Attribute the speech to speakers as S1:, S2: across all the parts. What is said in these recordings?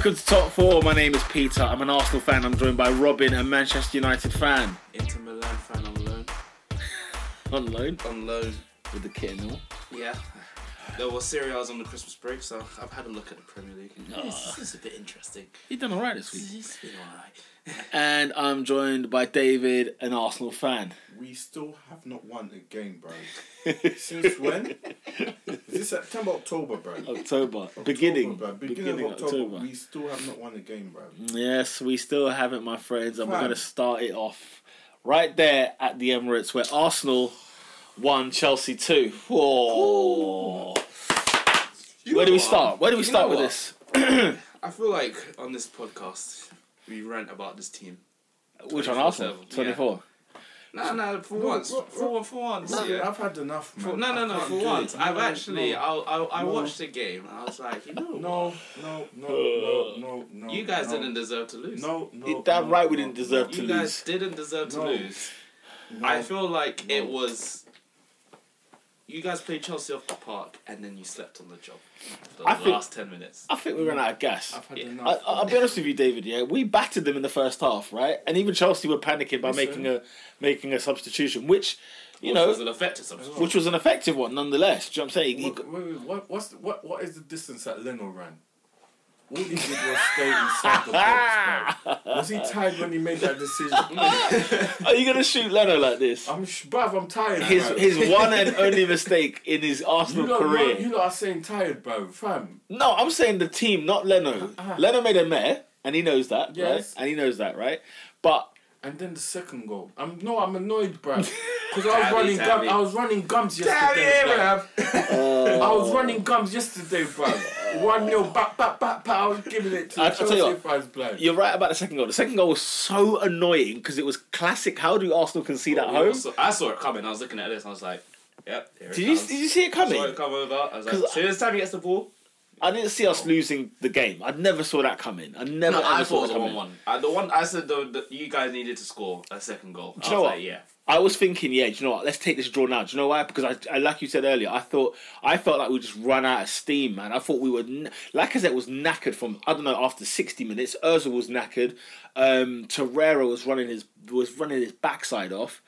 S1: four. My name is Peter. I'm an Arsenal fan. I'm joined by Robin, a Manchester United fan.
S2: Inter Milan fan on loan.
S1: On loan
S2: On loan.
S1: with the kit and all.
S2: Yeah. No, well, Serie A's on the Christmas break, so I've had a look at the Premier League. and This, this is a bit interesting.
S1: He done all right this week.
S2: It's been alright.
S1: And I'm joined by David, an Arsenal fan.
S3: We still have not won a game, bro. Since when? Is this September, October, bro?
S1: October,
S3: October,
S1: Uh, beginning,
S3: bro. beginning, of October, We still have not won a game, bro.
S1: Yes, we still have it, my friends, and we're
S3: Fam.
S1: going to start it off right there at the Emirates, where Arsenal won, Chelsea two. Whoa. Where do we start? Where do we
S2: You
S1: start
S2: know
S1: with
S2: what?
S1: this?
S2: I feel like on this podcast, we rant about this team.
S1: Which one, Arsenal?
S2: 24/7, yeah.
S1: Twenty-four.
S2: No, no, for once.
S3: what-
S2: For, one- for once.
S3: No,
S2: yeah.
S3: I've had enough, man.
S2: For, no, no,
S3: I
S2: no,
S3: can't
S2: for
S3: do
S2: once.
S3: it.
S2: I've
S3: No,
S2: actually, uh,
S3: no,
S2: I'll, I'll, I
S3: No.
S2: watched the game and I was like, you know,
S3: No,
S1: Uh,
S3: no, no, no, no, no.
S2: you guys
S3: no,
S2: didn't deserve to lose.
S3: No, no.
S1: You're damn
S3: no,
S1: right we
S3: no,
S1: didn't deserve to
S2: you
S1: lose.
S2: guys didn't deserve to
S3: No.
S2: lose.
S3: no.
S2: I feel like
S3: No.
S2: it was. You guys played Chelsea off the park, and then you slept on the job for the
S1: I think-
S2: last ten minutes.
S1: I think we ran out of gas.
S3: I've had
S2: Yeah.
S1: I,
S3: enough.
S1: I'll be honest with you, David. Yeah, we battered them in the first half, right? And even Chelsea were panicking by
S3: Listen.
S1: making a making a substitution, which you
S2: Which
S1: know, Oh.
S2: was an effective substitution.
S1: which was an effective one nonetheless. Do you know what I'm saying? He
S3: What,
S1: got-
S3: wait, wait, what, what's the, what, what is the distance that Leno ran? All he did was stay inside the box, bro. Was he tired when he made that decision?
S1: Are you gonna shoot Leno like this?
S3: I'm sh- bruv, I'm tired.
S1: His
S3: bro.
S1: his one and only mistake in his
S3: you
S1: Arsenal
S3: lot,
S1: career.
S3: You lot are saying tired, bro. Fam,
S1: No, I'm saying the team, not Leno.
S3: Uh-huh.
S1: Leno made a mare, and he knows that,
S3: Yes.
S1: right? And he knows that, right? But
S3: And then the second goal. I'm no, I'm annoyed, bruv. Because I was
S2: Tabby,
S3: running
S2: tabby.
S3: gums. I was running gums yesterday. bruv. I was running gums yesterday, bruv. One nil, back, back, back, back. I was giving it to
S1: I-
S3: I,
S1: I
S3: the
S1: tell you
S3: Chelsea
S1: what.
S3: fans, blood.
S1: you're right about the second goal. The second goal was so annoying because it was classic. How do Arsenal concede
S3: Oh,
S1: at
S2: We
S1: home?
S2: also- I saw it coming. I was looking at this. and I was like, "Yep." Here it
S1: Did you
S2: comes.
S1: did you see it
S2: I saw
S1: coming?
S2: it come over. I was like,
S1: 'Cause
S2: as soon as Sammy gets the ball,
S1: I didn't see us losing the game. I never saw that coming. I never. ever
S2: no, I
S1: saw
S2: thought it was
S1: that
S2: a
S1: coming.
S2: one-one. Uh, the one I said the, the, you guys needed to score a second goal.
S1: you
S2: I
S1: know
S2: was
S1: what?
S2: like, yeah.
S1: I was thinking, yeah, do you know what? Let's take this draw now. Do you know why? Because I, I like you said earlier, I thought I felt like we just run out of steam, man. I thought we were kn- Lacazette was knackered from I don't know after sixty minutes. Özil was knackered. Um, Torreira was running his was running his backside off.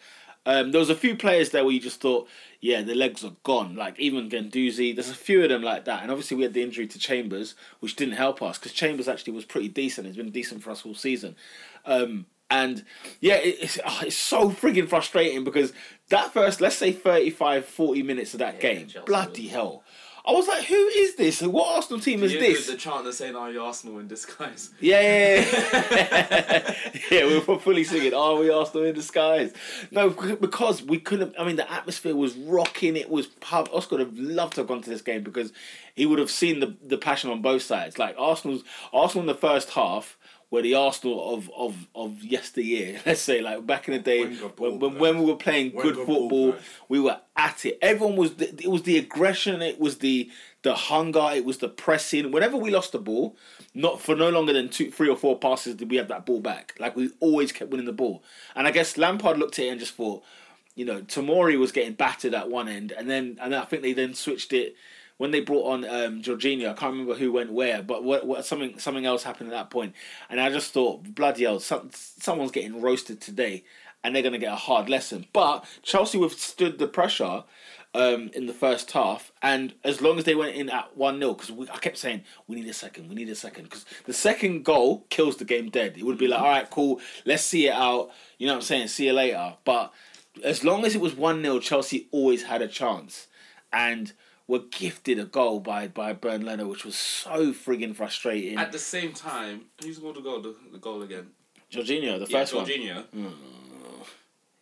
S1: Um, there was a few players there where you just thought, yeah, the legs are gone. Like even Ganduzi, there's a few of them like that. And obviously we had the injury to Chambers, which didn't help us because Chambers actually was pretty decent. He's been decent for us all season. Um, and yeah, it, it's, ah, it's so friggin' frustrating because that first, let's say 35, 40 minutes of that game,
S2: Chelsea
S1: bloody hell. I was like, who is this? What Arsenal team is
S2: you
S1: this?
S2: The chant that's saying, "Are you Arsenal in disguise?"
S1: Yeah, yeah, yeah. yeah, we were fully singing. Are we Arsenal in disguise? No, c- because we couldn't. I mean, the atmosphere was rocking. It was pub. Oscar would have loved to have gone to this game because he would have seen the, the passion on both sides. Like Arsenal's Arsenal in the first half were the Arsenal of of of yesteryear. Let's say like back in the day
S3: Wenger
S1: when
S3: ball,
S1: when,
S3: man.
S1: when we were playing good
S3: Wenger ball,
S1: football.
S3: man.
S1: We were at it. Everyone was. It was the aggression. It was the the hunger. It was the pressing. Whenever we lost the ball, not for no longer than two, three or four passes did we have that ball back. Like we always kept winning the ball. And I guess Lampard looked at it and just thought, you know, Tamori was getting battered at one end, and then and I think they then switched it. When they brought on um, Jorginho, I can't remember who went where, but what, what something something else happened at that point, and I just thought, bloody hell, some, someone's getting roasted today and they're going to get a hard lesson. But Chelsea withstood the pressure um, in the first half, and as long as they went in at 1 0, because I kept saying, we need a second, we need a second, because the second goal kills the game dead. It would be like,
S2: Mm-hmm.
S1: all right, cool, let's see it out. You know what I'm saying? See you later. But as long as it was 1 0, Chelsea always had a chance. And were gifted a goal by by Bern Leno, which was so friggin' frustrating.
S2: At the same time, who's going to go the, the goal again?
S1: Jorginho, the
S2: Yeah,
S1: first one.
S2: Jorginho.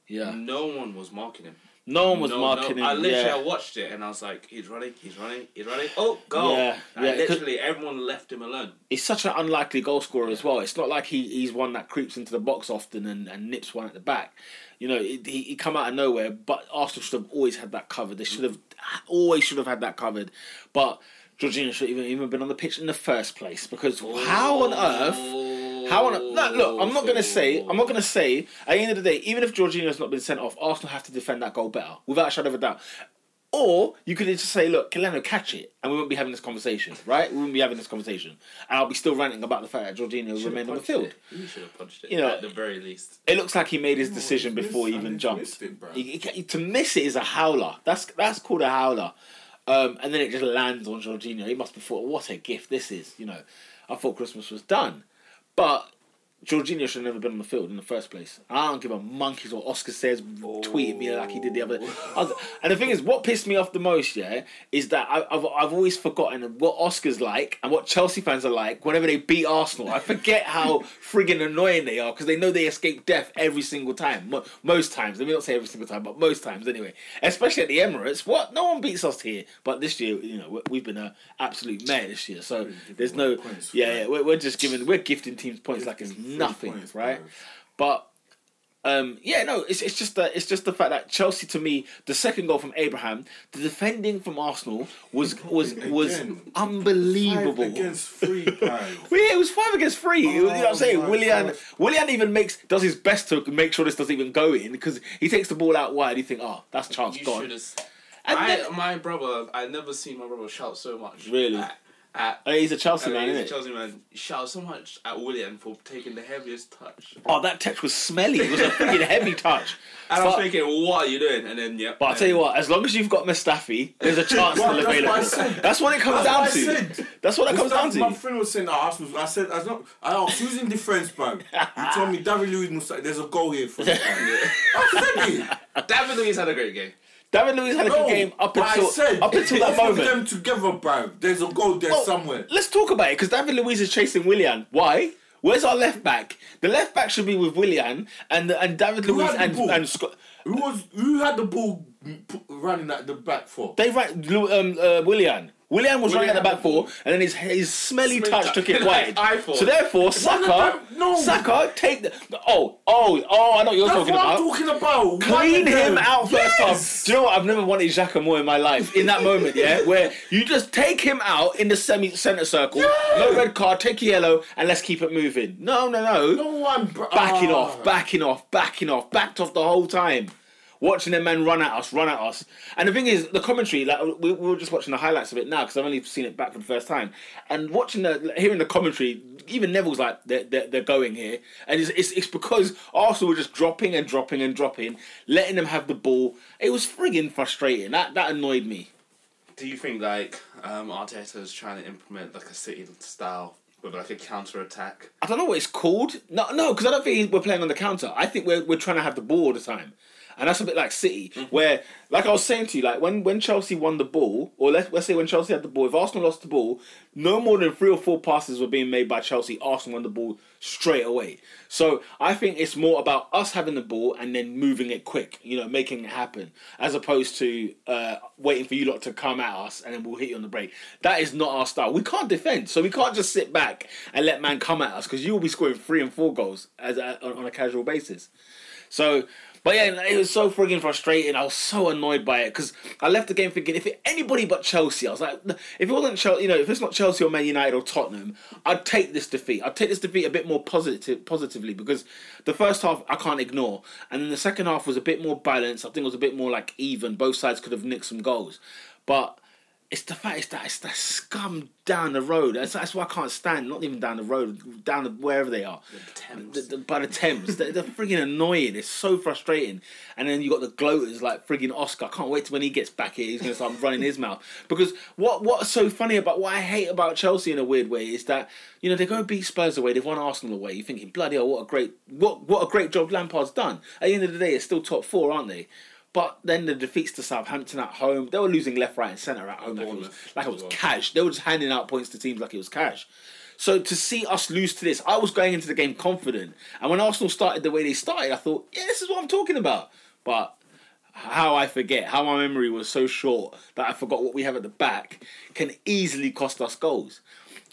S1: Yeah.
S2: No one was marking him.
S1: No one was
S2: No,
S1: marking
S2: no.
S1: him.
S2: I literally
S1: yeah.
S2: I watched it and I was like, he's running, he's running, he's running. Oh, goal!
S1: Yeah,
S2: And
S1: yeah, it could-
S2: literally, everyone left him alone.
S1: he's such an unlikely goal scorer as well. It's not like he, he's one that creeps into the box often and, and nips one at the back. You know, it, he, he come out of nowhere, but Arsenal should have always had that covered. They should have always should have had that covered. But Jorginho should even even been on the pitch in the first place because how on earth? How on earth- no, look, I'm not gonna say I'm not gonna say at the end of the day, even if Jorginho's not been sent off, Arsenal have to defend that goal better, without a shadow of a doubt. Or you could just say, look, Kelano, catch it, and we won't be having this conversation, right? We won't be having this conversation. And I'll be still ranting about the fact that Jorginho remained on the field.
S2: You should have punched it.
S1: You know-
S2: at the very least.
S1: It looks like he made his
S3: No,
S1: decision
S3: it's
S1: before he
S3: missed- and
S1: even
S3: it's
S1: jumped.
S3: missed it, bruh.
S1: He- he- to miss it is a howler. That's that's called a howler. Um, and then it just lands on Jorginho. He must be thought, what a gift this is. You know, I thought Christmas was done. But Jorginho should have never been on the field in the first place. I don't give a monkey's what Oscar says tweeted me like he did the other day. I was- And the thing is, what pissed me off the most, yeah, is that I, I've, I've always forgotten what Oscar's like and what Chelsea fans are like whenever they beat Arsenal. I forget how friggin' annoying they are because they know they escape death every single time. Mo- most times. Let me not say every single time, but most times anyway. Especially at the Emirates. What? No one beats us here. But this year, you know, we- we've been an absolute mare this year. So there's no.
S3: points for
S1: Yeah,
S3: that.
S1: yeah, we're, we're just giving we're gifting teams points like it's
S3: Give them
S1: nothing,
S3: three points,
S1: right?
S3: bruv.
S1: But um, yeah, no, it's it's just that it's just the fact that Chelsea to me, the second goal from Abraham, the defending from Arsenal was was was
S3: Again. Five
S1: unbelievable.
S3: against three, guys.
S1: Well, yeah, it was five against three. It was- you know what I'm
S3: Oh
S1: saying?
S3: my
S1: Willian
S3: gosh.
S1: Willian even makes does his best to make sure this doesn't even go in because he takes the ball out wide. You think, oh, that's chance
S2: You
S1: gone.
S2: should have.
S1: And
S2: I,
S1: then-
S2: my brother, I never seen my brother shout so much.
S1: Really?
S2: At, at
S1: Oh, he's a Chelsea man,
S2: he's a
S1: isn't it?
S2: Chelsea man shout so much at William for taking the heaviest touch.
S1: Oh, that touch was smelly. It was a freaking heavy touch.
S2: And I was
S1: But-
S2: thinking, what are you doing? And then, yeah.
S1: But I'll tell you what, as long as you've got Mustafi, there's a chance
S3: Well,
S1: still
S3: that's what I
S1: available.
S3: said.
S1: That's what it comes
S3: That's what I
S1: down to.
S3: said.
S1: That's what it comes down
S3: That's My
S1: to.
S3: friend was saying that Arsenal. I said, "That's not." I was using defense, man. You told me David Luiz Musa. There's a goal here for you. man. I said it.
S2: David Luiz had a great game.
S1: David Luiz had a
S3: No,
S1: good game up
S3: but
S1: until
S3: I said,
S1: up until that
S3: both of
S1: moment.
S3: them together, bro. There's a goal there
S1: Oh,
S3: somewhere.
S1: Let's talk about it because David Luiz is chasing Willian. Why? Where's our left back? The left back should be with Willian and and David
S3: Who
S1: Luiz
S3: had the
S1: and
S3: ball?
S1: and Scott.
S3: Who was who had the ball mm, p- running at the back for?
S1: They ran Lu- um, uh, Willian. Willian was running at the
S2: Willian
S1: back four, and then his his smelly,
S2: Smelly
S1: touch
S2: touch.
S1: took it
S2: Like
S1: wide.
S2: I thought.
S1: so therefore, Saka,
S3: them- no.
S1: Saka, take the oh oh oh. I know what you're
S3: That's what
S1: talking about.
S3: I'm talking about.
S1: clean
S3: One of
S1: him
S3: them.
S1: out first
S3: Yes!
S1: half. Do you know what? I've never wanted Xhaka more in my life. In that moment, yeah, where you just take him out in the semi centre circle, no red card, take a yellow, and let's keep it moving. No, no, no.
S3: No one bro.
S1: Backing
S3: Ah.
S1: off, backing off, backing off, backed off the whole time. Watching them man run at us, run at us. And the thing is, the commentary, like we, we were just watching the highlights of it now because I've only seen it back for the first time. And watching the, hearing the commentary, even Neville's like, they're, they're, they're going here. And it's, it's, it's because Arsenal were just dropping and dropping and dropping, letting them have the ball. It was frigging frustrating. That, that annoyed me.
S2: Do you think like um, Arteta is trying to implement like a City style with like a counter attack?
S1: I don't know what it's called. No, no, because I don't think we're playing on the counter. I think we're we're trying to have the ball all the time, and that's a bit like City, where like I was saying to you, like when when Chelsea won the ball, or let's let's say when Chelsea had the ball, if Arsenal lost the ball, no more than three or four passes were being made by Chelsea. Arsenal won the ball straight away. So I think it's more about us having the ball and then moving it quick, you know, making it happen, as opposed to uh, waiting for you lot to come at us and then we'll hit you on the break. That is not our style. We can't defend, so we can't just sit back and let man come at us because you will be scoring three and four goals as a, on on a casual basis. So, but yeah, it was so friggin' frustrating. I was so annoyed by it because I left the game thinking if it, anybody but Chelsea, I was like, if it wasn't Chelsea, you know, if it's not Chelsea or Man United or Tottenham, I'd take this defeat. I'd take this defeat a bit more positive, positively because the first half I can't ignore, and then the second half was a bit more balanced. I think it was a bit more like even. Both sides could have nicked some goals, but. It's the fact it's that it's that scum down the road. That's, that's why I can't stand. Not even down the road, down the, wherever they are
S2: Thames.
S1: the, the, by the Thames. they're, they're frigging annoying. It's so frustrating. And then you got the gloaters like frigging Oscar. I can't wait till when he gets back here. He's gonna start running his mouth because what what's so funny about what I hate about Chelsea in a weird way is that you know they go and beat Spurs away. They've won Arsenal away. You're thinking bloody hell, what a great what what a great job Lampard's done. At the end of the day, it's still top four, aren't they? But then the defeats to Southampton at home, they were losing left, right, and centre at home like it was,
S2: Bournemouth
S1: like it
S2: as
S1: was
S2: well.
S1: cash. They were just handing out points to teams like it was cash. So to see us lose to this, I was going into the game confident. And when Arsenal started the way they started, I thought, yeah, this is what I'm talking about. But how I forget, how my memory was so short that I forgot what we have at the back can easily cost us goals.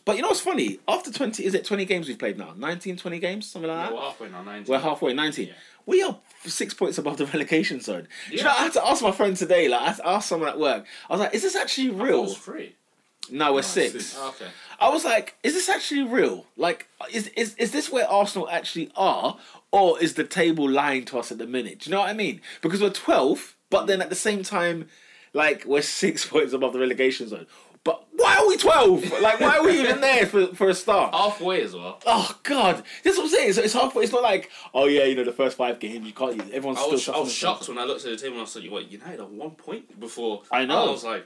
S1: But you know what's funny? After 20, is it 20 games we've played now? 19, 20 games? Something like that?
S2: We're halfway now, 19.
S1: We're halfway, 19.
S2: Yeah.
S1: We are six points above the relegation zone. Do You
S2: Yeah.
S1: know, I had to ask my friend today, like, I had to ask someone at work, I was like, is this actually
S2: It
S1: real?
S2: was free.
S1: No, we're six.
S3: six.
S2: Oh, okay.
S1: I was like, is this actually real? Like, is, is, is this where Arsenal actually are? Or is the table lying to us at the minute? Do you know what I mean? Because we're 12th, but then at the same time, Like we're six points above the relegation zone. But why are we twelve? Like why are we even there for, for a start?
S2: Halfway as well.
S1: Oh God, that's what I'm saying. So it's halfway. It's not like oh yeah, you know the first five games you can't. Everyone's
S2: I
S1: still.
S2: was, I was
S1: suffering.
S2: shocked when I looked at the team and I said, "What United are one point before?"
S1: I know.
S2: And I was like,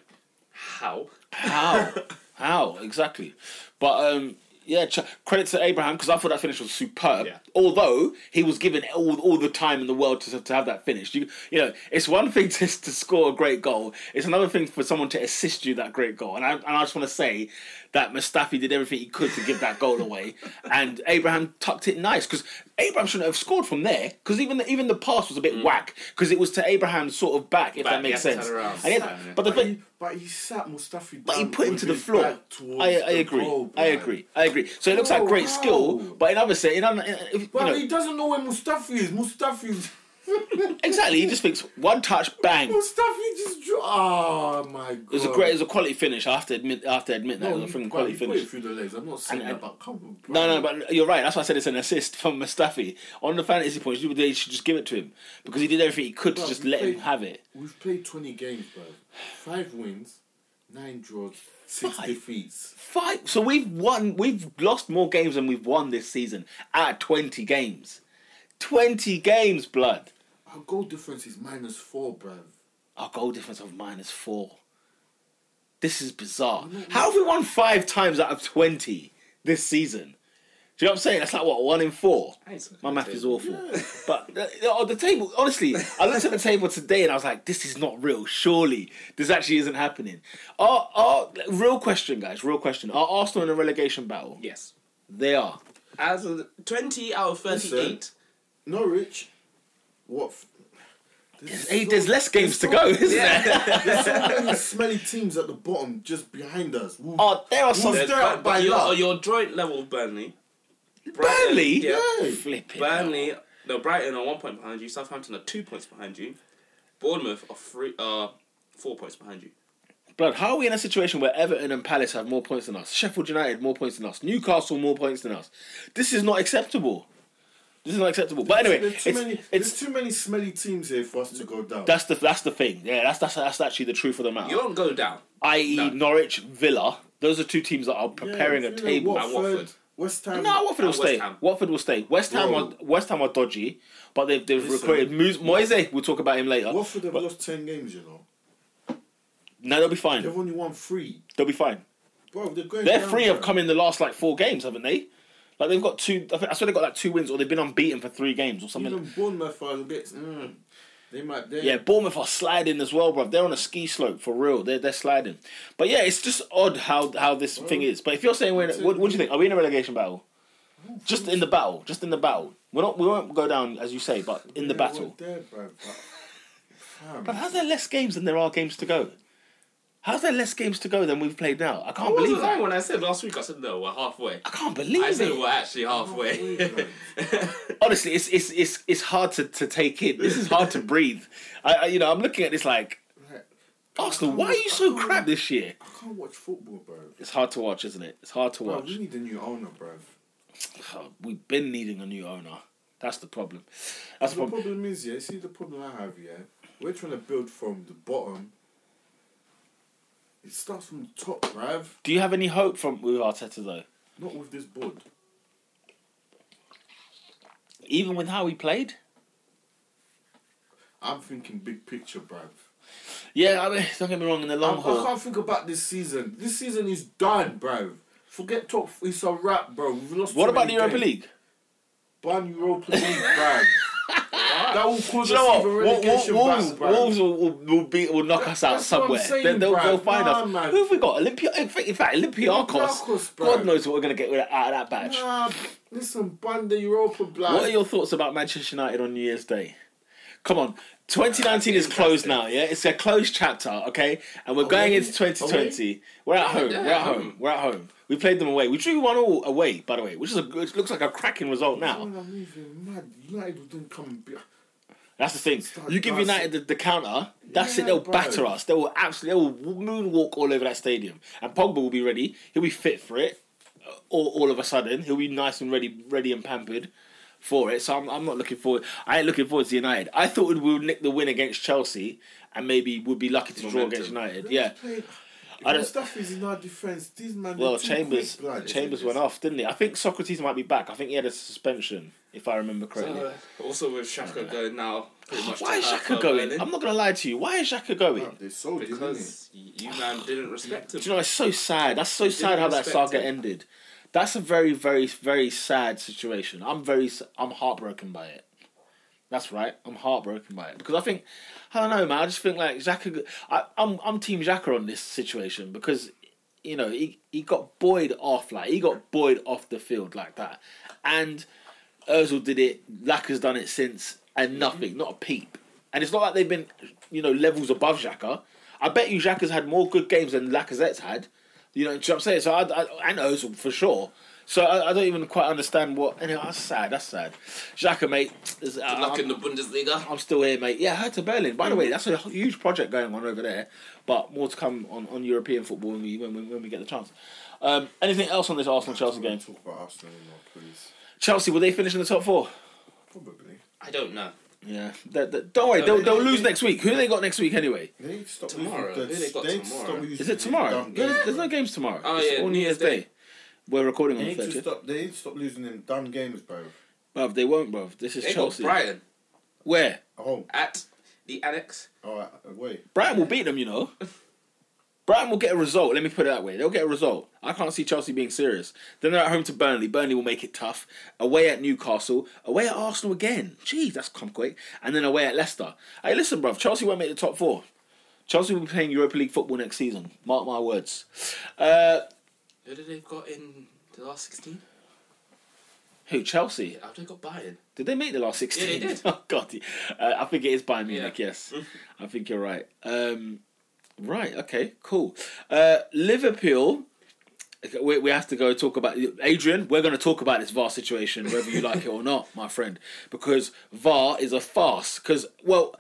S2: "How?"
S1: How? How exactly? But um, yeah, ch- credit to Abraham because I thought that finish was superb.
S2: Yeah.
S1: Although he was given all, all the time in the world to, to have that finish. You you know, it's one thing to, to score a great goal. It's another thing for someone to assist you that great goal. And I, and I just want to say that Mustafi did everything he could to give that goal away, and Abraham tucked it nice because Abraham shouldn't have scored from there because even the, even the pass was a bit whack because it was to Abraham's sort of back if
S2: Mm. Back,
S1: that makes
S2: he had to
S1: sense.
S2: turn around.
S1: And he had-
S2: Yeah.
S1: but the
S3: But
S1: thing.
S3: he, but he sat Mustafi down.
S1: But he put him
S3: with
S1: to the
S3: his
S1: floor.
S3: back towards
S1: I, I
S3: the
S1: agree.
S3: goal,
S1: I
S3: man.
S1: agree. I agree. So it looks like great
S3: Oh,
S1: skill,
S3: wow.
S1: but in other sense, in, other- in, if, you
S3: But
S1: know,
S3: he doesn't know where Mustafi is. Mustafi is.
S1: exactly. He just thinks one touch, bang. It
S3: Mustafi just drew. Oh my god. It
S1: was a great, it was a quality finish. I have to admit, I have to admit that it was a freaking quality
S3: you put
S1: finish.
S3: it through the legs. I'm not saying
S1: And-
S3: that, but come on.
S1: No, no,
S3: bro.
S1: but you're right. That's why I said it's an assist from Mustafi. On the fantasy points, you they should just give it to him because he did everything he could to
S3: Bro,
S1: just
S3: we
S1: let him
S3: played-
S1: have it.
S3: We've played 20 games, bro. Five wins, nine draws, six
S1: Five?
S3: defeats.
S1: Five. So we've won. We've lost more games than we've won this season. At twenty games, twenty games, blood.
S3: Our goal difference is minus four, bro.
S1: Our goal difference of minus four. This is bizarre. How have we won five times out of 20 this season? Do you know what I'm saying? That's like what, one in four? My math is awful. But uh, on the table, honestly, I looked at the table today and I was like, this is not real. Surely this actually isn't happening. Our, our, real question, guys, real question. Are Arsenal in a relegation battle?
S2: Yes.
S1: They are.
S2: As of twenty out of
S3: Listen.
S2: thirty-eight.
S3: Norwich, what? f-
S1: There's,
S3: There's
S1: eight,
S3: so-
S1: there's less games to
S3: so-
S1: go, isn't there?
S2: Yeah.
S3: There's so many smelly teams at the bottom just behind us. We'll-
S1: Oh, there are some.
S2: They're-
S3: Who's there
S2: but- but
S3: up by
S2: you're,
S3: luck?
S2: you're joint level with Burnley. Brighton-
S1: Burnley?
S2: Yeah.
S3: Yeah.
S1: Flipping.
S2: Burnley, no, Brighton are one point behind you. Southampton are two points behind you. Bournemouth are three, are four points behind you.
S1: Blood, how are we in a situation where Everton and Palace have more points than us? Sheffield United more points than us. Newcastle more points than us. This is not acceptable. This is not acceptable. But anyway,
S3: there's
S1: it's,
S3: too many.
S1: it's
S3: There's too many smelly teams here for us to go down.
S1: that's the that's the thing. Yeah, that's that's that's actually the truth of the matter.
S2: You don't go down.
S1: I.e.
S2: No.
S1: Villa, Villa. Those are two teams that are preparing
S3: Yeah,
S1: a
S3: you know,
S1: table.
S2: Watford.
S3: Watford, West Ham.
S1: No, Watford will
S2: And West
S1: stay.
S2: Ham.
S1: Watford will stay. West Ham
S3: Whoa.
S1: are West Ham are dodgy, but they've they've
S3: Listen.
S1: recruited Mu- Moise. We'll talk about him later.
S3: Watford have
S1: But-
S3: lost ten games. You know,
S1: No, they'll be fine.
S3: they've only won three.
S1: They'll be fine.
S3: Bro, they're going.
S1: They're
S3: down,
S1: three
S3: bro.
S1: have come in the last like four games, haven't they? Like they've got two. I, think, I swear they got like two wins, or they've been unbeaten for three games, or something.
S3: Even Bournemouth are a bit. Mm, they might. They,
S1: yeah, Bournemouth are sliding as well, bruv. They're on a ski slope for real. They're they're sliding. But yeah, it's just odd how how this thing is. But if you're saying we're in, what, what do you think? Are we in a relegation battle? Just in the battle. Just in the battle. We're not. We won't go down as you say, but in the
S3: they
S1: battle.
S3: weren't There, bro, but, fam,
S1: But how's there less games than there are games to go? How's there less games to go than we've played now? I can't
S2: I wasn't
S1: believe
S2: lying
S1: that.
S2: when I said last week. I said no, we're halfway.
S1: I can't believe
S2: I said
S1: it.
S2: we're actually halfway.
S3: Halfway, bro.
S1: honestly, it's it's it's it's hard to, to take in. This is hard to breathe. I, I you know I'm looking at this like
S3: Like,
S1: Arsenal. Why are you so crap this year?
S3: I can't watch football, bro.
S1: It's hard to watch, isn't it? It's hard to
S3: Bro,
S1: watch.
S3: we need a new owner, bro.
S1: Oh, We've been needing a new owner. That's the problem. That's the
S3: the
S1: problem.
S3: problem is, yeah. See, the problem I have, yeah. We're trying to build from the bottom. It starts from the top, bruv.
S1: Do you have any hope from with Arteta though?
S3: Not with this board.
S1: Even with how he played?
S3: I'm thinking big picture, bruv.
S1: Yeah, I mean, don't get me wrong. In the
S3: I,
S1: long
S3: I
S1: haul,
S3: can't think about this season. This season is done, bruv. Forget top. f- It's a wrap, bro. We've lost.
S1: what
S3: too
S1: about the
S3: many
S1: Europa
S3: games.
S1: League?
S3: Ban Europa League, bruv. that will
S1: Do
S3: cause
S1: you know
S3: us
S1: what?
S3: even
S1: Wol-
S3: relegation
S1: Wol- Wolves,
S3: battle, bruv.
S1: Wolves will, will, will, be, will knock us out
S3: That's what I'm
S1: somewhere.
S3: saying,
S1: then they'll,
S3: bruv.
S1: they'll find
S3: Nah,
S1: us.
S3: man.
S1: Who have we got? Olympia. In fact, in fact, Olympiakos.
S3: Olympiakos, bruv.
S1: God knows what we're going to get out of that batch.
S3: Nah, listen, ban the Europa, blood.
S1: What are your thoughts about Manchester United on New Year's Day? Come on, 2019 is closed now. Yeah, it's a closed chapter. Okay, and we're going
S3: we?
S1: into 2020. We? are at home.
S2: yeah,
S1: we're at
S2: at
S1: home.
S2: home.
S1: We're at home. We played them away. We drew one all away, by the way, which is a good, looks like a cracking result now.
S3: Man, I'm even mad. United wouldn't come. and Be-
S1: That's the thing.
S3: Start
S1: You give
S3: dancing.
S1: United the, the counter, that's it.
S3: Yeah,
S1: They'll
S3: bro.
S1: batter us. They will absolutely. They will moonwalk all over that stadium. And Pogba will be Uh, ready. He'll be fit for it. All, all of a sudden, he'll be nice and ready, ready and pampered for it. So I'm, I'm not looking forward. I ain't looking forward to United. I thought we would nick the win against Chelsea and maybe would be lucky to draw
S2: Momentum.
S1: against United. Yeah. I
S3: I
S1: don't-
S3: stuff is in our defense. These man.
S1: Well,
S3: they're too
S1: Chambers
S3: quick, like.
S1: Chambers went off, didn't he? I think Socrates might be back. I think he had a suspension, if I remember correctly.
S2: So, uh, also with Shaka going now, pretty much
S1: why
S2: to
S1: is
S2: half
S1: Shaka
S2: of
S1: going?
S2: winning,
S1: I'm not gonna lie to you. Why is Shaka going?
S3: They sold it, didn't they?
S2: because you man didn't respect him.
S1: Do you know it's so sad? That's so
S2: You
S1: sad
S2: didn't
S1: how that
S2: respect
S1: saga
S2: him.
S1: ended. That's a very, very, very sad situation. I'm very, s- I'm heartbroken by it. That's right. I'm heartbroken by it because I think, I don't know, man. I just think like Xhaka. I, I'm, I'm Team Xhaka on this situation because, you know, he he got buoyed off like he got buoyed off the field like that, and Özil did it. Laka's done it since,
S2: Mm-hmm.
S1: and nothing, not a peep. And it's not like they've been, you know, levels above Xhaka. I bet you Xhaka's had more good games than Lacazette's had. You know, do you know what I'm saying? So I, I, and Ozil for sure. So I, I don't even quite understand what. Anyway, that's sad. That's sad. Xhaka, mate. Is, uh,
S2: Good luck in
S1: I'm,
S2: the Bundesliga.
S1: I'm still here, mate. Yeah, I heard to Berlin. By the way, that's a huge project going on over there. But more to come on, on European football when we when, we- when we get the chance. Um, anything else on this Arsenal Chelsea
S3: Don't
S1: game?
S3: Talk about Arsenal anymore, please.
S1: Chelsea, will they finish in the top four?
S3: Probably.
S2: I don't know.
S1: Yeah, They- they- don't worry,
S2: No,
S1: they'll,
S2: they-
S1: they'll
S2: they-
S1: lose next week. Who they got next week anyway?
S3: They need to stop
S2: Tomorrow.
S3: using
S2: Who they got
S3: they need to
S2: tomorrow?
S3: stop
S1: Is
S3: using
S1: it tomorrow?
S3: dumb
S1: No,
S3: games.
S1: there's no games tomorrow.
S2: Oh,
S1: it's
S2: yeah,
S1: all New Year's Day. We're recording
S3: They
S1: on the
S3: need to
S1: 30th.
S3: stop. They need to stop losing them dumb games, bro.
S1: Bruv, they won't, bruv. This is
S2: They got
S1: Chelsea.
S2: Brighton
S1: Where?
S3: At home.
S2: at the annex.
S3: Oh, All right, away.
S1: Brighton will beat them, you know. Brighton will get a result. Let me put it that way. They'll get a result. I can't see Chelsea being serious. Then they're at home to Burnley. Burnley will make it tough. Away at Newcastle. Away at Arsenal again. Jeez, that's come quick. And then away at Leicester. Hey, listen, bruv. Chelsea won't make the top four. Chelsea will be playing Europa League football next season. Mark my words. Uh,
S2: Who did they got in the last sixteen?
S1: who? Chelsea?
S2: Yeah, have they got Bayern?
S1: Did they make the last 16?
S2: Yeah, they did.
S1: oh, God. Uh, I think it is Bayern Munich,
S2: Yeah.
S1: yes. I think you're right. Um, right, okay, cool. Uh, Liverpool, okay, we, we have to go talk about... Adrian, we're going to talk about this VAR situation, whether you like it or not, my friend, because VAR is a farce. Because, well,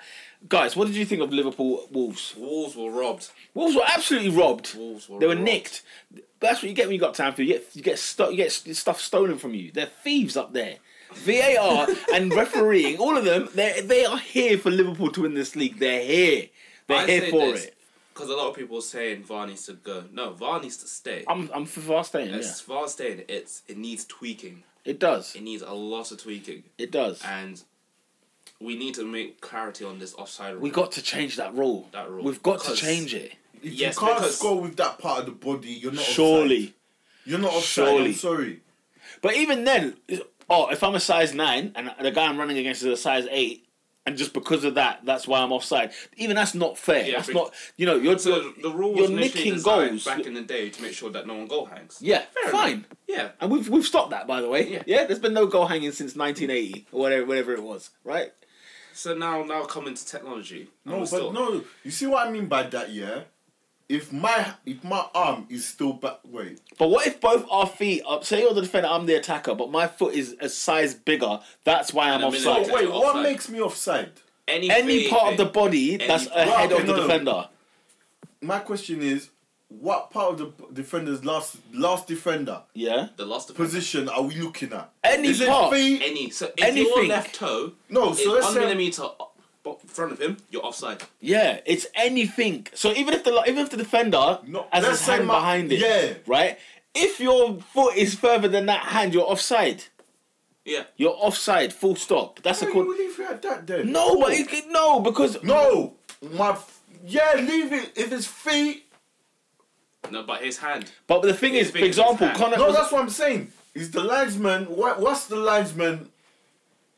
S1: guys, what did you think of Liverpool Wolves?
S2: Wolves were robbed.
S1: Wolves were absolutely robbed.
S2: Wolves were
S1: They were
S2: robbed.
S1: nicked. That's what you get when you got time for. You get you get, sto- you get s- stuff stolen from you. They're thieves up there. VAR and refereeing, all of them, they they are here for Liverpool to win this league. They're here. They're here for it.
S2: Because a lot of people are saying VAR needs to go. No, VAR needs to stay.
S1: I'm I'm for VAR staying. Yeah.
S2: As VAR staying, it's it needs tweaking.
S1: It does.
S2: It needs a lot of tweaking,
S1: It does.
S2: and we need to make clarity on this offside rule.
S1: We got to change that rule.
S2: That rule.
S1: We've got
S2: Because-
S1: to change it.
S3: If
S2: Yes,
S3: you can't
S2: because-
S3: score with that part of the body, you're not.
S1: Surely.
S3: offside. You're not offside.
S1: Surely.
S3: I'm sorry.
S1: But even then, oh, if I'm a size nine and the guy I'm running against is a size eight, and just because of that, that's why I'm offside. Even that's not fair.
S2: Yeah,
S1: that's
S2: but-
S1: not. You know, you're
S2: So the rule
S1: you're
S2: was initially
S1: nicking
S2: designed
S1: goals.
S2: back in the day to make sure that no one goal hangs.
S1: yeah, fine.
S2: Yeah.
S1: And we've we've stopped that by the way. Yeah.
S2: Yeah.
S1: there's been no goal hanging since 1980 or whatever whatever it was, right?
S2: So now now coming to technology.
S3: No,
S2: I'm
S3: but
S2: still-
S3: no. You see what I mean by that, yeah? If my if my arm is still back, wait.
S1: But what if both our feet are say you're the defender, I'm the attacker, but my foot is a size bigger. That's why I'm
S2: And a
S1: offside.
S2: millimetre.
S3: Oh,
S2: it's
S3: wait. What
S2: offside.
S3: makes me offside?
S2: Anything,
S1: Any part of the body that's
S2: part.
S1: ahead
S3: Well,
S1: of the
S3: no.
S1: defender.
S3: My question is, what part of the p- defender's last last defender
S1: Yeah.
S2: the last of
S3: position are we looking at?
S1: Any
S3: is
S1: part.
S3: It feet?
S2: any so if your
S1: Anything.
S2: left toe
S3: No,
S2: is
S3: so let's
S2: one
S3: say-
S2: millimeter in front of him, you're offside.
S1: Yeah, it's anything. So even if the even if the defender
S3: No,
S1: has
S3: let's
S1: his
S3: say
S1: hand
S3: my-
S1: behind it,
S3: yeah.
S1: right? If your foot is further than that hand, you're offside.
S2: Yeah.
S1: You're offside. Full stop. That's
S3: Why
S1: a
S3: you
S1: call.
S3: leave it at that then?
S1: No, but it, could- no, because
S3: No, my f- yeah, leave it. If it's feet,
S2: No, but his hand.
S1: But the thing is,
S2: His
S1: for
S2: biggest
S1: example,
S2: attack.
S1: Connor.
S3: no, that's what I'm saying. Is the linesman? What, what's the linesman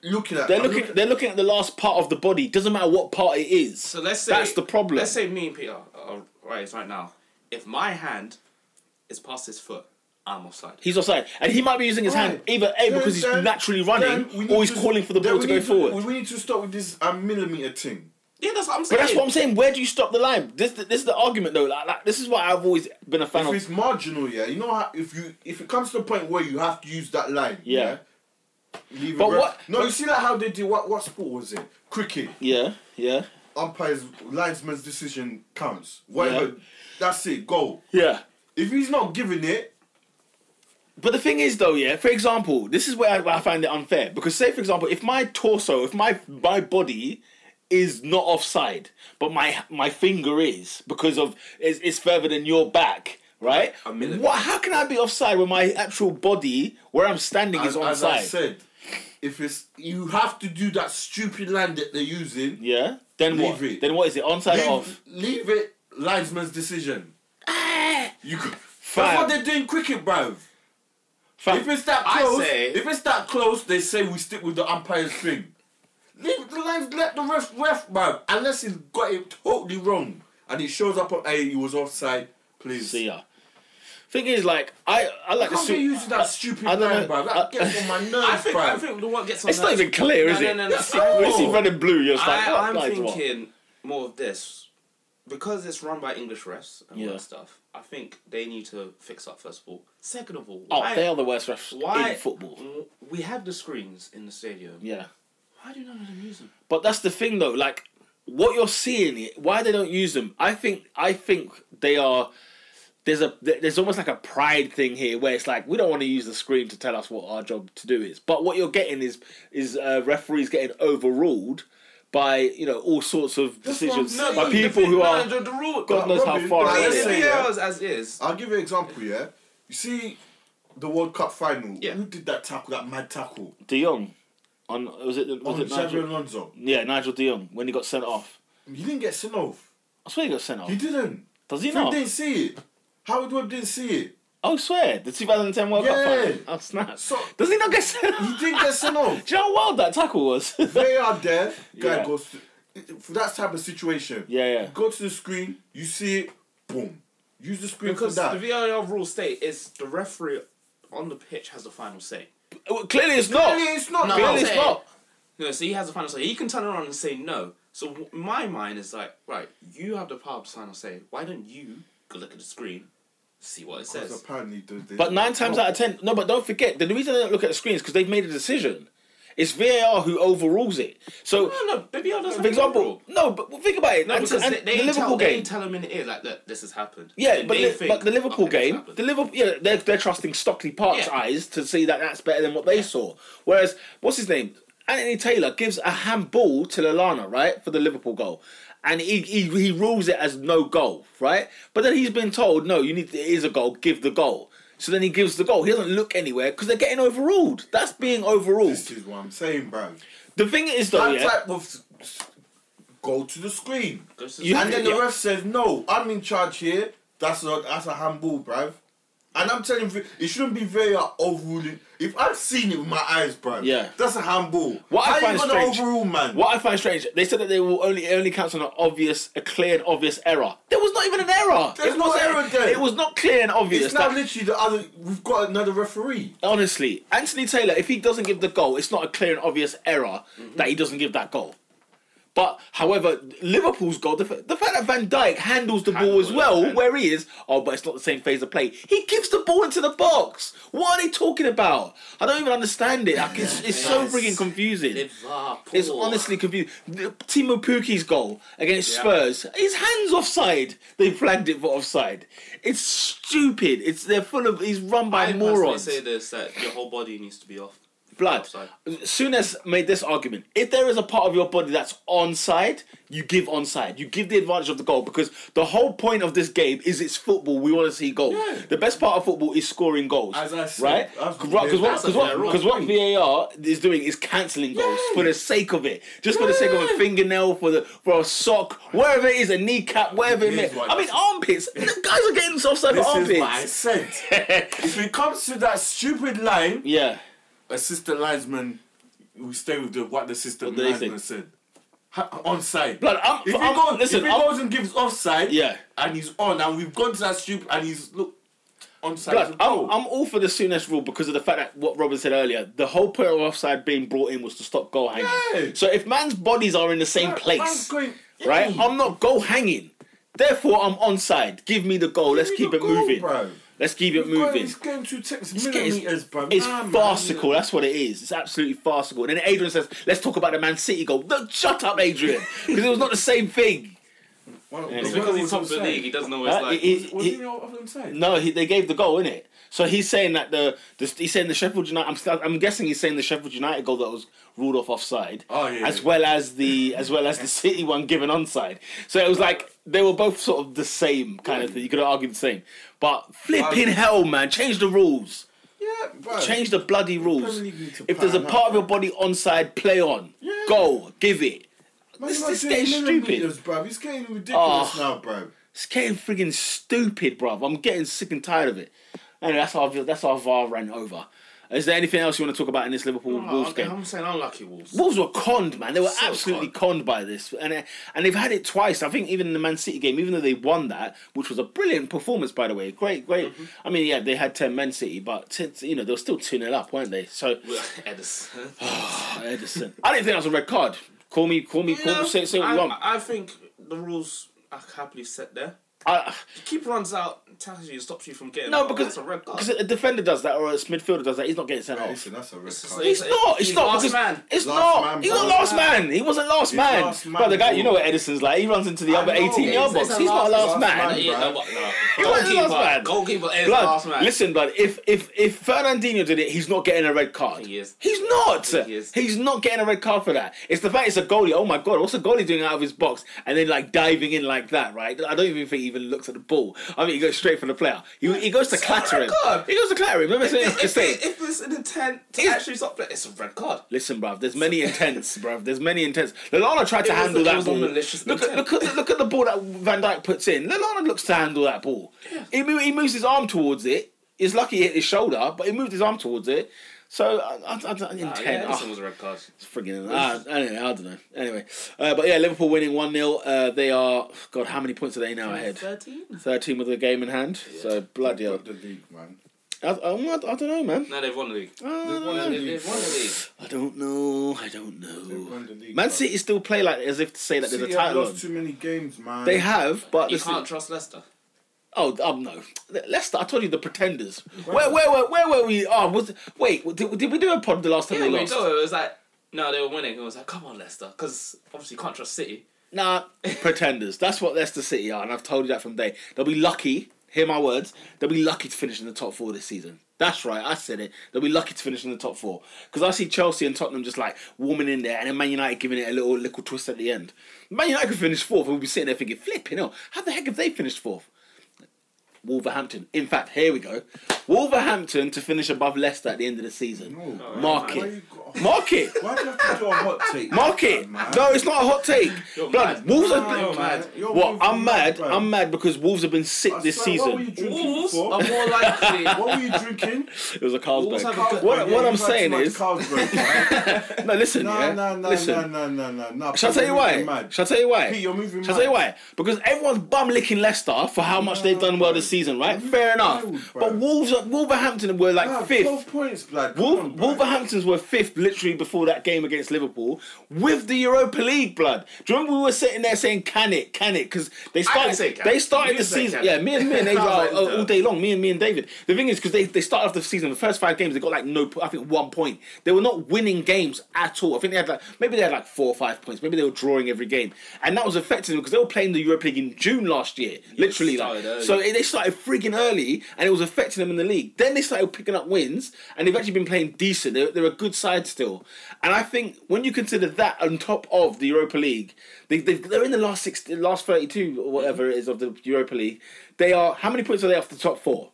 S3: looking at?
S1: they're
S3: I'm
S1: looking. They're looking at the last part of the body. Doesn't matter what part it is.
S2: So let's say
S1: that's the problem.
S2: Let's say me and Peter are right right now. If my hand is past his foot, I'm offside.
S1: he's offside, and he might be using his hand
S3: Right.
S1: either a
S3: Then-
S1: because he's
S3: then-
S1: naturally
S3: then
S1: running,
S3: we need
S1: or he's
S3: to-
S1: calling for the
S3: then
S1: ball
S3: we
S1: to go
S3: need
S1: forward.
S3: We need to stop with this um, millimeter thing.
S2: Yeah, that's what I'm saying.
S1: but that's what I'm saying. Where do you stop the line? This this is the argument though. Like, like this is what I've always been a fan
S3: If
S1: of.
S3: it's marginal, yeah, you know how if you if it comes to the point where you have to use that line,
S1: Yeah.
S3: leave it
S1: But
S3: ref-
S1: what-
S3: No, you see that how they did what what sport was it? Cricket.
S1: Yeah, yeah,
S3: Umpire's linesman's decision counts. Whatever.
S1: Yeah.
S3: That's it. Goal.
S1: yeah.
S3: If he's not giving it,
S1: But the thing is, though, yeah. For example, this is where I, where I find it unfair because, say, for example, if my torso, if my my body is not offside, but my my finger is because of it's, it's further than your back, right?
S3: A millimetre.
S1: What? How can I be offside when my actual body, where I'm standing, is
S3: As, as I
S1: onside?
S3: said, if it's you have to do that stupid line that they're using.
S1: Yeah. Then what?
S3: Leave it.
S1: Then what is it? Onside
S3: Leave,
S1: or off?
S3: leave it linesman's decision. you could,
S1: Fam.
S3: that's what they're doing cricket, bro.
S1: Fam,
S3: If it's that
S2: I
S3: close,
S2: say-
S3: if it's that close, they say we stick with the umpire's thing. Leave the lines, let the ref ref, bro. Unless he's got it totally wrong and it shows up on hey, he was offside. Please,
S1: see ya. Thing is, like I, I like
S3: I
S1: the
S3: can't be
S1: suit.
S3: using that stupid
S1: I
S3: line,
S1: don't know.
S3: bro. That
S1: I-
S3: gets on my nerves,
S2: I think,
S3: bro.
S2: I think the what gets on
S1: It's not
S2: that-
S1: even clear,
S2: No,
S1: is
S2: no,
S1: it?
S2: no, no.
S1: It's like, when you see red and blue, you're just like, oh,
S2: I, I'm
S1: like what?
S2: thinking more of this because it's run by English refs and all
S1: Yeah.
S2: that stuff. I think they need to fix up first of all. Second of all,
S1: Oh,
S2: why,
S1: they are the worst refs
S2: why
S1: in football.
S2: We have the screens in the stadium.
S1: Yeah,
S2: Why do none of them use them?
S1: but that's the thing though. Like what you're seeing, it why they don't use them. I think I think they are. There's a there's almost like a pride thing here where it's like we don't want to use the screen to tell us what our job to do is. But what you're getting is is uh, referees getting overruled by you know all sorts of
S3: That's what I'm
S1: decisions
S3: saying.
S1: by people who
S2: No,
S1: are
S2: the, the rule.
S1: God
S3: no,
S1: knows how
S3: Robin,
S1: far
S3: like,
S2: Like,
S1: away.
S2: if
S1: they
S3: say-
S1: are.
S2: it
S3: yeah.
S2: goes as is,
S3: I'll give you an example, yeah? You see the World Cup final,
S2: Yeah.
S3: who did that tackle, that mad tackle?
S1: De Jong, on was it was
S3: On
S1: it
S3: Xabi
S1: Nigel?
S3: Alonso.
S1: Yeah, Nigel De Jong when he got sent off.
S3: He didn't get sent off.
S1: I swear he got sent off.
S3: He didn't.
S1: Does Oh. he
S3: He
S1: not?
S3: didn't see it. Howard Webb didn't see it.
S1: Oh, swear. The 2010 World Cup
S3: Yeah.
S1: final. Oh, snap.
S3: So-
S1: Does he not get sent
S3: He
S1: off?
S3: didn't get sent off.
S1: Do you know how wild that tackle was? yeah,
S3: They are there. Guy
S1: Yeah.
S3: goes to, for that type of situation.
S1: yeah.
S3: Go to the screen, you see it, boom. Use the screen
S2: because
S3: for that.
S2: the VAR rule state is the referee on the pitch has the final say.
S1: Well, clearly it's not.
S3: Clearly it's not.
S2: No.
S1: Clearly
S3: No.
S1: it's not.
S2: No, so he has the final say. He can turn around and say no. So w- my mind is like, right, you have the power to final say. Why don't you go look at the screen, see what it
S3: Because
S2: says?
S3: apparently Oh, they- they-
S1: But nine times out of ten, no, but don't forget, the reason they don't look at the screen is because they've made a decision. It's VAR who overrules it. So,
S2: No, no, the VAR doesn't.
S1: for example, no, but think about it.
S2: no,
S1: and-
S2: because
S1: and
S2: they, they
S1: the
S2: ain't
S1: Liverpool
S2: tell, they
S1: game.
S2: ain't tell him in the ear like, look, this has happened.
S1: Yeah,
S2: And
S1: but,
S2: they
S1: li-
S2: think,
S1: but the Liverpool
S2: okay, this
S1: game,
S2: happened.
S1: the Liverpool, yeah, they're, they're trusting Stockley Park's
S2: Yeah.
S1: eyes to see that that's better than what they saw. Whereas, what's his name? Anthony Taylor gives a handball to Lallana, right, for the Liverpool goal, and he, he he rules it as no goal, right? But then he's been told, no, you need it is a goal, give the goal. So then he gives the goal. He doesn't look anywhere because they're getting overruled. That's being overruled.
S3: This is what I'm saying, bro.
S1: The thing is though,
S3: That
S1: Oh, yeah,
S3: type of. s- s- Go to the screen.
S2: Goes to
S1: You
S2: the-
S1: have
S3: And then
S1: Yeah.
S3: the ref says, "No, I'm in charge here. That's a that's a handball, bruv." And I'm telling you, it shouldn't be very uh, overruling. If I've seen it with my eyes, bruv,
S1: Yeah.
S3: that's a handball.
S1: What I
S3: How
S1: find
S3: you gonna
S1: strange-
S3: overrule, man?
S1: What I find strange, they said that they will only it only counts on an obvious, a clear and obvious error. There was not even an error.
S3: There's
S1: It
S3: no
S1: wasn't-
S3: error there.
S1: It was not clear and obvious.
S3: It's now
S1: that-
S3: literally the other. We've got another referee.
S1: honestly, Anthony Taylor, if he doesn't give the goal, it's not a clear and obvious error
S3: Mm-hmm.
S1: that he doesn't give that goal. But however, Liverpool's goal, the, fa- the fact that Van Dijk handles the ball
S2: Handled
S1: as
S2: it,
S1: well,
S2: yeah.
S1: where he is, oh, but it's not the same phase of play. He gives the ball into the box. What are they talking about? I don't even understand it. Like, it's it's so
S2: Yes.
S1: freaking confusing.
S2: Liverpool.
S1: It's honestly confusing. Timo Puki's goal against
S2: Yeah.
S1: Spurs, his hands offside. They flagged it for offside. It's stupid. It's they're full of. He's run by
S2: I morons.
S1: morons.
S2: say this that your whole body needs to be off.
S1: Blood.
S2: Offside.
S1: Souness made this argument. If there is a part of your body that's onside, you give onside. You give the advantage of the goal because the whole point of this game is it's football. We want to see goals.
S3: Yeah.
S1: The best part of football is scoring goals.
S3: As I said,
S1: right?
S3: I've-
S1: Because what,
S3: that's
S1: because
S3: a
S1: what,
S3: fair
S1: because what
S3: point.
S1: VAR is doing is cancelling goals
S3: Yeah.
S1: for the sake of it, just for the sake of a
S3: Yeah.
S1: fingernail, for the for a sock, wherever it is, a kneecap, wherever it
S3: Here's
S1: is.
S3: what
S1: I mean,
S3: I-
S1: armpits. the guys are getting offside for
S3: This is what I
S1: armpits.
S3: said. if it comes to that stupid line,
S1: yeah.
S3: assistant linesman, we stay with the what the assistant
S1: What do they
S3: linesman
S1: think?
S3: said. Ha- onside.
S1: Blood, I'm-
S3: if he
S1: I'm-
S3: goes,
S1: listen,
S3: if he
S1: I'm-
S3: goes and gives offside,
S1: Yeah.
S3: and he's on, and we've gone to that stupid, and he's look onside.
S1: Blood,
S3: is a
S1: I'm,
S3: goal.
S1: I'm all for the Souness rule because of the fact that what Robin said earlier, the whole point of offside being brought in was to stop goal hanging.
S3: Yeah.
S1: So if man's bodies are in the same
S3: That-
S1: place,
S3: that's going-
S1: right?
S3: Yeah.
S1: I'm not goal hanging. Therefore, I'm onside. Give me the goal. Let's
S3: me
S1: keep
S3: the
S1: it
S3: goal,
S1: moving.
S3: bro.
S1: Let's keep it
S3: Going-
S1: moving.
S3: It's going to take
S1: getting-
S3: millimeters, bro.
S1: It's
S3: Nah, man.
S1: farcical. That's what it is. It's absolutely farcical. And then Adrian says, "Let's talk about the Man City goal." No, shut up, Adrian, because it was not the same thing. Uh,
S3: Well,
S1: It's
S2: It's because
S3: what
S2: he's
S3: was
S2: top of the
S3: offside?
S2: league. He doesn't know what it's
S1: Huh?
S2: like.
S1: He- he-
S3: Was
S1: he-
S3: he not offside?
S1: no, he, they gave the goal, innit? So he's saying that the, the he's saying the Sheffield United. I'm still, I'm guessing he's saying the Sheffield United goal that was ruled off offside.
S3: Oh, yeah,
S1: As
S3: yeah.
S1: well as the as well as the City one given onside. So it was like they were both sort of the same kind of thing. You could argue the same, but flipping
S3: Wow.
S1: hell, man, change the rules.
S3: Yeah, bro.
S1: Change the bloody rules.
S3: Premier League need to
S1: If there's a
S3: pattern
S1: part
S3: up,
S1: of your body onside, play on.
S3: Yeah.
S1: Go, give it.
S3: Man,
S1: this-
S3: you're
S1: this
S3: doing
S1: guy's
S3: millimeters, Bro. It's getting ridiculous
S1: Oh.
S3: now, bro.
S1: It's getting friggin' stupid, bruv. I'm getting sick and tired of it. Anyway, that's how I feel, that's how VAR ran over. Is there anything else you want to talk about in this Liverpool
S2: Oh, I'm,
S1: Wolves
S2: I'm,
S1: game?
S2: I'm saying unlucky Wolves.
S1: Wolves were conned, man. They were
S2: So
S1: absolutely conned. by this, and uh, and they've had it twice. I think even in the Man City game, even though they won that, which was a brilliant performance, by the way, great, great.
S2: Mm-hmm.
S1: I mean, yeah, they had ten Man City, but since you know they were still two 0 up, weren't they? So
S2: Edison.
S1: Edison, I didn't think that was a red card. Call me, call me, call
S2: No,
S1: me. Say, say what
S2: I,
S1: you want.
S2: I think the rules are happily set there.
S1: I-
S2: Keep runs out, tackles you, stops you from getting.
S1: no,
S2: out.
S1: because
S2: that's a red card.
S1: because a defender does that or a midfielder does that, he's not getting sent
S3: Bro,
S1: off.
S3: Listen, that's a red
S2: It's just
S3: card.
S2: like-
S1: It's not. It's
S2: He's
S1: not
S2: last
S1: because
S2: man.
S1: it's
S3: Last
S1: not.
S3: man,
S1: he's not
S3: bro.
S1: last man. He wasn't last man.
S3: last man,
S1: but the guy, you know
S3: bro.
S1: what Edison's like. He runs into the
S3: I
S1: other
S3: know.
S1: eighteen yard
S3: It's-
S1: box.
S2: it's a
S1: He's not a last,
S3: last
S1: man.
S3: man.
S2: yeah,
S3: bruh.
S2: no, what, no.
S1: wasn't the last
S2: Goalkeeper-
S1: man.
S2: Goalkeeper is
S1: Blood,
S2: last man.
S1: Listen, blood. If if if Fernandinho did it, he's not getting a red card.
S2: He is.
S1: He's not.
S2: think he is.
S1: He's not getting a red card for that. It's the fact it's a goalie. Oh my god, what's a goalie doing out of his box and then like diving in like that? Right. I don't even think he even looks at the ball. I mean, he goes straight for the player. He, he goes to
S2: It's a
S1: clatter
S2: red
S1: him.
S2: card.
S1: He goes to clatter him. Remember saying
S2: Oh If, if, if, if there's an intent to
S1: It's-
S2: actually stop it, it's a red card.
S1: Listen, bruv, there's many intents, bruv. There's many intents. Lallana tried to
S2: It was-
S1: handle
S2: it
S1: that
S2: was a
S1: ball.
S2: malicious
S1: Look at,
S2: intent.
S1: look, at, look at the ball that Van Dyke puts in. Lallana looks to handle that ball. He, mo- he moves his arm towards it. It's lucky he hit his shoulder, but he moved his arm towards it. So, I, I, I, don't-
S2: Ah,
S1: intent.
S2: yeah,
S1: ah.
S2: Edison was a red card.
S1: Friggin' uh, anyway, I don't know. Anyway, uh, but yeah, Liverpool winning one 0 uh, They are God. How many points are they now ahead?
S2: Thirteen.
S1: Thirteen with a game in hand. So bloody hell.
S3: Got the league, man.
S1: I, I, I don't know, man.
S2: No, they've won the league.
S1: I don't
S3: Won the
S1: know.
S2: They-
S3: league.
S2: They've won the league.
S1: I don't know. I don't
S3: They
S1: know.
S3: won the league,
S1: Man
S3: bro.
S1: City still play like as if to say that there's
S3: City
S1: a
S3: have
S1: title.
S3: lost
S1: on.
S3: too many games, man.
S1: They have, but
S2: You
S1: listen-
S2: can't trust Leicester.
S1: oh um, no, Leicester. I told you the pretenders. Where where where where were we? Oh, was wait, did, did we do a pod the last time
S2: Yeah,
S1: we
S2: we
S1: lost?
S2: know. It was like, no, they were winning. It was like, come on, Leicester. Because obviously you can't trust City.
S1: Nah, pretenders. That's what Leicester City are, and I've told you that from day. They'll be lucky. Hear my words. They'll be lucky to finish in the top four this season. That's right, I said it. They'll be lucky to finish in the top four because I see Chelsea and Tottenham just like warming in there, and then Man United giving it a little little twist at the end. Man United could finish fourth, and we'll be sitting there thinking, flipping hell, how the heck have they finished fourth? Wolverhampton. In fact, here we go. Wolverhampton to finish above Leicester at the end of the season.
S3: No.
S1: Mark
S3: Oh, Why
S1: it.
S3: you got-
S1: Oh, Mark it.
S3: Why do you have to do a hot take?
S1: Mark
S3: like
S1: it.
S3: that, man?
S1: No, it's not a hot take.
S2: You're
S1: Blood.
S2: mad.
S1: Wolves
S3: No,
S1: are.
S3: man.
S2: mad.
S3: You're
S1: What? I'm
S3: moving
S1: mad.
S3: bro.
S1: I'm mad because Wolves have been sick
S3: I
S1: this
S3: swear,
S1: season.
S3: What were you drinking
S2: Wolves are
S3: for?
S2: more likely.
S3: What were you drinking?
S1: It was a Carlsberg.
S2: Wolves have
S1: What,
S2: a-
S1: what,
S3: Yeah,
S1: I'm
S3: you've had too
S1: saying
S3: much
S1: is,
S3: Carlsberg, man.
S1: no, listen,
S3: No,
S1: yeah,
S3: no, no,
S1: listen.
S3: no, no, no, no, no.
S1: Shall I tell you why?
S3: Mad.
S1: Shall I tell you why?
S3: Pete, you're moving
S1: Shall I tell you
S3: mad.
S1: why? Because everyone's bum licking Leicester for how much they've done well this season, right?
S3: You're
S1: Fair enough.
S3: wild, bro.
S1: But Wolves, Wolverhampton were like
S3: Nah,
S1: fifth.
S3: 12 points, blood. Come
S1: Wolf,
S3: on, bro.
S1: Wolverhampton's were fifth literally before that game against Liverpool with the Europa League blood. Do you remember we were sitting there saying can it, can it? Because they started,
S2: didn't say can
S1: they
S2: it.
S1: started
S2: You
S1: the
S2: said
S1: season.
S2: can it.
S1: Yeah, me and me and
S2: I
S1: David
S2: was
S1: are-
S2: like,
S1: are all
S2: no.
S1: day long. Me and me and David. The thing is because they, they started off the season the first five games they got like no po- I think one point. They were not winning games at all. I think they had like maybe they had like four or five points. Maybe they were drawing every game, and that was affecting them because they were playing the Europa League in June last year, literally. Like,
S2: started early.
S1: so they started frigging early and it was affecting them in the league. Then they started picking up wins and they've actually been playing decent. They're, they're a good side still. And I think when you consider that on top of the Europa League, they, they, they're in the last six, the last 32 or whatever it is of the Europa League. They are, how many points are they off the top four?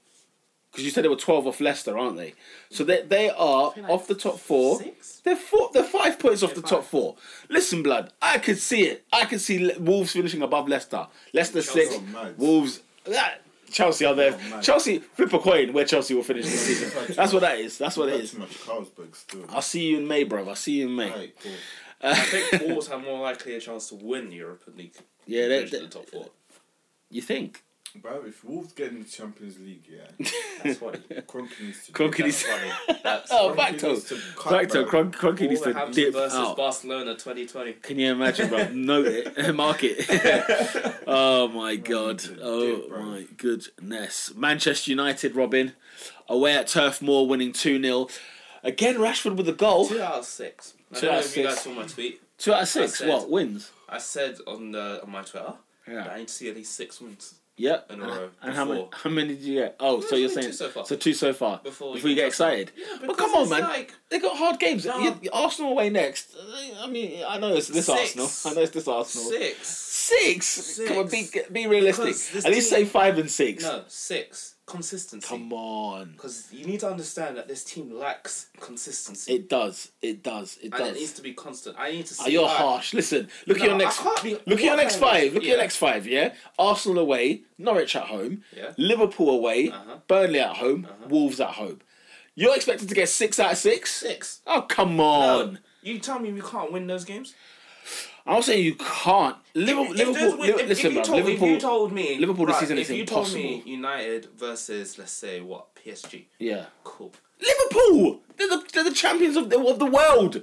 S1: Because you said they were 12 off Leicester, aren't they? So they, they are
S2: feel like
S1: off the top four.
S2: six?
S1: They're four, they're five points off
S2: Yeah,
S1: the
S2: five.
S1: top four. Listen, blood, I could see it. I could see Le- Wolves finishing above Leicester. Leicester
S2: Chelsea
S1: six,
S3: are mad.
S1: Wolves. That, Chelsea are
S2: Oh,
S1: there.
S3: mad.
S1: Chelsea flip a coin where Chelsea will finish this season. That's what that is. That's what it
S3: That's
S1: is.
S3: too much Carlsberg still.
S1: I'll see you in May, bruv. I'll see you in May.
S3: Alright, cool.
S2: I think Wolves have more likely a chance to win the Europa League.
S1: Yeah, they-
S2: than
S1: they-
S2: the top four.
S1: You think?
S3: Bro, if Wolves get in the Champions League, yeah,
S2: That's funny.
S3: Kroenke needs to.
S1: Kroenke
S3: do that.
S1: needs-
S2: That's funny. That's
S1: Oh,
S3: Kroenke
S1: back to
S3: needs to cut,
S1: back to
S3: bro.
S1: Cron- Cronky needs to
S2: Wolverhampton
S1: dip
S2: versus
S1: out.
S2: Barcelona 2020.
S1: Can you imagine, bro? Note it, mark it. oh my god!
S3: Dip,
S1: Oh
S3: bro.
S1: my goodness! Manchester United, Robin, away at Turf Moor, winning two 0 Again, Rashford with a goal.
S2: Two out of six. I
S1: Two
S2: don't
S1: out
S2: know
S1: of
S2: if you
S1: six.
S2: guys saw my tweet.
S1: Two out of six.
S2: said-
S1: What wins?
S2: I said on the on my Twitter
S1: Yeah.
S2: that I need to see at least six wins.
S1: Yep.
S2: in a row.
S1: And how many,
S2: before.
S1: how many did you get? Oh, so
S2: it's
S1: you're
S2: only
S1: saying
S2: two so far.
S1: so two so far. Before,
S2: Before we
S1: you get
S2: get
S1: excited. but
S2: because
S1: come on,
S2: it's
S1: man.
S2: like-
S1: they got hard games.
S2: No.
S1: You- Arsenal away next. I mean, I know it's this
S2: Six.
S1: Arsenal. I know it's this Arsenal.
S2: Six.
S1: Six.
S2: Six.
S1: Come on, be be realistic.
S2: Because this
S1: At least
S2: team-
S1: say five and six.
S2: No, six. Consistency.
S1: Come on.
S2: Because you need to understand that this team lacks consistency.
S1: It does. It does. It
S2: and it needs
S1: does.
S2: to be constant. I need to see.
S1: Oh, you're
S2: like,
S1: harsh. Listen, look
S2: No,
S1: at your
S2: I
S1: next.
S2: can't be-
S1: Look at your
S2: what
S1: next
S2: kind of-
S1: five. Look at your
S2: yeah.
S1: next five. Yeah, Arsenal away, Norwich at home,
S2: Yeah.
S1: Liverpool away,
S2: Uh-huh.
S1: Burnley at home, Wolves at home. You're expected to get six out of six.
S2: Six.
S1: Oh come
S2: No,
S1: on!
S2: You tell me we can't win those games?
S1: I'm not saying you can't. Liverpool.
S2: If
S1: Liverpool.
S2: those win-
S1: Li-
S2: if-
S1: listen,
S2: if you
S1: bruv,
S2: told,
S1: Liverpool.
S2: If you told me
S1: Liverpool this season
S2: if
S1: is
S2: you told me
S1: impossible.
S2: United versus let's say what PSG,
S1: yeah.
S2: cool.
S1: Liverpool. They're the, they're the champions of the of the world.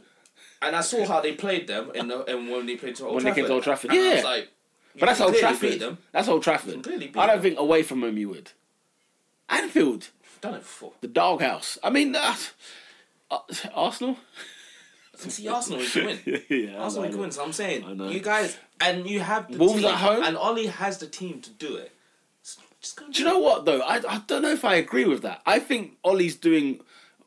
S2: And I saw how they played them in the and when they played to Old
S1: When they
S2: Trafford.
S1: came to Old Trafford,
S2: And I
S1: yeah.
S2: was like,
S1: But that's
S2: can
S1: Old
S2: clearly beat
S1: Trafford.
S2: them.
S1: That's Old
S2: can
S1: Trafford.
S2: clearly beat
S1: I don't
S2: them.
S1: think away from home you would. Anfield.
S2: done it before.
S1: The doghouse. I mean, uh, uh, Arsenal.
S2: And see, Arsenal can win.
S1: yeah,
S2: Arsenal
S1: I know.
S2: can win. So I'm saying,
S1: I know.
S2: you guys, and you have the
S1: Wolves
S2: team,
S1: at home?
S2: and Ollie has the team to do it. So just go and
S1: Do you know what though? I, I don't know if I agree with that. I think Ollie's doing.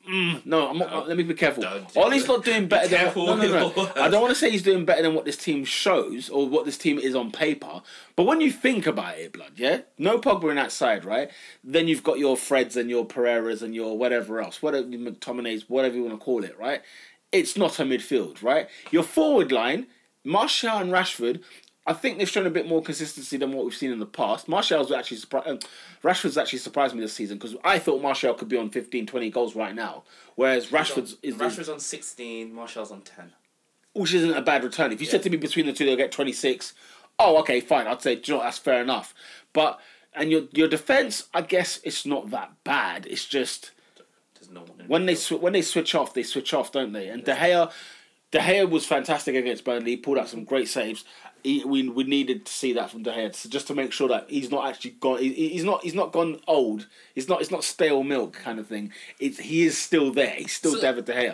S1: Mm, no, I'm not,
S2: No.
S1: let me be careful.
S2: Don't do
S1: Ollie's
S2: it.
S1: not doing better than.
S2: careful
S1: no, no,
S2: with
S1: no.
S2: your words.
S1: I don't want to say he's doing better than what this team shows or what this team is on paper. But when you think about it, blood, yeah, no Pogba in that side, right? Then you've got your Freds and your Pereiras and your whatever else, whatever McTominays, whatever you want to call it, right? It's not a midfield, right? Your forward line, Martial and Rashford. I think they've shown a bit more consistency than what we've seen in the past. Martial's actually surprised. Um, Rashford's actually surprised me this season because I thought Martial could be on 15, 20 goals right now, whereas Rashford's is
S2: Rashford's on 16, Marshall's on 10.
S1: which isn't a bad return. If you said to me between the two they'll get 26, oh, okay, fine. I'd say, do you know, what, that's fair enough. But, and your your defence, I guess it's not that bad. It's just
S2: There's no one. In
S1: when they
S2: midfield.
S1: sw- when they switch off, they switch off, don't they? And De Gea, De Gea was fantastic against Burnley. He pulled out some great saves. He, we we needed to see that from De Gea so just to make sure that he's not actually gone. He, he's not he's not gone old. It's not it's not stale milk kind of thing. It's he is still there. He's still
S2: So-
S1: David De Gea.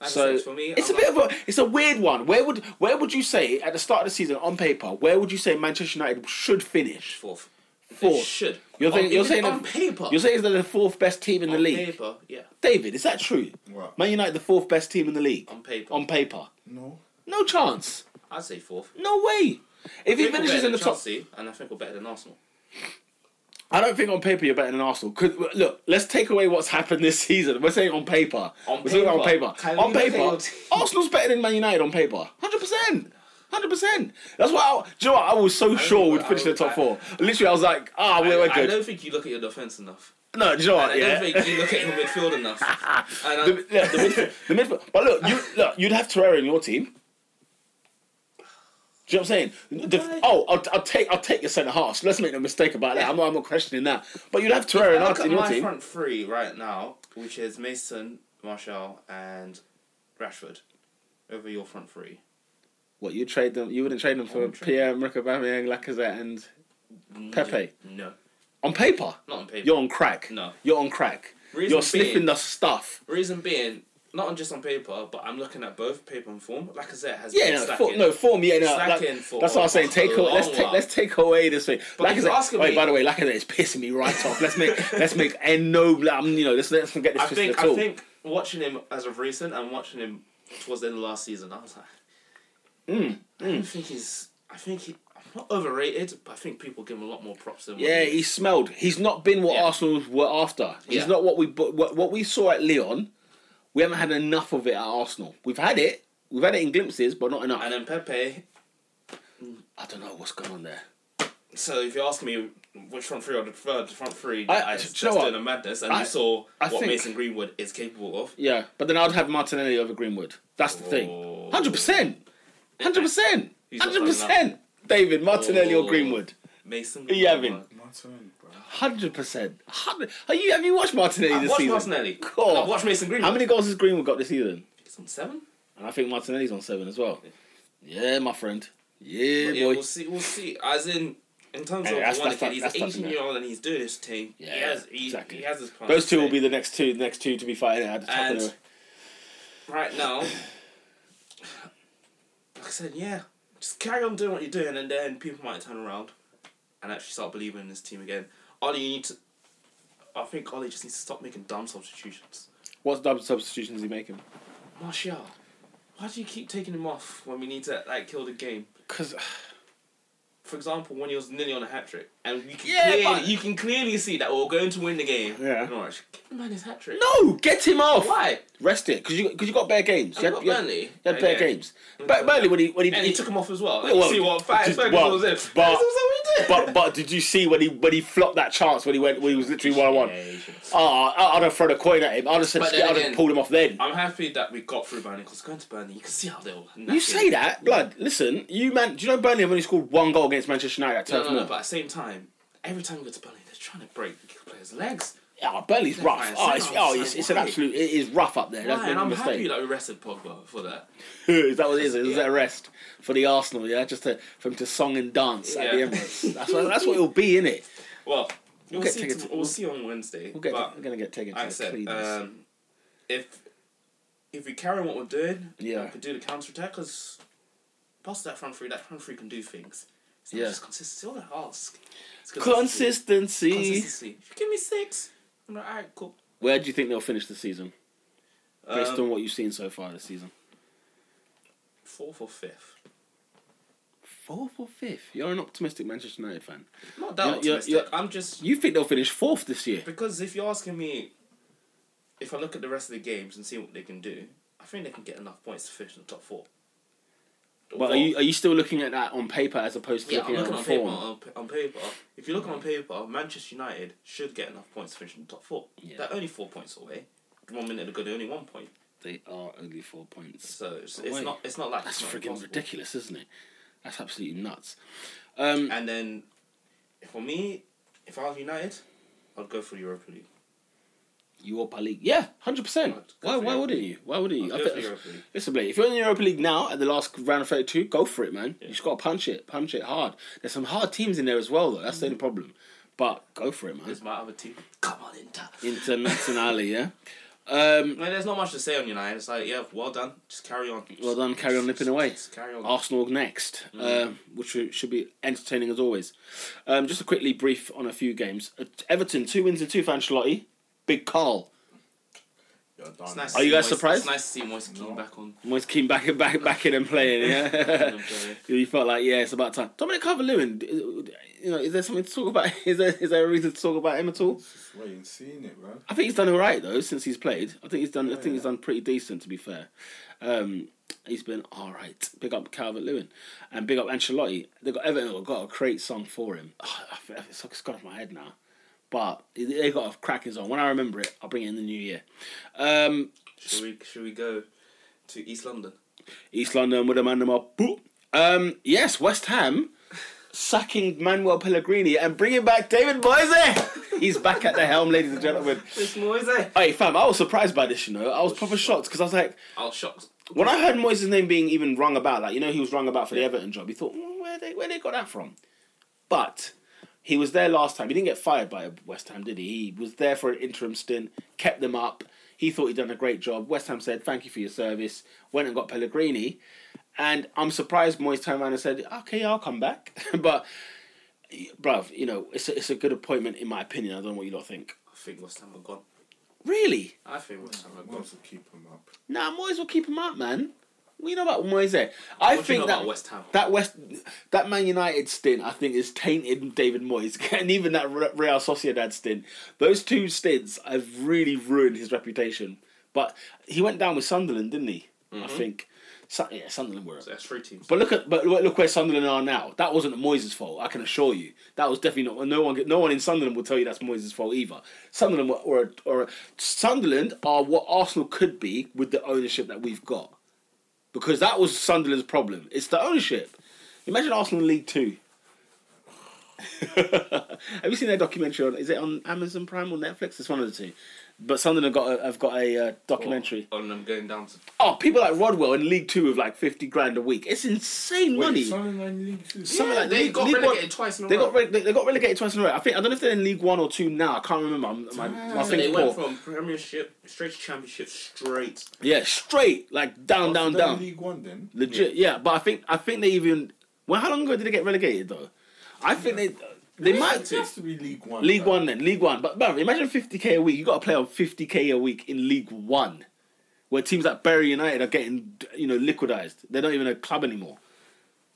S2: Like I
S1: So
S2: said, for me,
S1: it's
S2: I'm
S1: a bit of a it's a weird one. Where would where would you say at the start of the season on paper? Where would you say Manchester United should finish?
S2: Fourth. They
S1: Fourth.
S2: should.
S1: You're,
S2: on,
S1: saying, you're
S2: even
S1: saying
S2: on
S1: that-
S2: paper.
S1: You're saying they're the fourth best team in the
S2: on
S1: league.
S2: paper, yeah.
S1: David, is that true?
S3: What?
S1: Man United the fourth best team in the league
S2: On paper.
S1: on paper.
S3: No.
S1: No chance.
S2: I'd say fourth.
S1: No way. If he
S2: I think we're better
S1: finishes in
S2: than
S1: the top,
S2: Chelsea, and I think we're better than Arsenal.
S1: I don't think on paper you're better than Arsenal. Could, look, let's take away what's happened this season. We're saying on paper.
S2: On
S1: We're saying on
S2: paper.
S1: paper.
S2: Can
S1: on
S2: we look at
S1: paper,
S2: your team?
S1: Arsenal's better than Man United on paper. Hundred percent. Hundred percent. That's why. I, do you know what? I was so sure
S2: think
S1: we'd
S2: I
S1: finish in the
S2: would-
S1: top
S2: I-
S1: four. Literally, I was like, ah,
S2: I,
S1: we're, we're
S2: I
S1: good.
S2: don't think you look at your defense enough.
S1: No, do you know
S2: I
S1: what?
S2: don't
S1: Yeah.
S2: think you look at your midfield enough. And I,
S1: The, yeah, the midfield, the midfield. But look, you look, you'd have Torreira in your team. Do you know what I'm saying? The-
S2: Why?
S1: oh, I'll, I'll take I'll take your centre half. Let's make no miste about that. I'm not, I'm not questioning that. But you'd have Torreira
S2: I
S1: in,
S2: look
S1: our,
S2: at
S1: in your
S2: my
S1: team.
S2: front three right now, which is Mason, Marshall, and Rashford. Over your front three.
S1: What you trade them? You wouldn't trade them for
S2: wouldn't trade
S1: Pierre, Emerick Aubameyang, Lacazette, and Pepe.
S2: No,
S1: on paper,
S2: not on paper.
S1: you're on crack.
S2: No.
S1: you're on crack.
S2: Reason
S1: you're sniffing
S2: being-
S1: the stuff.
S2: Reason being, not on- just on paper, but I'm looking at both paper and form. Lacazette has
S1: Yeah,
S2: been
S1: no,
S2: slacking.
S1: for, no form. Yeah, no.
S2: Slacking
S1: Like, that's
S2: for
S1: what I'm saying.
S2: a
S1: Take away, let's
S2: long
S1: take
S2: while.
S1: let's take away this thing.
S2: But he's
S1: Lacazette.
S2: asking
S1: Wait,
S2: me-
S1: by the way, Lacazette is pissing me right off. Let's make let's make and no. um, You know, let's let's forget this
S2: I
S1: twisted
S2: think
S1: at
S2: I
S1: all.
S2: think watching him as of recent and watching him towards the end of last season, I was like,
S1: Mm,
S2: I don't think he's. I think he. I'm not overrated, but I think people give him a lot more props than. what
S1: Yeah,
S2: he-
S1: he smelled. He's not been what
S2: Yeah.
S1: Arsenal were after. He's
S2: Yeah.
S1: not what we bu- what, what we saw at Leon. We haven't had enough of it at Arsenal. We've had it. We've had it in glimpses, but not enough.
S2: And then Pepe.
S1: I don't know what's going on there.
S2: So if you ask me which front three I would prefer, the front three
S1: I-
S2: I, that's
S1: do you know what?
S2: doing a madness, and
S1: I-
S2: you saw
S1: I
S2: what
S1: think-
S2: Mason Greenwood is capable of.
S1: Yeah, but then I'd have Martinelli over Greenwood. That's the thing.
S2: Oh.
S1: Hundred percent. Hundred percent.
S2: He's not
S1: Hundred
S2: done
S1: percent. David Martinelly or
S2: Oh.
S1: Greenwood.
S2: Mason.
S1: you having?
S3: My turn, bro.
S1: Hundred percent. Hundred. Have you have you watched Martinelli
S2: I've
S1: this
S2: watched
S1: season?
S2: Martinelli.
S1: Cool.
S2: I've watched Mason Greenwood.
S1: How many goals has Greenwood got this season?
S2: He's on seven.
S1: And I think Martinelli's on seven as well. Yeah, my friend. Yeah,
S2: But yeah,
S1: boy.
S2: we'll see. We'll see. As in, in terms
S1: Hey,
S2: of
S1: that's-
S2: one
S1: that's-
S2: kid, he's
S1: that's
S2: an
S1: something,
S2: eighteen-year-old and he's doing his thing.
S1: Yeah,
S2: he has, he,
S1: exactly.
S2: he has his plan.
S1: Those two will be the next two. The next two to be fighting at the top
S2: And-
S1: of the.
S2: right now. Like I said, yeah, just carry on doing what you're doing, and then people might turn around and actually start believing in this team again. Ollie, you need to. I think Ollie just needs to stop making dumb substitutions.
S1: What dumb substitutions is he making?
S2: Martial, why do you keep taking him off when we need to like kill the game?
S1: Because
S2: For example, when he was nearly on a hat trick, and you can
S1: Yeah,
S2: clearly,
S1: but-
S2: you can clearly see that we're going to win the game.
S1: Yeah.
S2: No, actually, give the man his hat trick.
S1: no, get him off.
S2: Why?
S1: Rest it, because you because you got bare games. You
S2: And
S1: had,
S2: we got
S1: you had,
S2: Burnley.
S1: you had
S2: Yeah,
S1: bare
S2: yeah.
S1: games. But Burnley when he when he,
S2: And he took him off as well. Like,
S1: Well,
S2: see what five
S1: just-
S2: seconds
S1: well,
S2: was in.
S1: but-
S2: That's what we did.
S1: but but did you see when he when he flopped that chance when he went when he was literally one on one?
S2: Yeah, he should've.
S1: Ah, I- I'd have thrown a coin at him. I'd have said,
S2: But then
S1: I'd have
S2: again-
S1: pulled him off then.
S2: I'm happy that we got through Burnley because going to Burnley, you can see how they were.
S1: You say that, blood. Listen, you man. Do you know Burnley have only scored one goal against Manchester United at
S2: No,
S1: Turf
S2: no, no,
S1: Moor?
S2: but at the same time, every time we go to Burnley, they're trying to break the players' legs.
S1: Ah, Burnley's
S2: They're
S1: rough.
S2: fine.
S1: Oh, it's,
S2: Sometimes
S1: oh, it's,
S2: it's like,
S1: it's an
S2: why?
S1: absolute. It is rough up there. That's
S2: Right, and
S1: no
S2: I'm happy
S1: mistake.
S2: that we rested Pogba for that.
S1: Is that what it is? Is
S2: Yeah.
S1: that a rest for the Arsenal? Yeah, just to, for him to song and dance at the
S2: Yeah.
S1: Emirates. That's what that's what it'll be in it.
S2: Well, we'll,
S1: get
S2: see,
S1: tickets.
S2: tom- we'll see on Wednesday.
S1: We'll get
S2: but
S1: we're gonna get taken to
S2: like I
S1: the
S2: said,
S1: cleaners.
S2: um, if if we carry on what we're doing,
S1: Yeah.
S2: we could do the counter attack because past that front three, that front three can do things. It's not
S1: Yeah.
S2: just consistency. All I ask. It's
S1: Consistency.
S2: Consistency. If you give me six, I'm like, alright, cool.
S1: Where do you think they'll finish the season based
S2: Um,
S1: on what you've seen so far this season?
S2: fourth or fifth.
S1: Fourth or fifth? You're an optimistic Manchester United fan.
S2: Not that
S1: You're- you're-
S2: optimistic.
S1: you're-
S2: I'm just
S1: You think they'll finish fourth this year?
S2: Because if you're asking me, if I look at the rest of the games and see what they can do, I think they can get enough points to finish in the top four. The
S1: But are
S2: four-
S1: you are you still looking at that on paper as opposed to
S2: yeah, I'm
S1: looking at
S2: looking
S1: the
S2: on paper,
S1: form?
S2: on, pa- on paper. If you look on paper, Manchester United should get enough points to finish in the top four.
S1: Yeah.
S2: They're only four points away. One minute ago, they're only one point.
S1: They are only four points.
S2: So it's,
S1: Away.
S2: it's not. It's not like
S1: That's
S2: it's not
S1: freaking
S2: impossible.
S1: ridiculous, isn't it? That's absolutely nuts. Um,
S2: And then, for me, if I was United, I'd go for Europa League.
S1: Europa League, yeah, hundred percent.
S2: Right, go
S1: Why?
S2: for
S1: Why
S2: Europa
S1: wouldn't you? Why wouldn't
S2: I'd
S1: you? I
S2: go for
S1: think-
S2: Europa League.
S1: Listen, Blake, if you're in the Europa League now at the last round of 32, go for it, man.
S2: Yeah.
S1: You just got to punch it, punch it hard. There's some hard teams in there as well, though. That's the only problem. But go for it, man.
S2: There's my other team. Come on, Inter.
S1: Internazionale, yeah? Um,
S2: Like, there's not much to say on United. It's like, yeah, well done. Just carry on.
S1: well done, carry on lipping
S2: Just-
S1: away. Oh.
S2: Just carry on.
S1: Arsenal next, um, which should- should be entertaining as always. Um, just to quickly brief on a few games. Uh, Everton, two wins and two for Ancelotti. Big Carl.
S3: You're done.
S2: It's nice to
S1: Are you
S2: see
S1: guys
S2: Moise-
S1: surprised?
S2: It's nice to see Moise Keane back on.
S1: Moise Keane back, in- back, back in and playing, yeah?
S2: on play.
S1: You felt like, yeah, it's about time. Dominic Calvert-Lewin, d- uh, you know, is there something to talk about? Is there is there a reason to talk about him at all?
S3: Just wait and seeing it, man.
S1: I think he's done all right though since he's played. I think he's done. I think he's
S3: Yeah.
S1: done pretty decent to be fair. Um, he's been all right. Big up Calvert-Lewin and big up Ancelotti. They got Everton got a great song for him. Ah, I feel- it's it's gone off my head now, but they got a cracking song. When I remember it, I'll bring it in the new year. Um,
S2: Should we, should we go to East London?
S1: East London with a man them up. Boop. Um, yes, West Ham sacking Manuel Pellegrini and bringing back David Moyes. He's back at the helm, ladies and gentlemen.
S2: It's Moise.
S1: Hey, fam, I was surprised by this, you know. I was proper shocked because I was like,
S2: I was shocked.
S1: when I heard Moyes' name being even rung about, like, you know, he was rung about for the Everton job, he thought, "Mm, where they where they got that from? But he was there last time. He didn't get fired by West Ham, did he? He was there for an interim stint, kept them up. He thought he'd done a great job. West Ham said, thank you for your service. Went and got Pellegrini. And I'm surprised Moyes turned around and said, okay, I'll come back. but, bruv, you know, it's a, it's a good appointment in my opinion. I don't know what you lot think.
S2: I think West Ham are gone.
S1: Really?
S2: I think West Ham are
S3: Might
S2: gone.
S3: as well keep him up.
S1: Nah, Moyes will keep him up, man. We know about Moyes. eh? I
S2: What do you
S1: think
S2: know
S1: that
S2: about West Ham?
S1: that West that Man United stint, I think, is tainted David Moyes, and even that Re- Real Sociedad stint. Those two stints have really ruined his reputation. But he went down with Sunderland, didn't he? I think. Su- yeah, Sunderland were.
S2: Mm-hmm. So that's three teams.
S1: But look at but look look where Sunderland are now. That wasn't Moyes' fault. I can assure you. That was definitely not. No one no one in Sunderland will tell you that's Moyes' fault either. Sunderland were, or or Sunderland are what Arsenal could be with the ownership that we've got, because that was Sunderland's problem. It's the ownership. Imagine Arsenal in League Two. Have you seen their documentary? On, is it on Amazon Prime or Netflix? It's one of the two. But Sunderland got a, have got a uh, documentary.
S2: On them going down to.
S1: Oh, people like Rodwell in League Two with like fifty grand a week. It's insane
S3: Wait,
S1: money.
S3: Sunderland League Two.
S1: Some of
S2: Yeah,
S1: that-
S2: they
S1: League-
S2: got
S1: League
S2: relegated
S1: One-
S2: twice in a
S1: They
S2: row.
S1: got re- they, they got relegated twice in a row. I think I don't know if they're in League One or two now. I can't remember. I'm, my my
S2: so
S1: thing's
S2: they went
S1: poor.
S2: from Premiership straight to Championship straight.
S1: Yeah, straight like down,
S3: Oh, so
S1: down,
S3: they're in
S1: down.
S3: League One then.
S1: Legit, yeah. But I think I think they even. Well, how long ago did they get relegated though? I think they. They might
S3: It
S1: do.
S3: has to be League One.
S1: League
S3: bro.
S1: One then, League One. But bruv, imagine 50k a week. You got to play on 50k a week in League One, where teams like Bury United are getting you know liquidized. They're not even a club anymore,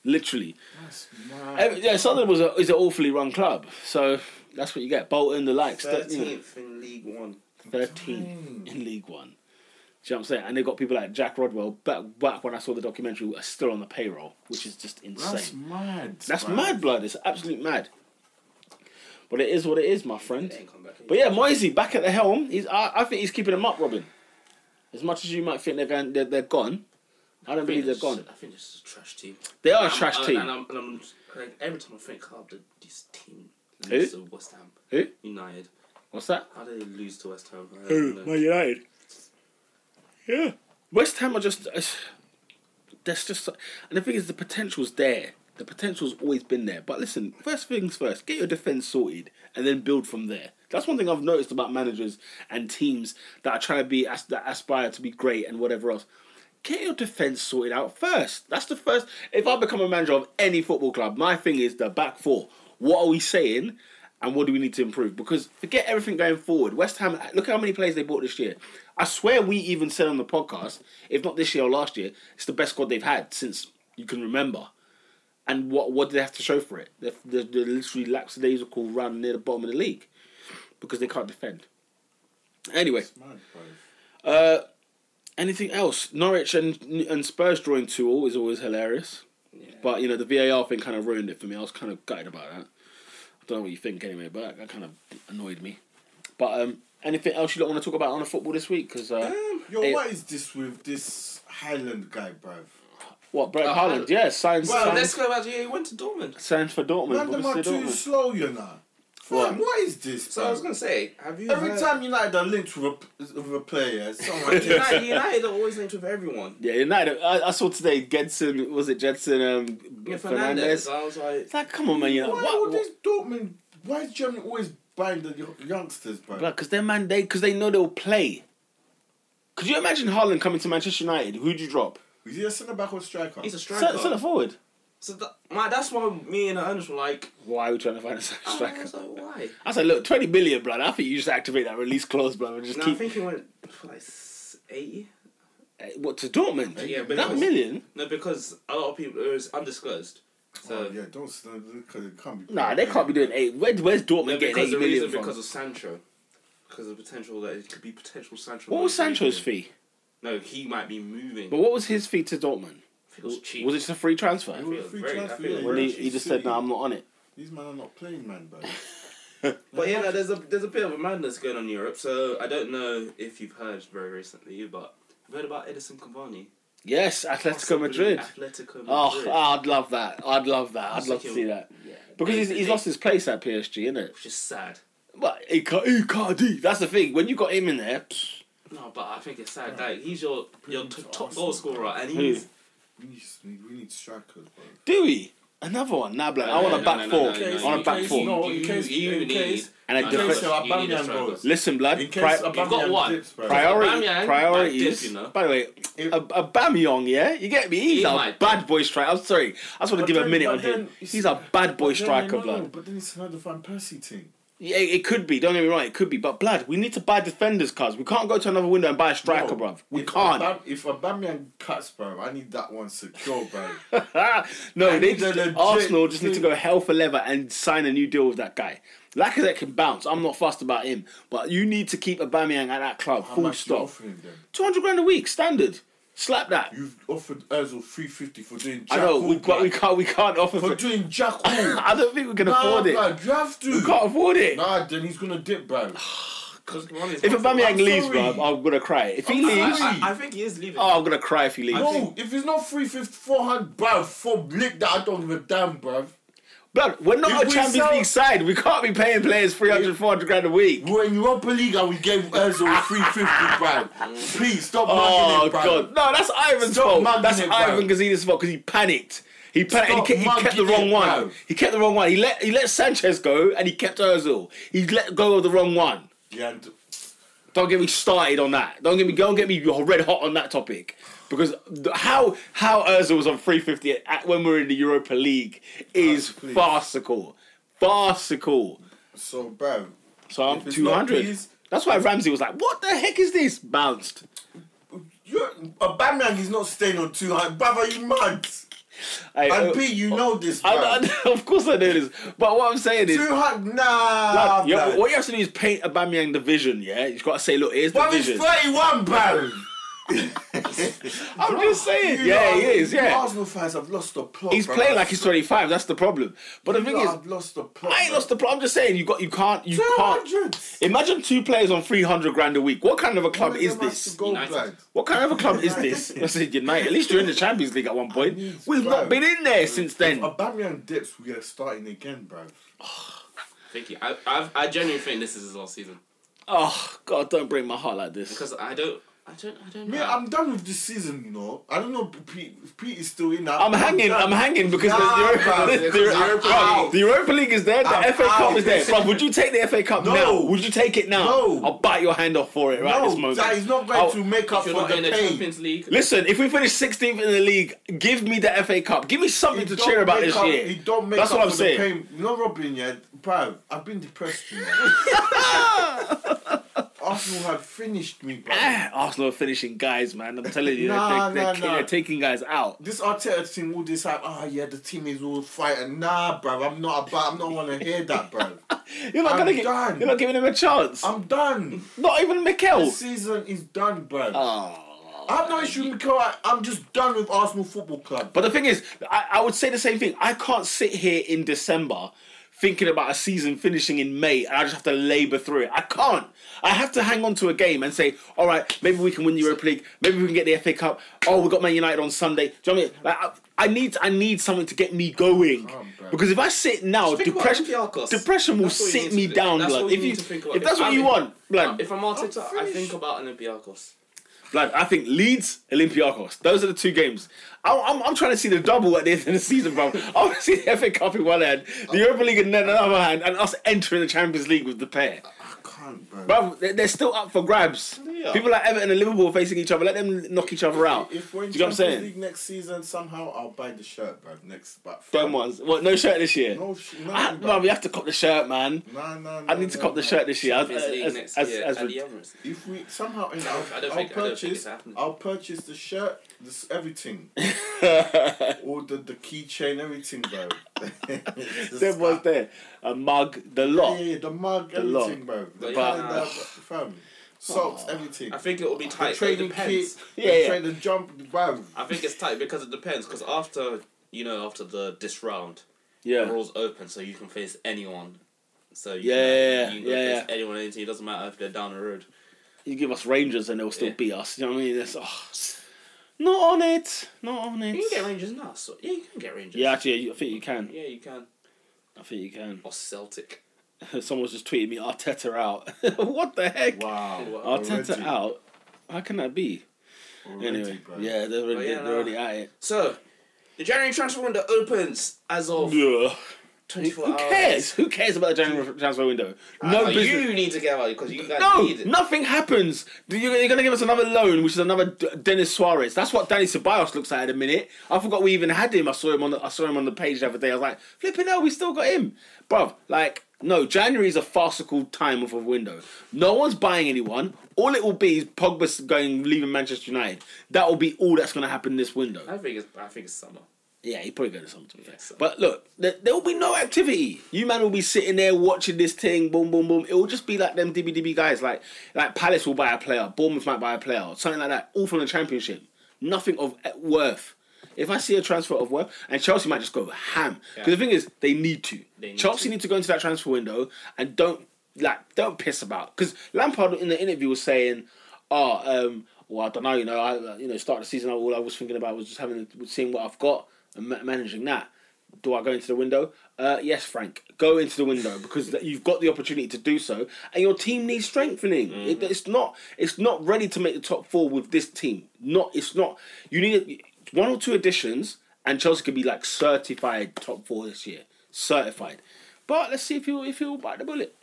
S1: literally.
S3: That's mad.
S1: Every, yeah, Sunderland was a, is an awfully run club, so that's what you get. Bolton, the likes, that, you know,
S2: Thirteenth in League One.
S1: 13 in League One. Do you know what I'm saying? And they've got people like Jack Rodwell, back, back when I saw the documentary, are still on the payroll, which is just insane.
S3: That's mad.
S1: That's
S3: bro.
S1: mad, blood. It's absolute mad. But it is what it is, my friend.
S2: They ain't come back.
S1: But yeah, Moisey back at the helm. He's I, I think he's keeping them up, Robin. As much as you might think they're going, they're, they're gone. I don't believe they're
S2: think
S1: gone.
S2: it's- I think this is a trash team.
S1: They are a
S2: I'm-
S1: trash
S2: I- And
S1: team.
S2: I'm, and I'm like, every time I think how did this team
S1: Who?
S2: lose to West Ham
S1: Who?
S2: United?
S1: What's that?
S2: How did they lose to West Ham? I don't know.
S1: United. Yeah. West Ham are just. That's just. so- And the thing is, the potential's there. The potential's always been there. But listen, first things first, get your defense sorted and then build from there. That's one thing I've noticed about managers and teams that are trying to be as- that aspire to be great and whatever else. Get your defense sorted out first. That's the first. If I become a manager of any football club, my thing is the back four. What are we saying? And what do we need to improve? Because forget everything going forward. West Ham, look how many players they bought this year. I swear we even said on the podcast, if not this year or last year, it's the best squad they've had since you can remember. And what what do they have to show for it? They're, they're, they're literally lackadaisical run near the bottom of the league because they can't defend. Anyway,
S3: That's mad, bro.
S1: uh, anything else? Norwich and and Spurs drawing two all is always hilarious.
S2: Yeah.
S1: But you know the VAR thing kind of ruined it for me. I was kind of gutted about that. I don't know what you think anyway, but that, that kind of annoyed me. But um, anything else you don't want to talk about on the football this week? Because uh,
S3: Yo,
S1: it-
S3: what is this with this Highland guy, bruv?
S1: what Brett
S2: Uh,
S1: Haaland? Yeah, signs
S3: Well,
S2: Oh,
S1: signs,
S2: let's go about yeah, he went to Dortmund.
S1: signs for Dortmund.
S3: Man, them are
S1: Borussia
S3: too
S1: Dortmund.
S3: slow, you know.
S1: What?
S3: Fam, what is this?
S2: So I was
S3: bruv?
S2: gonna say, have you
S3: Every
S2: heard-
S3: time United are linked with a, with a player, someone
S2: United, United are always linked with everyone.
S1: Yeah, United. I, I saw today. Jensen was it Jensen um,
S2: Yeah,
S1: Fernandez?
S2: Fernandez. I was like,
S1: It's like, come on, man. You know,
S3: why
S1: what,
S3: all these Dortmund? Why is Germany always buying the yo- youngsters, bro?
S1: because they're man, they because they know they'll play. Could you imagine Haaland coming to Manchester United? Who'd you drop?
S3: Is he a centre back or striker?
S2: he's a striker.
S1: Centre centre forward.
S2: So that, my, that's why me and Ernest were like,
S1: Why are we trying to find a centre
S2: I
S1: striker?
S2: was like, why?
S1: I said, look, 20 billion, brother. I think you just activate that release clause, brother, and just
S2: No, I
S1: keep.
S2: think he went for like s- 80.
S1: Eh, What, to Dortmund?
S2: Yeah, but
S1: that
S2: it was-
S1: million?
S2: No, because a lot of people, it was undisclosed. So,
S3: oh, yeah, don't because it can't be.
S1: Nah, they can't be doing eight. Where, where's Dortmund
S2: No,
S1: getting
S2: because
S1: eight
S2: the
S1: million
S2: reason
S1: from?
S2: because of Sancho, because of the potential that it could be potential Sancho.
S1: What was
S2: might be
S1: Sancho's
S2: moving.
S1: fee?
S2: No, he might be moving.
S1: But what was his fee to Dortmund?
S2: I think it was cheap.
S1: Was it just a free transfer?
S3: It
S1: And
S3: was
S2: feel
S3: a free
S2: very- I
S3: transfer,
S2: feel
S3: yeah,
S2: very-
S1: he,
S3: it's
S1: he just
S3: silly.
S1: said, no, I'm not on it.
S3: These men are not playing, man, bro.
S2: But yeah, no, there's a there's a bit of a madness going on in Europe. So I don't know if you've heard very recently, but I've heard about Edison Cavani.
S1: Yes, Atletico
S2: Possibly
S1: Madrid.
S2: Atletico Madrid.
S1: Oh, I'd love that. I'd love that. I'd
S2: That's
S1: love
S2: like
S1: to
S2: a-
S1: see that.
S2: yeah,
S1: Because he's,
S2: they-
S1: he's
S2: they-
S1: lost his place at PSG, innit?
S2: Which is sad.
S1: But Ica- Icardi, that's the thing. When you got him in there,
S2: No, but I think it's sad.
S3: Yeah.
S2: Like he's your your
S3: Bring him
S2: t-
S3: to
S2: top
S3: Arsenal.
S2: goal scorer, and
S1: Who?
S2: he's
S3: We need, we need strikers, bro.
S1: do we? Another one. Nah, blood. I
S2: No,
S1: want a
S2: no,
S1: back
S2: no,
S1: four.
S2: no, no,
S1: I want a
S2: you-
S1: back
S2: you-
S1: four.
S3: No, in case-
S2: you
S3: in case-
S1: And a
S2: no,
S1: defense-
S2: you need a
S3: Aubameyang
S2: striker.
S3: goes.
S1: Listen, blood.
S3: In
S1: pri-
S3: case Aubameyang
S2: You've got one.
S3: dips, bro.
S1: Priority,
S2: Aubameyang,
S1: priorities.
S2: bad dip, you know.
S1: By the way,
S3: If-
S1: Ab- Aubameyang, yeah, you get me. He's
S2: He
S1: a
S2: might
S1: bad boy striker. I'm sorry, I just want
S3: But
S1: to give a
S3: then-
S1: minute
S3: but
S1: on him.
S3: then-
S1: He's a bad boy
S3: But then, no,
S1: striker,
S3: no,
S1: blood.
S3: But then it's another Van Persie team.
S1: Yeah, it could be. Don't get me wrong, it could be. But blood, we need to buy defenders, cause we can't go to another window and buy a striker,
S3: No.
S1: bruv. We
S3: if
S1: can't.
S3: Aubame- if Aubameyang cuts, bro, I need that one secure, bro.
S1: no, they
S3: I need a
S1: just,
S3: legit
S1: Arsenal just need to
S3: thing.
S1: go hell for leather and sign a new deal with that guy. Lacazette can bounce. I'm not fussed about him, but you need to keep Aubameyang at that club.
S3: How
S1: full
S3: much you
S1: stop.
S3: offering them?
S1: Two hundred grand a week, standard. Slap that.
S3: You've offered Özil three fifty for doing.
S1: I
S3: Jack
S1: know,
S3: all,
S1: we, but
S3: bro.
S1: we can't. We can't offer.
S3: for
S1: For,
S3: doing jack all.
S1: I don't think we can
S3: Nah,
S1: afford it.
S3: blood, you have to.
S1: We can't afford it.
S3: Nah, then he's gonna dip, bro.
S2: Because Cavani's
S1: If
S2: not-
S1: Aubameyang
S3: I'm
S1: leaves,
S3: sorry.
S1: bro, I'm gonna cry. If he
S3: I'm
S1: leaves,
S3: sorry.
S2: I, I think he is leaving.
S1: oh, I'm gonna cry if he leaves.
S3: No, if it's not 350, 400, bro, for lick that I don't give a damn, bro.
S1: Bro, we're
S3: If
S1: not a
S3: we
S1: Champions
S3: sell-
S1: League side. We can't be paying players 300, 400 grand a week.
S3: We're in Europa League and we gave Özil 350, bro. Please stop mugging
S1: Oh
S3: it, bro.
S1: god, no, that's Ivan's
S3: Stop
S1: fault.
S3: mugging
S1: That's
S3: it, bro.
S1: Ivan Gazidis' fault because he panicked. He panicked. And he,
S3: Stop
S1: kept, he kept the
S3: mugging
S1: wrong
S3: it,
S1: one.
S3: bro.
S1: He kept the wrong one. He let he let Sanchez go and he kept Özil. He let go of the wrong one.
S3: Yeah, and
S1: Don't get me started on that. Don't get me. Don't get me red hot on that topic, because th- how how Özil was on three fifty when we were in the Europa League is
S3: Oh, please.
S1: farcical, farcical.
S3: So, bro,
S1: So I'm
S3: If it's not
S1: 200.
S3: please-
S1: That's why Ramsey was like, "What the heck is this?" Bounced.
S3: you're, Aubameyang is not staying on 200. Brother, you mad?
S1: I,
S3: And
S1: uh,
S3: P, you know this, bro.
S1: I, I, of course I know this, but what I'm saying is,
S3: 200, nah,
S1: like, you have-
S3: blood.
S1: what you have to do is paint Aubameyang the vision. Yeah, you've got to say, "Look, here's the
S3: But he's
S1: vision."
S3: 31, bro.
S1: I'm just saying.
S3: You
S1: Yeah,
S3: know,
S1: he is.
S3: you
S1: Yeah,
S3: Arsenal fans have lost the plot.
S1: he's
S3: bro.
S1: playing like he's 25. That's the problem. But the
S3: You
S1: thing
S3: lot
S1: is,
S3: have lost the plot.
S1: I ain't
S3: bro.
S1: lost the plot. I'm just saying you got you can't you can't.
S3: 200.
S1: Imagine two players on 300 grand a week. What kind of a club
S3: One of
S1: is
S3: them has to
S1: this?
S3: go,
S2: United.
S3: blood.
S1: What kind of a club is this? I said United. At least you're in the Champions League at one point.
S3: Yes,
S1: We've
S3: bro.
S1: not been in there since then.
S3: Aubameyang dips, we are starting again, bro.
S2: Thank you. I, I've, I genuinely think this is his last season
S1: Oh God, don't break my heart like this.
S2: because I don't, I don't, I don't know.
S3: Me, I'm done with this season, you know. I don't know if Pete, if Pete is still in.
S1: I'm hanging. I'm hanging because
S3: Nah,
S1: there's the,
S3: bruv,
S1: Europa, the,
S3: because
S1: the,
S3: I'm
S1: Europa
S3: out.
S1: League. The Europa League is there. The
S3: I'm
S1: FA Cup
S3: out.
S1: is there. Bruv, would you take the FA Cup
S3: No.
S1: now? Would you take it now?
S3: No.
S1: I'll bite your hand off for it right this
S3: No,
S1: moment.
S3: that is not going
S1: I'll-
S3: to make up
S2: if
S3: for
S2: you're not in
S3: the
S2: the
S3: pain.
S2: Champions League,
S1: Listen, if we finish 16th in the league, give me the FA Cup. Give me something
S3: It
S1: to
S3: don't
S1: cheer about
S3: make
S1: this
S3: up-
S1: year.
S3: It don't make
S1: That's
S3: up
S1: what I'm
S3: for
S1: saying.
S3: the pain. You know, Robin, yeah, bro, I've been depressed, you know. Arsenal have finished me, bro.
S1: Ah, Arsenal are finishing guys, man. I'm telling you,
S3: Nah,
S1: they're, they're,
S3: nah,
S1: they're,
S3: nah.
S1: they're taking guys out.
S3: This Arteta team all this time, oh yeah, the team is all fighting. Nah, bro, I'm not about, I'm not want to hear that, bro.
S1: You're not
S3: I'm
S1: gonna. Get,
S3: done.
S1: you're not giving him a chance.
S3: I'm done.
S1: not even Mikel.
S3: This season is done, bro.
S1: Oh.
S3: I have no issue with Mikel. I'm just done with Arsenal Football Club.
S1: But the thing is, I, I would say the same thing. I can't sit here in December thinking about a season finishing in May and I just have to labour through it. I can't. I have to hang on to a game and say, all right, maybe we can win the Europa League. Maybe we can get the FA Cup. Oh, we got Man United on Sunday. Do you know what I mean? Like, I, I need I need something to get me going.
S3: Calm, bro.
S1: because if I sit now,
S2: Just think about
S1: depression
S2: Olympiacos.
S1: depression will
S2: That's what you need
S1: sit
S2: to
S1: me
S2: do.
S1: down,
S2: That's
S1: blood.
S2: what
S1: If
S2: you
S1: you
S2: need to think about.
S1: if that's
S2: If
S1: what
S2: I'm
S1: you
S2: in-
S1: want, blood.
S2: if I'm Arteta,
S3: I'm
S2: I think
S3: finished.
S2: about Olympiacos.
S1: Like I think Leeds, Olympiacos. Those are the two games. I, I'm, I'm trying to see the double at the end of the season, bro. I want to see the FA Cup in one hand, the Europa League in another hand, and us entering the Champions League with the pair.
S3: I can't, bro.
S1: Bro, they're, they're still up for grabs.
S2: Yeah.
S1: People like Everton and Liverpool facing each other. Let them knock each other out.
S3: If we're in
S1: Do you know what I'm
S3: Champions
S1: saying?
S3: League next season, somehow I'll buy the shirt, bro. Next, but
S1: Them ones. What? No shirt this year.
S3: No, sh- no,
S1: Ah,
S3: bro.
S1: bro, we have to cop the shirt, man.
S3: Nah, nah, nah,
S1: I need to
S3: nah,
S1: cop the
S3: nah.
S1: shirt this year. As,
S2: Champions League
S1: as,
S2: next
S1: as,
S2: year
S1: as,
S2: at the
S1: we-
S2: Emirates.
S3: If we somehow, and
S2: I
S3: I'll,
S2: don't
S3: I'll
S2: think- I don't think
S3: purchase,
S2: it's happening.
S3: I'll purchase the shirt, this everything, all the the keychain, everything, bro.
S1: them ones there. A mug, the
S3: Yeah,
S1: lot.
S3: yeah, the mug,
S1: The lot.
S3: everything, bro. The
S2: But-
S3: calendar, fam, socks, everything.
S2: I think it will be tight.
S3: The training
S2: it depends.
S3: kit,
S1: Yeah,
S3: the
S1: yeah.
S3: train, the jump, bro.
S2: I think it's tight because it depends. Because after you know, after the this round,
S1: Yeah.
S2: the rules open, so you can face anyone. So you
S1: Yeah,
S2: can, you
S1: yeah,
S2: can
S1: yeah.
S2: face anyone, anything. It doesn't matter if they're down the road.
S1: you give us Rangers and they'll still
S2: Yeah.
S1: beat us. You know what I mean? It's, oh, not on it. Not on it.
S2: You can get Rangers now. So yeah, you can get Rangers.
S1: yeah, actually, I think you can.
S2: Yeah, you can.
S1: I think you can.
S2: Or Celtic.
S1: Someone's just tweeted me Arteta out. what the heck?
S3: Wow.
S2: Wow.
S1: Arteta
S3: Already.
S1: out. How can that be? anyway, yeah, they're already,
S2: Oh, yeah,
S1: they're
S2: no.
S1: already at it.
S2: So the January transfer window opens as of
S1: Yeah.
S2: twenty four
S1: Who
S2: hours.
S1: cares? Who cares about the January transfer window? No
S2: No,
S1: business.
S2: you need to get out because you guys
S1: No,
S2: need it.
S1: nothing happens. Do you- You're going to give us another loan, which is another D- Dennis Suarez. That's what Danny Ceballos looks like at the minute. I forgot we even had him. I saw him on the I saw him on the page the other day. I was like, flipping hell, we still got him, bruv. Like, no, January is a farcical time of a window. No one's buying anyone. All it will be is Pogba going leaving Manchester United. That will be all that's going to happen this window.
S2: I think it's I think it's summer.
S1: Yeah, he probably go to something.
S2: Yeah, so-
S1: But look, there, there will be no activity. You man will be sitting there watching this thing, boom, boom, boom. It will just be like them DBDB guys, like like Palace will buy a player, Bournemouth might buy a player, or something like that, all from the Championship. Nothing of eh, worth. If I see a transfer of worth, and Chelsea might just go ham. Because
S2: Yeah.
S1: the thing is, they need to.
S2: They need
S1: Chelsea
S2: to.
S1: need to go into that transfer window and don't like don't piss about. Because Lampard in the interview was saying, "Oh, um, well, I don't know. You know, I uh, you know start of the season. All I was thinking about was just having seeing what I've got and ma- managing that. Do I go into the window? Uh, yes, Frank. Go into the window because that- you've got the opportunity to do so, and your team needs strengthening. It, it's not it's not ready to make the top four with this team. Not it's not. You need one or two additions, and Chelsea could be like certified top four this year, certified. But let's see if he'll if he'll bite the bullet.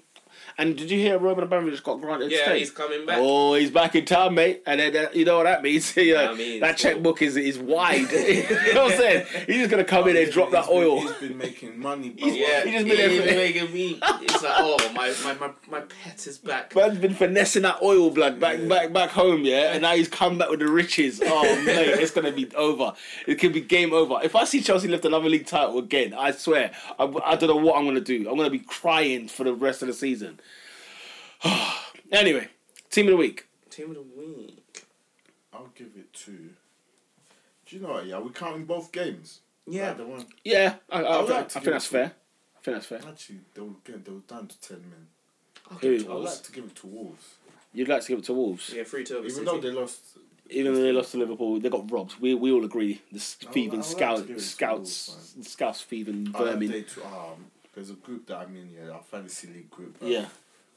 S1: And did you hear Roman Abramovich got granted
S2: Yeah,
S1: stay?
S2: he's coming back.
S1: Oh, he's back in town, mate. And then that, you know what that means. you know,
S2: I mean,
S1: that
S2: it's
S1: checkbook is is wide. you know what I'm saying? He's just gonna come in and drop that oil.
S3: He's been making money. bro.
S2: Yeah,
S1: He just made
S2: he's
S1: everything-
S2: making me. It's like, oh, my, my, my, my pet is back.
S1: Man's been finessing that oil blood back back back home, yeah, and now he's come back with the riches. Oh mate, it's gonna be over. It could be game over. If I see Chelsea lift another league title again, I swear, I, I don't know what I'm gonna do. I'm gonna be crying for the rest of the season. anyway, team of the week.
S2: Team of the week.
S3: I'll give it to. Do you know what? Yeah, we counting both games.
S2: Yeah.
S3: Like the one
S1: Yeah, I, I,
S3: I
S1: I,
S3: would
S1: think- I
S3: like to give
S1: think that's
S3: it to-
S1: fair. I think that's fair.
S3: actually they were good. They were down to ten men.
S2: Okay,
S1: Who?
S3: I'd like
S2: Wolves.
S3: to give it to Wolves,
S1: You'd like to give it to Wolves,
S2: Yeah, three to over
S3: even
S2: City.
S3: though they lost.
S1: even though they lost to Liverpool. They got robbed. We we all agree the s-
S3: I would- I
S1: thieving
S3: would like to
S1: scout,
S3: give it to Wolves,
S1: scouts, scouts, thieving
S3: I had
S1: vermin.
S3: uh, they to, um, there's a group that I'm in. Yeah, our fantasy league group. bruv.
S1: Yeah.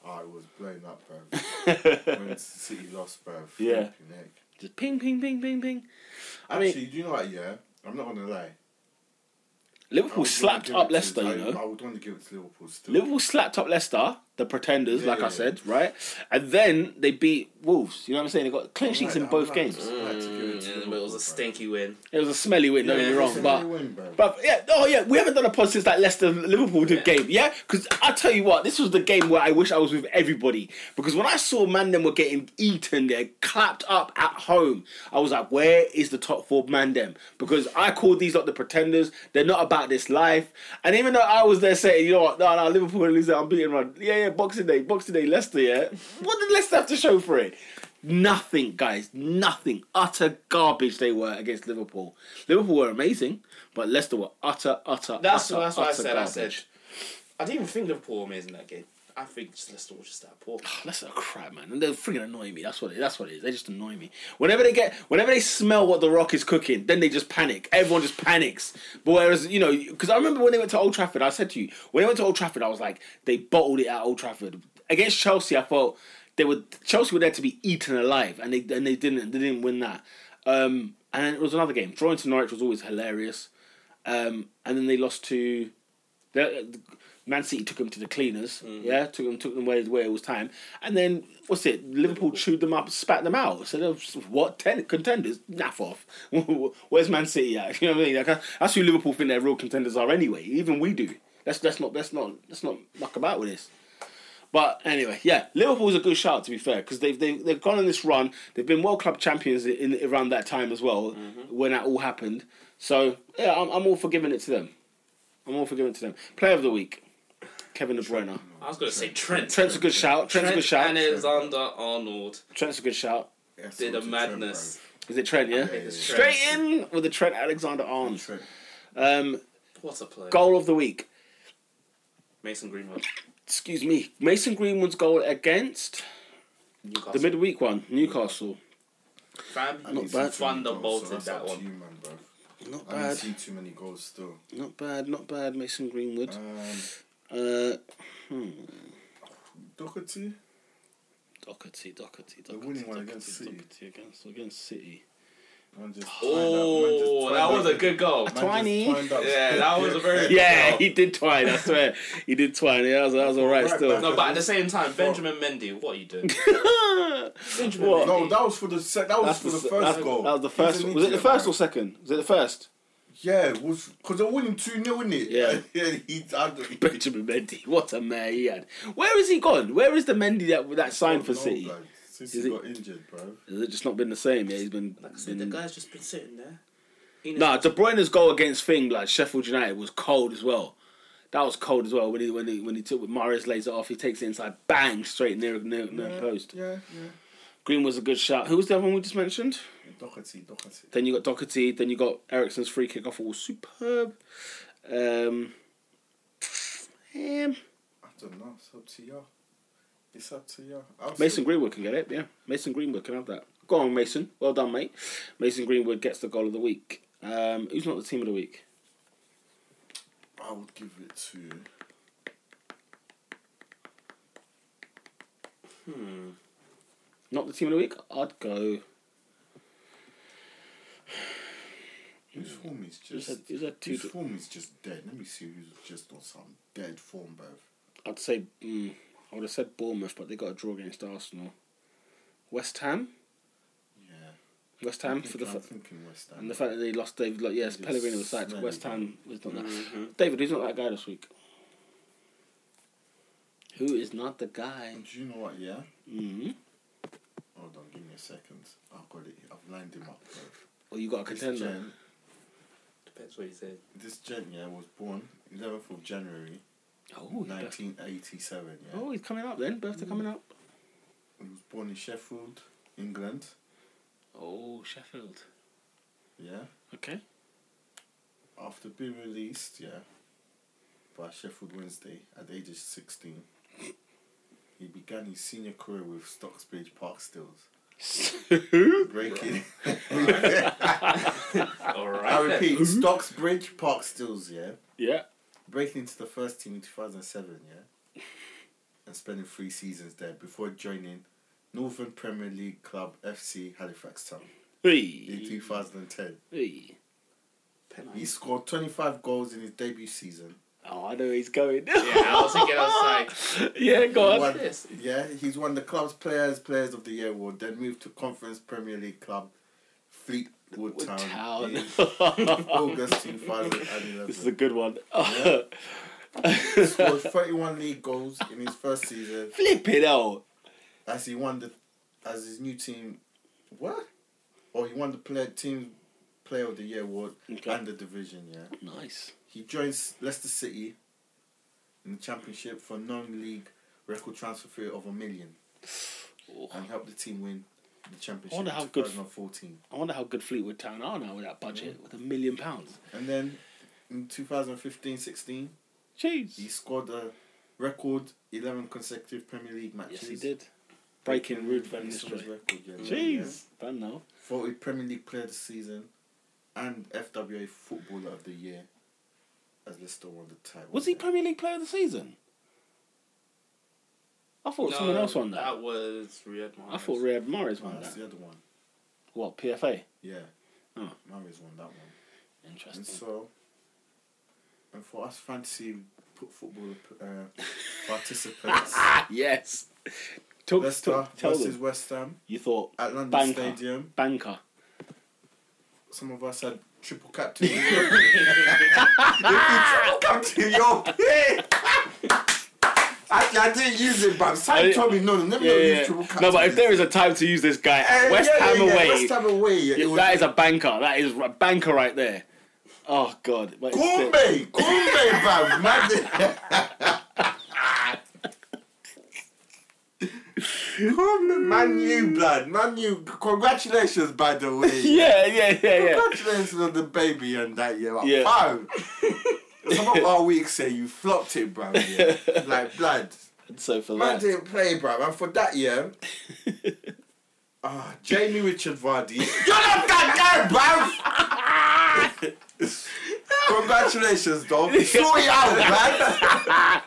S3: I was blown up, bruv. when City lost, bruv.
S1: Yeah.
S3: Flipping heck.
S1: Just ping, ping, ping, ping, ping. I mean-
S3: Actually, do you know what? Yeah, I'm not gonna lie. I would
S1: Liverpool
S3: wanna
S1: slapped
S3: give it
S1: up
S3: to-
S1: Leicester,
S3: I,
S1: you know.
S3: I would want to give it to Liverpool still.
S1: Liverpool slapped up Leicester, the pretenders,
S3: Yeah,
S1: like I
S3: yeah.
S1: said, right? And then they beat Wolves. You know what I'm saying? They got clean
S3: I'd
S1: sheets
S3: like-
S1: in
S3: I'd
S1: both
S3: like-
S1: games.
S3: I'd like to give it to
S2: Mm, but it was a
S3: Liverpool, bruv.
S2: stinky win.
S1: It was a smelly win, don't get me
S2: Yeah,
S1: wrong.
S3: They
S1: But
S3: win, bruv.
S1: but yeah, oh yeah, we haven't done a pod since that Leicester Liverpool did game, yeah? Because I tell you what, this was the game where I wish I was with everybody. Because when I saw man them were getting eaten, they're clapped up at home, I was like, where is the top four man them? Because I called these like the pretenders, they're not about this life. And even though I was there saying, you know what, no, no, Liverpool are losing, I'm beating run. Yeah, yeah, Boxing Day, Boxing Day, Leicester, yeah? What did Leicester have to show for it? Nothing, guys. Nothing. Utter garbage they were against Liverpool. Liverpool were amazing, but Leicester were utter, utter.
S2: That's,
S1: utter,
S2: that's what I
S1: utter
S2: said. I
S1: Garbage.
S2: said. I didn't even think Liverpool were amazing that game. I think just Leicester were just that poor.
S1: Leicester are crap, man. And they're freaking annoying me. That's what. It, that's what it is. They just annoy me. Whenever they get, whenever they smell what the Rock is cooking, then they just panic. Everyone just panics. But whereas you know, because I remember when they went to Old Trafford, I said to you, when they went to Old Trafford, I was like, they bottled it at Old Trafford against Chelsea. I felt they were Chelsea were there to be eaten alive, and they and they didn't. They didn't win that. Um, and then it was another game. Drawing to Norwich was always hilarious. Um, and then they lost to. The, uh, Man City took them to the cleaners. Yeah, took them, took them where, where it was time. And then what's it? Liverpool chewed them up, spat them out. So they're just, what ten contenders? Naff off. Where's Man City at? You know what I mean? Like, that's who Liverpool think their real contenders are anyway. Even we do. That's that's not that's not that's not muck about with this. But anyway, yeah, Liverpool's a good shout to be fair because they've, they've they've gone on this run. They've been World Club champions in, around that time as well when that all happened. So yeah, I'm, I'm all for giving it to them. I'm all for giving it to them. Player of the week, Kevin De Bruyne.
S2: I was gonna say Trent.
S1: Trent's a good shout. Trent's a good shout.
S2: Alexander Arnold
S1: Trent's a good shout.
S3: Yes,
S2: did a
S3: it's Trent,
S2: madness.
S1: Is it Trent? Yeah.
S3: think it's
S2: Trent.
S1: Straight in with the Trent Alexander
S3: bruv.
S1: arms.
S3: Trent.
S1: Um,
S2: What a player.
S1: goal of the week.
S2: Mason Greenwood.
S1: Excuse me. Mason Greenwood's goal against
S2: Newcastle.
S1: the midweek one, Newcastle.
S2: Fam,
S3: I
S1: Not
S3: didn't see
S1: bad.
S3: too many goals,
S2: Thunderbolted
S3: so that's
S2: that
S3: up to
S2: one.
S3: You, man, bruv.
S1: Not
S3: I didn't
S1: bad.
S3: see too many goals still.
S1: Not bad. Not bad. Mason Greenwood.
S3: Um,
S1: Uh,
S3: Doherty?
S1: Doherty, Doherty,
S3: They're
S1: Doherty,
S3: winning one
S1: Doherty,
S3: against City.
S1: Doherty against against City.
S3: Man just
S2: Oh, that was a good goal.
S1: Twiney.
S2: Yeah, that was a very good
S1: Yeah,
S2: goal.
S1: he did twine. I swear, he did twine. Yeah, that was, that was all right.
S3: Right
S1: Still,
S2: No, but at the same time, Benjamin Mendy, what are you doing? Benjamin
S1: What?
S3: No, that was for the sec- that was
S1: that's
S3: for the,
S1: the,
S3: first
S1: that's-
S3: goal.
S1: That was the
S3: He's
S1: first.
S3: an
S1: Was it the
S3: idiot,
S1: first
S3: man.
S1: or second? Was it the first?
S3: Yeah, it was because they're winning two 0 in it.
S1: Yeah.
S3: yeah. He, I, don't-
S1: Benjamin Mendy, what a man he had. Where is he gone? Where is the Mendy that that signed for
S3: No,
S1: City?
S3: bruv. Since
S1: Is
S3: he
S1: it-
S3: got injured, bro.
S1: Has it just not been the same? Yeah, he's been.
S2: Like I said, the
S1: been...
S2: guy's just been sitting there. He knows-
S1: Nah, De Bruyne's goal against Thing, like Sheffield United, was cold as well. That was cold as well when he when he when he took with Marius lays it off. He takes it inside, bang, straight near near, near post.
S3: Yeah,
S1: Green was a good shot. Who was the other one we just mentioned?
S3: yeah. Doherty, Doherty.
S1: Then you got Doherty. Then you got Ericsson's free kick off. All superb. Um, um,
S3: I don't know. It's up to you. It's up to you. I'll
S1: Mason
S3: say-
S1: Greenwood can get it. Yeah, Mason Greenwood can have that. Go on, Mason. Well done, mate. Mason Greenwood gets the goal of the week. Um, who's not the team of the week?
S3: I would give it to.
S2: Hmm.
S1: Not the team of the week. I'd go.
S3: Whose form is
S1: Who's
S3: just.
S1: that, who's that
S3: Whose
S1: dude?
S3: form is just dead. Let me see who's just on some dead form, bruv.
S1: I'd say mm, I would have said Bournemouth, but they got a draw against Arsenal. West Ham,
S3: Yeah.
S1: West
S3: I'm
S1: Ham for the
S3: thinking- I'm
S1: fa-
S3: thinking West Ham.
S1: and the fact that they lost David. Like, yes, Mm-hmm.
S3: Just
S1: Pellegrini was sacked.
S3: smelly.
S1: West Ham was not that.
S2: Mhm.
S1: David, who's not that guy this week? Who is not the guy?
S3: Do you know what? Yeah.
S1: Mm-hmm.
S3: Hold on, give me a second. I've got it. here. I've lined him up. bro.
S1: Well, Oh, you got a
S3: This
S1: contender.
S3: gent,
S2: Depends what you say.
S3: this gent, yeah, was born 11th of January
S1: Oh, he's birth-
S3: 1987. Yeah.
S1: oh, he's coming up then. Birthday coming up.
S3: He was born in Sheffield, England.
S1: Oh, Sheffield.
S3: Yeah.
S1: Okay.
S3: After being released, yeah, by Sheffield Wednesday at the age of 16, he began his senior career with Stocksbridge Park Stills. Breaking.
S2: All right.
S3: I repeat, Stocksbridge Park Stills, yeah.
S1: yeah.
S3: Breaking into the first team in 2007, yeah. And spending three seasons there before joining Northern Premier League club FC Halifax Town in
S1: Hey.
S3: 2010.
S1: Hey.
S3: He scored 25 goals in his debut season.
S1: Oh, I know where he's going.
S2: Yeah, I was thinking I was like,
S1: yeah, go on.
S3: Won-
S2: this?
S3: Yeah, he's won the club's Players Players of the Year award, then moved to Conference Premier League club Fleetwood Town,
S1: Town.
S3: in August 2011.
S1: this is a good one.
S3: scored 31 league goals in his first season
S1: Flip it out.
S3: as he won the as his new team what? Or he won the player team player of the year award
S1: Okay.
S3: and the division, yeah.
S1: Nice.
S3: He joins Leicester City in the championship for non-league record transfer fee of a million
S1: Oh,
S3: and helped the team win the championship
S1: wonder how
S3: in
S1: good-
S3: 2014.
S1: I wonder how good Fleetwood Town are now with that budget, with a million pounds.
S3: And then in 2015-16,
S1: Jeez.
S3: he scored a record 11 consecutive Premier League matches.
S1: Yes, he did. Breaking Rude Van
S3: Nistelrooy's
S1: Nistelrooy.
S3: record. Yeah, yeah.
S1: Jeez. Don't know.
S3: Voted Premier League Player of the Season and FWA Footballer of the Year as Leicester won the title.
S1: Was he Premier League Player of the Season? I thought someone else won that.
S2: That was Riyad Mahrez.
S1: I thought Riyad Mahrez
S3: Oh,
S1: won
S3: that's
S1: that.
S3: the other one.
S1: What, PFA?
S3: Yeah.
S1: Oh.
S3: Mahrez won that one. And
S1: Interesting.
S3: so, and for us fantasy put football uh, participants,
S1: Ah, yes. Talk,
S3: Leicester
S1: talk- tell
S3: versus
S1: them.
S3: West Ham
S1: You thought
S3: at London
S1: Banker.
S3: Stadium.
S1: banker.
S3: some of us had triple captain. captain, yo. Actually, I didn't use it, but
S1: I
S3: Sam
S1: didn't-
S3: told me no, no, never
S1: Yeah,
S3: use
S1: yeah.
S3: triple captain.
S1: No, but if there is a time to use this guy,
S3: Uh,
S1: West
S3: yeah, yeah,
S1: Ham
S3: yeah,
S1: away.
S3: West Ham away. It was,
S1: that is a banker. That is a banker right there. Oh God. But it's the-
S3: Kumbe, Kumbe, bruv, mad. Kumbe, Man U, blood, man U. Congratulations, by the way.
S1: Yeah, yeah, yeah, yeah.
S3: Congratulations on the baby and that, yeah. Like, oh.
S1: Yeah.
S3: Bro, some of our weeks say you flopped it, bro. Yeah. like, blood.
S1: And so for
S3: Man
S1: that,
S3: didn't play, bro. And for that, yeah. Ah, Jamie Richard Vardy. You're not that guy, bro! Congratulations, dog. Sort it out, man.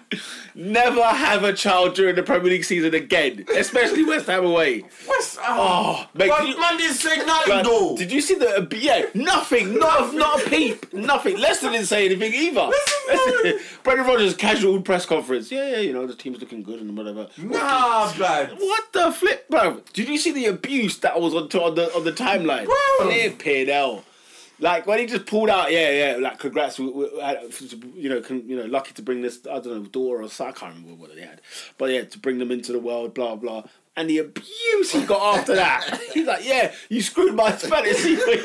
S1: never have a child during the Premier League season again, especially West Ham away.
S3: What's up?
S1: Oh, mate,
S3: but
S1: did you-
S3: man didn't say nothing,
S1: man,
S3: though.
S1: did you see the uh, yeah? Nothing, not a, not a peep, nothing. Leicester didn't say anything either. Leicester, Brendan Rodgers casual press conference. Yeah, yeah, you know the team's looking good and whatever.
S3: Nah, blood.
S1: What the flip, bro? Did you see the abuse that was on, on the on the timeline?
S3: Bro.
S1: Flipping hell. Like when he just pulled out, yeah, yeah. Like congrats, we, we, we had, you know, con, you know, lucky to bring this. I don't know, door or so- I can't remember what they had, but yeah, to bring them into the world, blah blah. And the abuse he got after that, he's like, yeah, you screwed my Spanish secret.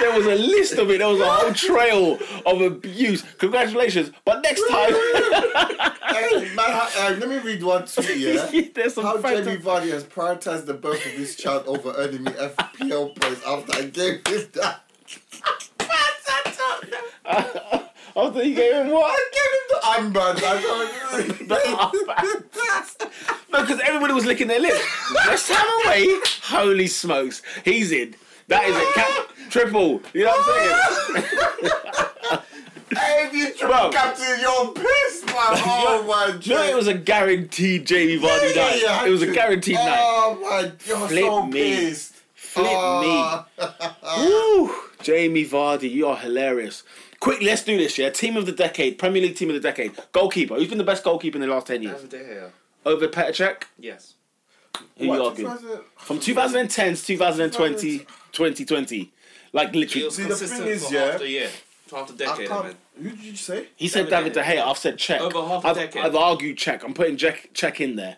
S1: there was a list of it. There was a whole trail of abuse. Congratulations, but next time,
S3: Hey, man, uh, let me read one tweet, yeah?
S1: there's some.
S3: How
S1: phantom-
S3: Jamie Vardy has prioritised the birth of his child over earning me FPL points after I gave him that.
S1: After he gave him what?
S3: I gave him the armband. I don't
S1: No, because everybody was licking their lips. West Ham away. Holy smokes, he's in. That is a cap triple. You know what I'm saying?
S3: Hey, if you
S1: Bro.
S3: triple captain, you're pissed, man. Oh, my
S1: Do you know it was a guaranteed Jamie Vardy night? it was a guaranteed night.
S3: Oh, my, you're
S1: Flip
S3: so
S1: me.
S3: pissed.
S1: Flip
S3: Ah.
S1: me. Woo! Jamie Vardy, you are hilarious. Quick, let's do this, yeah? Team of the decade, Premier League team of the decade. Goalkeeper. Who's been the best goalkeeper in the last 10 years?
S2: David De Gea.
S1: Over Petr Cech?
S2: Yes.
S1: Who you arguing? From 2010 to 2020, 2020. Like,
S2: He
S1: literally.
S2: was
S3: See, the
S2: consistent
S3: thing is,
S2: for
S3: yeah,
S2: half the year. for Half the
S3: I
S2: decade, I mean.
S3: can't. Who did you say?
S1: He said David
S2: David
S1: De Gea. I've said Czech.
S2: Over half a
S1: I've,
S2: decade.
S1: I've argued Czech. I'm putting Czech, Czech in there.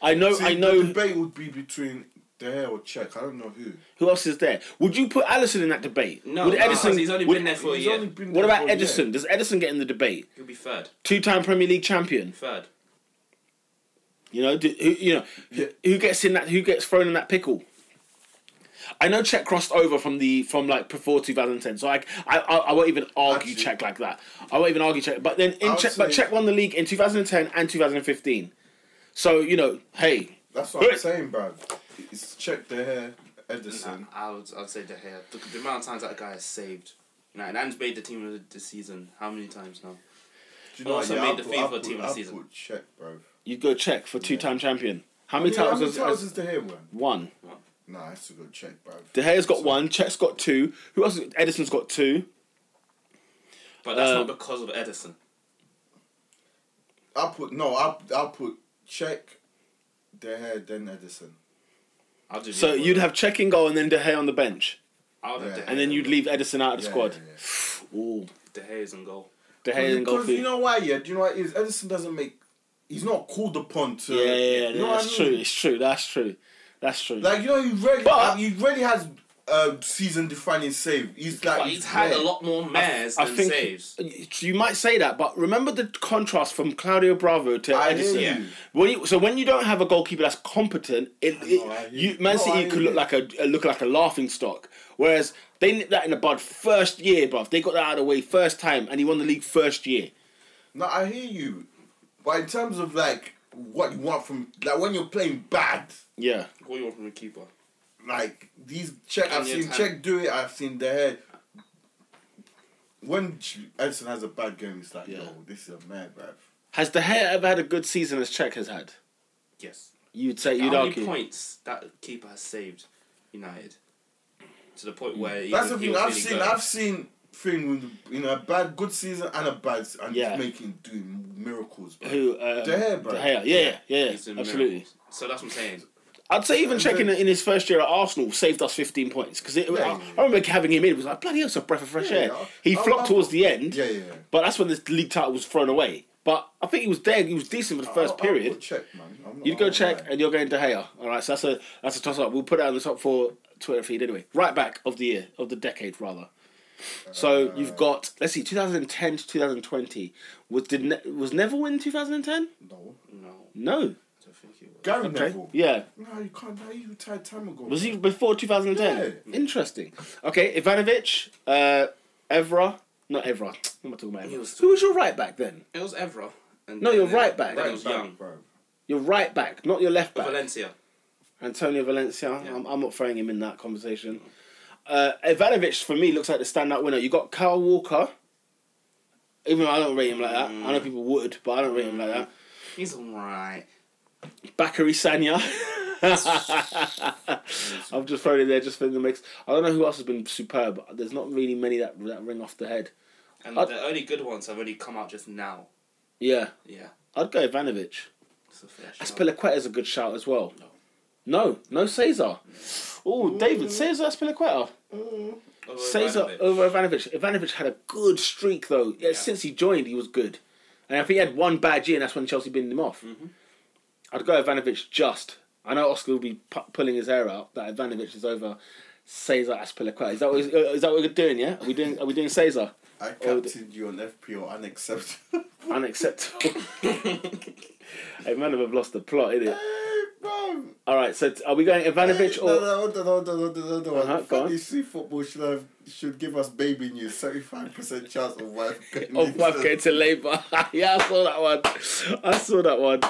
S1: I know.
S3: See,
S1: I know.
S3: The debate would be between De Gea or Czech. I don't know who.
S1: Who else is there? Would you put Allison in that debate?
S2: No,
S1: Would
S2: no,
S1: Edison?
S2: he's only
S1: would-
S2: been there for a
S3: He's
S2: year.
S3: only been
S1: What
S3: there
S1: about
S3: for a year.
S1: Edison? Does Edison get in the debate?
S2: He'll be third.
S1: Two-time Premier League champion.
S2: Third.
S1: You know, do, who, you know,
S3: Yeah.
S1: who gets in that? Who gets thrown in that pickle? I know Czech crossed over from the from like before 2010, so I I, I, I won't even argue
S3: Actually-
S1: Czech like that. I won't even argue Czech. But then in
S3: I'll
S1: Czech, but
S3: say-
S1: Czech won the league in 2010 and 2015. So you know, hey,
S3: That's what
S1: Hey.
S3: I'm saying, bruv. It's Czech, De Gea, Edison.
S2: I would, I'd say De Gea. The, the amount of times that guy has saved. Nah, and Anne's made the team of the, the season. How many times now?
S3: Do you
S2: Well, also
S3: I'll
S2: made the
S3: put- I'll
S2: FIFA team
S3: put-
S2: of the
S3: I'll
S2: season.
S3: put Czech, bruv.
S1: you go Czech for two-time champion. How
S3: I
S1: many
S3: mean,
S1: times
S3: How many
S1: was
S3: titles is De Gea won?
S1: one?
S3: Nah, it's to go Czech, bruv.
S1: De Gea's got one. Czech's got two. Who else? Edison's got two.
S2: But that's
S1: Uh,
S2: not because of Edison.
S3: I'll put no. I'll I'll put Czech, De Gea, then Edison.
S2: I'll do
S1: So you'd have Czech in goal and then De Gea on the bench,
S2: I'll have
S3: Yeah.
S2: De Gea.
S1: and then you'd leave Edison out of the
S3: Yeah,
S1: squad.
S3: yeah,
S1: Ooh,
S2: De Gea's in goal.
S1: De Gea in goal.
S3: Because you know why? Yeah. Do you know why? it Is Edison doesn't make. He's not called upon to.
S1: yeah, yeah, yeah,
S3: you know what I
S1: that's
S3: mean?
S1: true. It's true. That's true. That's true.
S3: Like you know, he really,
S1: But-
S3: like, he really has a season-defining save. He's like
S2: But he's had
S3: rare.
S2: a lot more mares
S1: I
S2: than
S1: think-
S2: saves.
S1: you might say that, but remember the contrast from Claudio Bravo to
S3: I
S1: Edison.
S3: hear you.
S1: When you, so when you don't have a goalkeeper that's competent, it,
S3: I know,
S1: it-
S3: I hear
S1: you,
S3: you.
S1: Man
S3: No, I
S1: City
S3: hear
S1: could look
S3: you.
S1: like a uh, look like a laughing stock. Whereas they nipped that in the bud first year, bruv. They got that out of the way first time, and he won the league first year.
S3: No, I hear you. But in terms of like what you want from like when you're playing bad,
S1: Yeah,
S2: What you want from a keeper?
S3: like these check
S2: And
S3: I've
S2: your
S3: seen
S2: time.
S3: check do it. I've seen the head. When Edison has a bad game, it's like,
S1: Yeah.
S3: yo, this is a mad bruv.
S1: has De Gea ever had a good season as Czech has had?
S2: Yes.
S1: You'd say
S2: How
S1: you'd
S2: many
S1: argue.
S2: points that keeper has saved United? To the point where he,
S3: That's the
S2: he
S3: thing.
S2: was
S3: I've
S2: really
S3: seen.
S2: good.
S3: I've seen thing with you know a bad good season and a bad se- and
S1: Yeah.
S3: he's making doing miracles. Bruv.
S1: Who? Um,
S3: De Gea,
S1: De
S3: bro.
S1: Gea. Yeah, yeah, yeah,
S2: He's doing
S1: absolutely.
S2: miracles. So that's what I'm saying.
S1: I'd say even
S3: And
S1: checking
S3: then-
S1: in his first year at Arsenal saved us 15 points because I,
S3: Yeah.
S1: I remember having him in. It was like bloody hell, it's a breath of fresh
S3: Yeah,
S1: air.
S3: yeah.
S1: He
S3: I-
S1: flopped
S3: I-
S1: towards the end,
S3: Yeah, yeah. yeah.
S1: but that's when this league title was thrown away. But I think he was there. He was decent for the 1st
S3: I'll- I'll
S1: period.
S3: go check, oh, man. I'm not-
S1: You'd go
S3: I'm
S1: check,
S3: not-
S1: and you're going to Gea. All right, so that's a that's a toss up. We'll put it on the top four Twitter feed anyway. Right back of the year of the decade rather. So
S3: Uh,
S1: you've got let's see, 2010 to 2020 was did ne- was Neville in 2010?
S3: No.
S2: No,
S1: No.
S2: I don't think he was.
S3: Gary
S1: Okay.
S3: Neville.
S1: Yeah.
S3: No, you can't. No, you retired time ago.
S1: Was he before 2010?
S3: Yeah.
S1: Interesting. Okay, Ivanovic, uh, Evra, not Evra. What am I talking about?
S2: He
S1: Evra?
S2: was-
S1: Who was your right back then?
S2: It was Evra. And
S1: No, you're
S2: and then-
S1: right back.
S2: then it
S1: Right
S2: was
S3: back,
S2: Young.
S3: bro.
S1: Your right back, not your left back.
S2: Valencia.
S1: Antonio Valencia.
S2: Yeah.
S1: I'm, I'm not throwing him in that conversation. Uh, Ivanovic for me looks like the standout winner. You got Kyle Walker. Even though I don't rate him like that. I know people would, but I don't rate him like that.
S2: He's alright.
S1: Bakary Sanya. I've just thrown it there just for the mix. I don't know who else has been superb. There's not really many that that ring off the head.
S2: And
S1: I'd-
S2: the only good ones have only come out just now.
S1: Yeah,
S2: Yeah.
S1: I'd go Ivanovic.
S2: It's a fair shout.
S1: Aspilicueta's a good shout as well. No, no Cesar. Oh, David Cesar Aspilicueta.
S2: Over
S1: Cesar
S2: Oh,
S1: oh. over
S2: Ivanovic.
S1: Ivanovic. Ivanovic had a good streak though. Yeah, Since he joined, he was good, and I think he had one bad year, and that's when Chelsea binned him off. I'd go Ivanovic just. I know Oscar will be pu- pulling his hair out that Ivanovic is over Cesar Aspilicueta. Is that what, is that what we're doing? Yeah, are we doing are we doing Cesar?
S3: I
S1: Oh,
S3: captained you on FPL unacceptable.
S1: Unacceptable. hey, man, have lost the plot, innit?
S3: hey, bro.
S1: All right, so t- are we going Ivanovic
S3: Hey,
S1: or?
S3: No, no, hold on, hold on, hold on, hold on.
S1: Uh-huh, go on.
S3: Fantasy football should have should give us baby news. Seventy-five percent chance of wife getting
S1: of wife
S3: into-
S1: going to labour. yeah, I saw that one. I saw that one.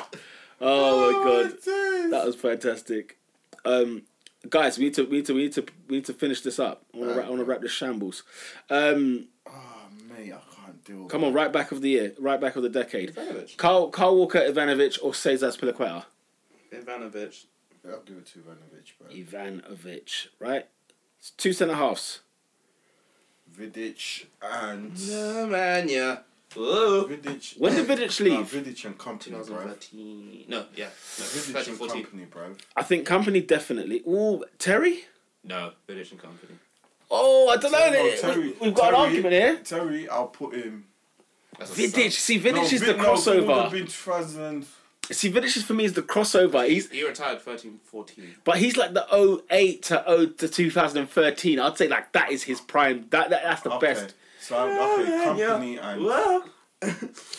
S1: Oh my god,
S3: days.
S1: that was fantastic. Um, guys, we need to we need to we need to we need to finish this up. I want to I want to wrap this shambles. Um,
S3: Oh mate, I can't deal.
S1: come on, right back of the year, right back of the decade.
S2: Ivanovic.
S1: Carl Carl Walker, Ivanovic, or Cesar Spiliqueta?
S2: Ivanovic.
S3: I'll give it to Ivanovic, bro.
S1: Ivanovic, right? It's two centre halves.
S3: Vidic and
S2: No man, yeah. Whoa.
S3: Vidic.
S1: When did Vidic
S3: Nah,
S1: leave?
S3: Vidic and company, bruv.
S2: 2013. No, yeah. No,
S3: Vidic
S2: 13,
S3: and
S2: 14.
S3: company, bruv.
S1: I think company definitely. Ooh, Terry.
S2: No, British and Company.
S1: Oh, I don't know.
S3: No,
S1: we- We've got an argument here.
S3: Terry, I'll put him.
S2: That's a
S1: Vidic,
S2: sub.
S1: see, Vidic is
S3: Vid-
S1: the crossover.
S3: No, Vidic would have been 2000.
S1: See, Vidic is for me is the crossover. He's
S2: He retired 13, 14.
S1: but he's like the 08 to 0 to 2013. I'd say like that is his prime. That, that that's the
S3: Okay.
S1: best.
S3: So I'm okay,
S2: yeah.
S3: company and
S2: Whoa.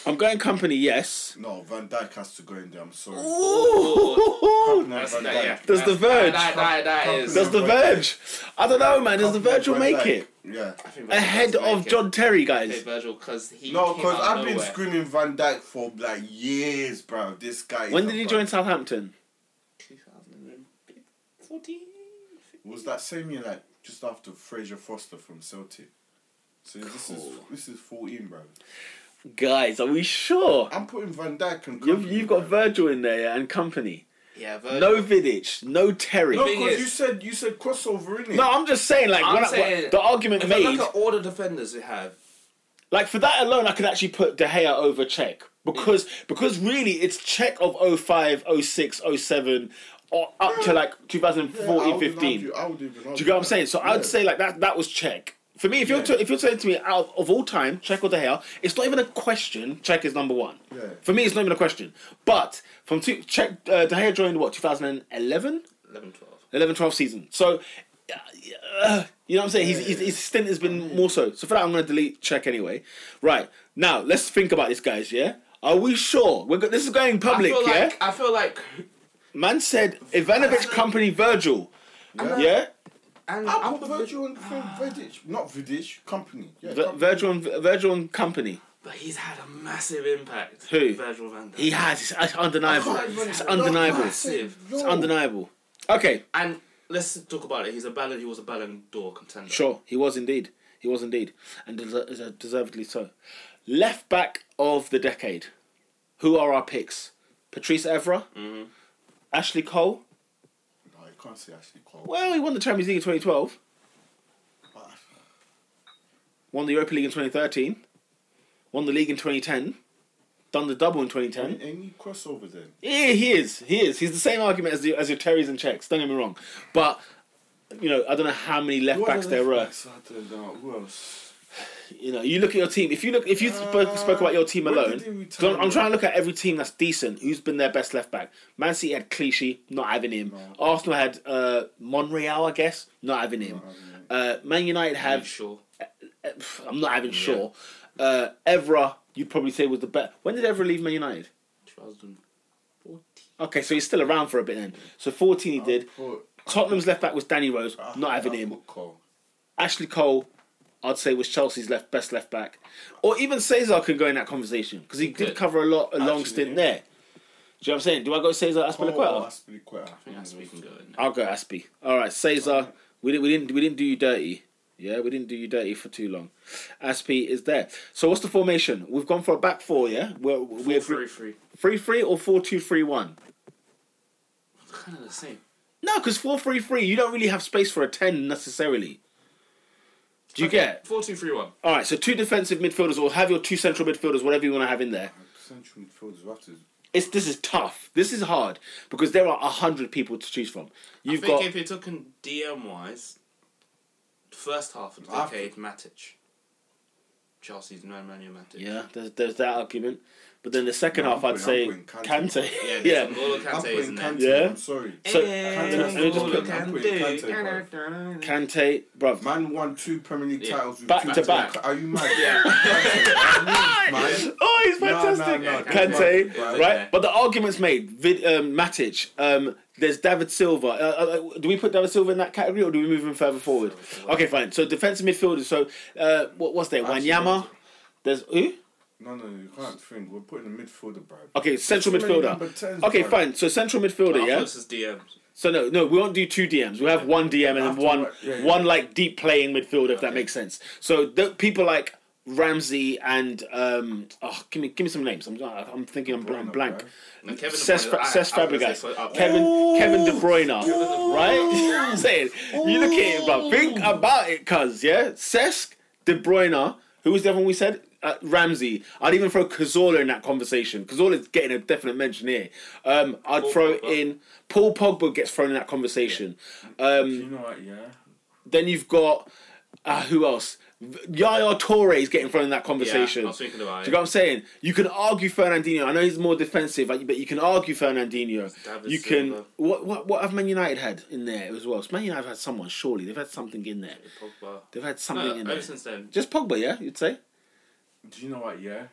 S1: I'm going company. Yes.
S3: no Van Dyke has to go in there. I'm sorry.
S1: Ooh.
S3: No,
S2: That's
S3: Van
S2: that,
S3: Dijk.
S2: yeah.
S1: Does
S2: That-
S1: The Verge-
S2: That, that, that
S3: Company-
S2: is.
S1: Does the Verge? I don't know, man. Does the
S3: Company
S1: Verge will
S3: Van
S1: make
S3: Dijk.
S1: it
S3: Yeah.
S2: I think Virgil
S1: ahead
S2: does make
S1: of
S2: it.
S1: John Terry,
S2: Hey,
S1: guys?
S2: Virgil, because he. came
S3: No,
S2: out
S3: because
S2: of
S3: I've been
S2: nowhere.
S3: screaming Van Dyke for like years, bro. This guy. is
S1: When
S3: a
S1: did he
S3: bruv.
S1: join Southampton?
S2: 2014?
S3: Was that same year, like just after Fraser Foster from Celtic? So this is
S1: Cool.
S3: this is 14, bro.
S1: Guys, are we sure?
S3: I'm putting Van Dyke and
S1: You've, you've got Virgil in there yeah, and company.
S2: Yeah, Virgil.
S1: No Vidic, no Terry.
S3: No,
S2: thing
S3: because
S2: is-
S3: you said you said crossover in it.
S1: No, I'm just saying, like,
S2: I'm
S1: when I-
S2: saying-
S1: when- the argument
S2: If I
S1: made,
S2: look at all the defenders we have,
S1: like, for that alone, I could actually put De Gea over Czech. Because, because really, it's Czech of 05, 06, 07, or up to, like, 2014, 15. Do
S3: I would even
S1: you get what I'm saying? So I'd say, like, that that was Czech. For me, if you're,
S3: Yeah.
S1: to, if you're saying to me, out of, of all time, Czech or De Gea, it's not even a question, Czech is number one.
S3: Yeah.
S1: For me, it's not even a question. But from two, Czech, uh, De Gea joined, what, 2011?
S2: 11, 12.
S1: 11 12 season. So, uh, you know what I'm saying? His, his, his stint has been more so. So, for that, I'm going to delete check anyway. Right. Now, let's think about this, guys, yeah? Are we sure? We're go- this is going public,
S2: I feel
S1: yeah?
S2: like I feel like
S1: Man said Ivanovic Company Virgil. Yeah?
S2: and
S3: I'll,
S2: I'm
S3: put
S2: with-
S3: Virgil and Vidic, not Vidic, company. Yeah,
S1: Vir-
S3: company.
S1: Virgil, and, Virgil and Company.
S2: But he's had a massive impact.
S1: Who?
S2: Virgil van Dijk.
S1: He has. It's, it's undeniable.
S3: I can't
S1: It's
S3: even-
S1: undeniable.
S3: No,
S1: It's
S2: Massive.
S3: no.
S1: undeniable. Okay.
S2: And let's talk about it. He's a Ballon. He was a Ballon d'Or contender.
S1: Sure, he was indeed. He was indeed, and deser- deser- deservedly so. Left back of the decade. Who are our picks? Patrice Evra, Ashley Cole.
S3: No, you can't say Ashley Cole.
S1: Well, he won the Champions League in 2012. Won the Europa League in 2013. Won the league in 2010. Done the double in 2010.
S3: Any crossover then?
S1: Yeah, he is. He is. He's the same argument as the, as your Terrys and Czechs. Don't get me wrong, but you know I don't know how many left backs there were.
S3: Backs, I don't know. Who else?
S1: You know, you look at your team. If you look, if you spoke, spoke about your team
S3: when did
S1: alone,
S3: they retire?
S1: so I'm, I'm trying to look at every team that's decent. Who's been their best left back? Man City had Clichy, not having him.
S3: No.
S1: Arsenal had uh, Monreal, I guess, not having him. Uh, Man United
S2: Are you
S1: had,
S2: sure?
S1: I'm not having sure. Uh, Evra, you'd probably say was the best. When did Evra leave Man United?
S2: 2014.
S1: Okay, so he's still around for a bit then. So 14 he did.
S3: I'll put-
S1: Tottenham's left back was Danny Rose,
S3: I'll-
S1: not having
S3: I'll
S1: him.
S3: put Cole.
S1: Ashley Cole, I'd say was Chelsea's left best left back, or even Cesar could go in that conversation because he did
S2: could.
S1: cover a lot a long
S3: Actually,
S1: stint
S3: yeah.
S1: there. Do you know what I'm saying? Do I go Cesar
S3: Cole
S1: Aspilicueta?
S3: or Aspilicueta.
S2: I think that's where we can go in.
S1: I'll go Aspi. All right, Cesar. We didn't we didn't we didn't do you dirty. Yeah, we didn't do you dirty for too long. Aspi is there. So what's the formation? We've gone for a back four. Yeah, we're we're
S2: We're
S1: three
S2: free, free.
S1: three or four two three one.
S2: It's kind of the same.
S1: No, because four three three, you don't really have space for a ten necessarily. Do you get?
S2: Four, two, three, one.
S1: All right, so two defensive midfielders, or have your two central midfielders, whatever you want to have in there.
S3: Central midfielders we have to.
S1: It's this is tough. This is hard because there are a hundred people to choose from. You've
S2: I think
S1: got
S2: if you're talking DM wise, first half of the
S3: I've-
S2: decade, Matic. Chelsea's no Manuel Matic.
S1: yeah, there's, there's that argument, but then the second
S3: No,
S1: half,
S3: I'm
S1: I'd say
S3: putting- I'm putting
S1: Kante.
S2: Yeah,
S1: Yeah,
S2: yeah. N'Golo
S3: I'm
S2: Kante is
S3: putting
S2: in there.
S3: Kante.
S1: Yeah.
S3: I'm sorry.
S1: So-
S2: Eh,
S1: Let me just
S2: N'Golo
S1: put-
S3: I'm
S2: Kante.
S3: putting Kante,
S1: Kante, bruv.
S3: Man won two Premier League
S2: Yeah.
S3: titles with
S1: Back
S3: two
S1: to
S3: different-
S1: back.
S3: Are you mad?
S2: Yeah.
S3: Man,
S1: Oh, he's
S3: No, no,
S1: fantastic,
S3: no,
S1: Kante.
S3: Kante, right.
S1: right, but the argument's made. Vid, um, Matic. Um, there's David Silva. Uh, uh, uh, do we put David Silva in that category, or do we move him further forward? Okay, fine. So defensive midfielders. So uh, what was there?
S3: Actually,
S1: Wanyama. There's who?
S3: No, no, you can't think. We're putting a midfielder, bro.
S1: Okay, central
S3: Too many
S1: midfielder.
S3: number 10s,
S1: Okay,
S3: bro.
S1: fine. So central midfielder, yeah.
S2: Alphonse is DM.
S1: So no, no, we won't do two DMs. We will have one DM and then
S3: After
S1: one,
S3: work, yeah, yeah.
S1: one like deep playing midfielder, if that makes sense. So the, people like Ramsey and um, oh, give me give me some names. I'm I'm thinking I'm blank.
S3: Bruno,
S1: blank.
S3: bro.
S2: No, Kevin De
S1: Cesc
S2: Bruyne, I-
S1: Cesc
S2: I was gonna
S1: Fabregas,
S2: say for- up there.
S1: Kevin Kevin De Bruyne,
S2: Bruyne.
S1: right? I'm saying you look at it, but think about it, cuz yeah, Cesc De Bruyne. Who was the other one we said? Uh, Ramsey. I'd even throw Cazorla in that conversation. Cazorla's getting a definite mention here. Um, I'd
S2: Paul
S1: throw
S2: Pogba.
S1: in Paul Pogba gets thrown in that conversation.
S3: Do
S1: Um,
S3: you know what? Yeah.
S1: then you've got uh, who else? Yaya Torre is getting thrown in that conversation.
S2: Yeah, I was thinking about
S1: Do you
S2: it.
S1: know what I'm saying? You can argue Fernandinho. I know he's more defensive, like, but you can argue Fernandinho.
S2: David
S1: you can.
S2: Silva.
S1: What what what have Man United had in there as well? Man United have had someone. Surely they've had something in there.
S2: Pogba.
S1: They've had something
S2: No,
S1: in
S2: ever
S1: there.
S2: since then,
S1: Just Pogba, yeah, you'd say.
S3: Do you know what? Yeah.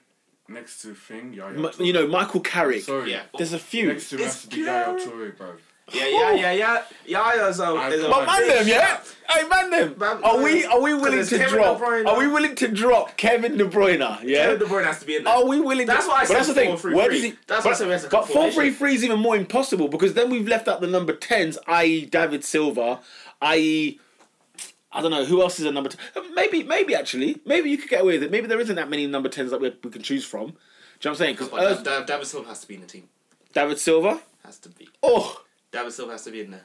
S3: Next to thing, Yaya.
S1: M-
S3: Toure.
S1: you know Michael Carrick.
S3: Sorry.
S2: Yeah.
S1: There's a few.
S3: Next to him
S2: It's
S3: has to be Yaya
S2: Gareth.
S3: Toure, bro.
S2: Yeah, yeah, yeah, yeah. Yeah, is a,
S3: I
S2: is a
S3: can't-
S1: But man, them, yeah. Hey, man,
S2: Man,
S1: them. Are we are we willing
S2: it's
S1: to
S2: Kevin De
S1: drop?
S2: Bruyne.
S1: Are we willing to drop Kevin De Bruyne? Yeah.
S2: Kevin De Bruyne has to be in there.
S1: Are we willing?
S2: That's
S1: to,
S2: why I
S1: but
S2: said
S1: that's the thing.
S2: 4-3-3.
S1: Where does he, but,
S2: That's why I said we have to
S1: but
S2: conform,
S1: four three three is even more impossible because then we've left out the number tens, i.e. David Silva, i.e. I don't know who else is a number ten. Um, Maybe, maybe actually, maybe you could get away with it. Maybe there isn't that many number tens that we, we can choose from. Do you know what I'm saying? Because
S2: But Da- Da- David Silva has to be in the team.
S1: David Silva.
S2: Has to be.
S1: Oh,
S2: David Silva has to be in there.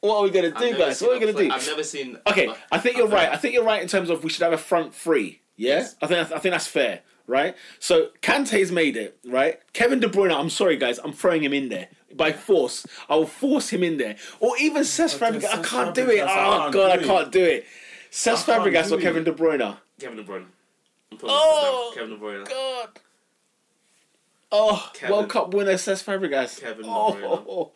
S1: what are we gonna
S2: I've
S1: do,
S2: never
S1: guys?
S2: seen
S1: What are
S2: a
S1: we gonna
S2: play-
S1: do?
S2: I've never seen. Uh,
S1: Okay, I think you're
S2: I've never-
S1: right. I think you're right in terms of we should have a front three. Yeah,
S2: Yes.
S1: I think I think that's fair, right? So Kante's made it, right? Kevin De Bruyne, I'm sorry guys, I'm throwing him in there by force. I will force him in there, or even Cesc
S3: But then
S1: Fabregas. I
S3: Oh, Cesc
S1: can't do it.
S3: Fabregas,
S1: Oh
S3: I can't
S1: god, I
S3: do it.
S1: can't do it. Cesc
S3: I can't
S1: Fabregas
S3: do
S1: or
S3: it.
S1: Kevin De Bruyne.
S2: Kevin De Bruyne. I'm putting
S1: Oh,
S2: it down. Kevin De Bruyne.
S1: God. Oh,
S2: Kevin-
S1: World Cup winner Cesc Fabregas.
S2: Kevin De
S1: oh,
S2: Bruyne.
S1: oh, oh.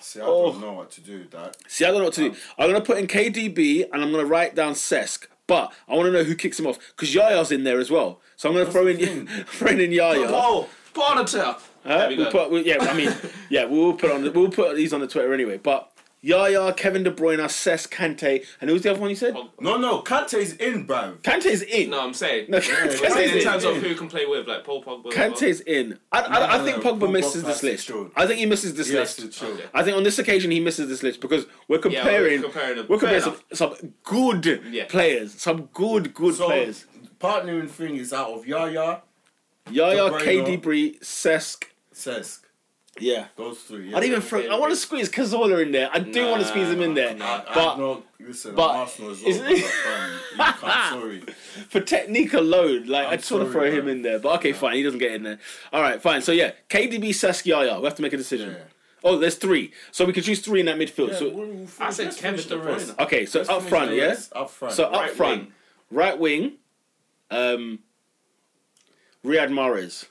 S3: See, I
S1: Oh.
S3: don't know what to do with that.
S1: See, I don't know what to do. I'm gonna put in KDB and I'm gonna write down Sesk, but I want to know who kicks him off because Yaya's in there as well. So I'm gonna throw in throw in Yaya.
S2: Whoa! Put on a tip.
S1: Huh?
S2: There we
S1: We'll
S2: go.
S1: put, we- yeah, I mean, yeah, we'll put on the, we'll put these on the Twitter anyway. But Yaya, Kevin De Bruyne, Sesk, Kante, and who's the other one you said?
S2: Pogba.
S3: No, no, Kante's in, bro.
S1: Kante's in.
S2: No, I'm saying.
S1: No,
S2: I'm
S1: Kante's
S2: saying in
S1: in.
S2: terms of who you can play with, like Paul Pogba.
S1: Kante's in. I, I, I
S3: No,
S1: think
S3: no,
S1: Pogba
S3: Pogba
S1: misses this
S3: has to
S1: list.
S3: show.
S1: I think he misses this
S3: He has
S1: list.
S3: to chill.
S2: Okay.
S1: I think on this occasion he misses this list because we're comparing
S2: we're comparing them.
S1: we're comparing
S2: Fair
S1: some, some good
S2: Yeah.
S1: players, some good good
S3: So,
S1: players.
S3: partnering thing is out of Yaya,
S1: Yaya,
S3: De Bruyne.
S1: KD, Bree, Sesk.
S3: Sesk.
S1: Yeah.
S3: Those three. Yeah.
S1: I'd even throw. I want to squeeze Kazola in there. I do want to squeeze him in there,
S2: Nah,
S3: I,
S1: but
S3: I know, listen,
S1: but-
S3: I'm Arsenal as
S1: is
S3: well.
S1: it-
S3: but, um, you can't, sorry.
S1: for technique alone, like i
S3: I'm
S1: just want to throw
S3: sorry,
S1: him
S3: bro.
S1: in there. But okay, fine, he doesn't get in there. All right, fine. So yeah, KDB, Sesk, Yaya. We have to make a decision.
S3: Yeah.
S1: Oh, there's three, so we can choose three in that midfield.
S3: Yeah,
S1: so
S3: we'll- we'll
S2: I
S3: finish-
S2: said
S3: let's
S2: Kevin
S3: finish
S2: De
S3: the rest.
S2: Bruyne.
S1: okay, so
S3: Let's
S1: up
S3: finish
S1: front,
S3: the
S1: yeah.
S3: rest. Up front.
S1: So
S2: Right
S1: up front,
S2: wing.
S1: right wing, um, Riyad Mahrez.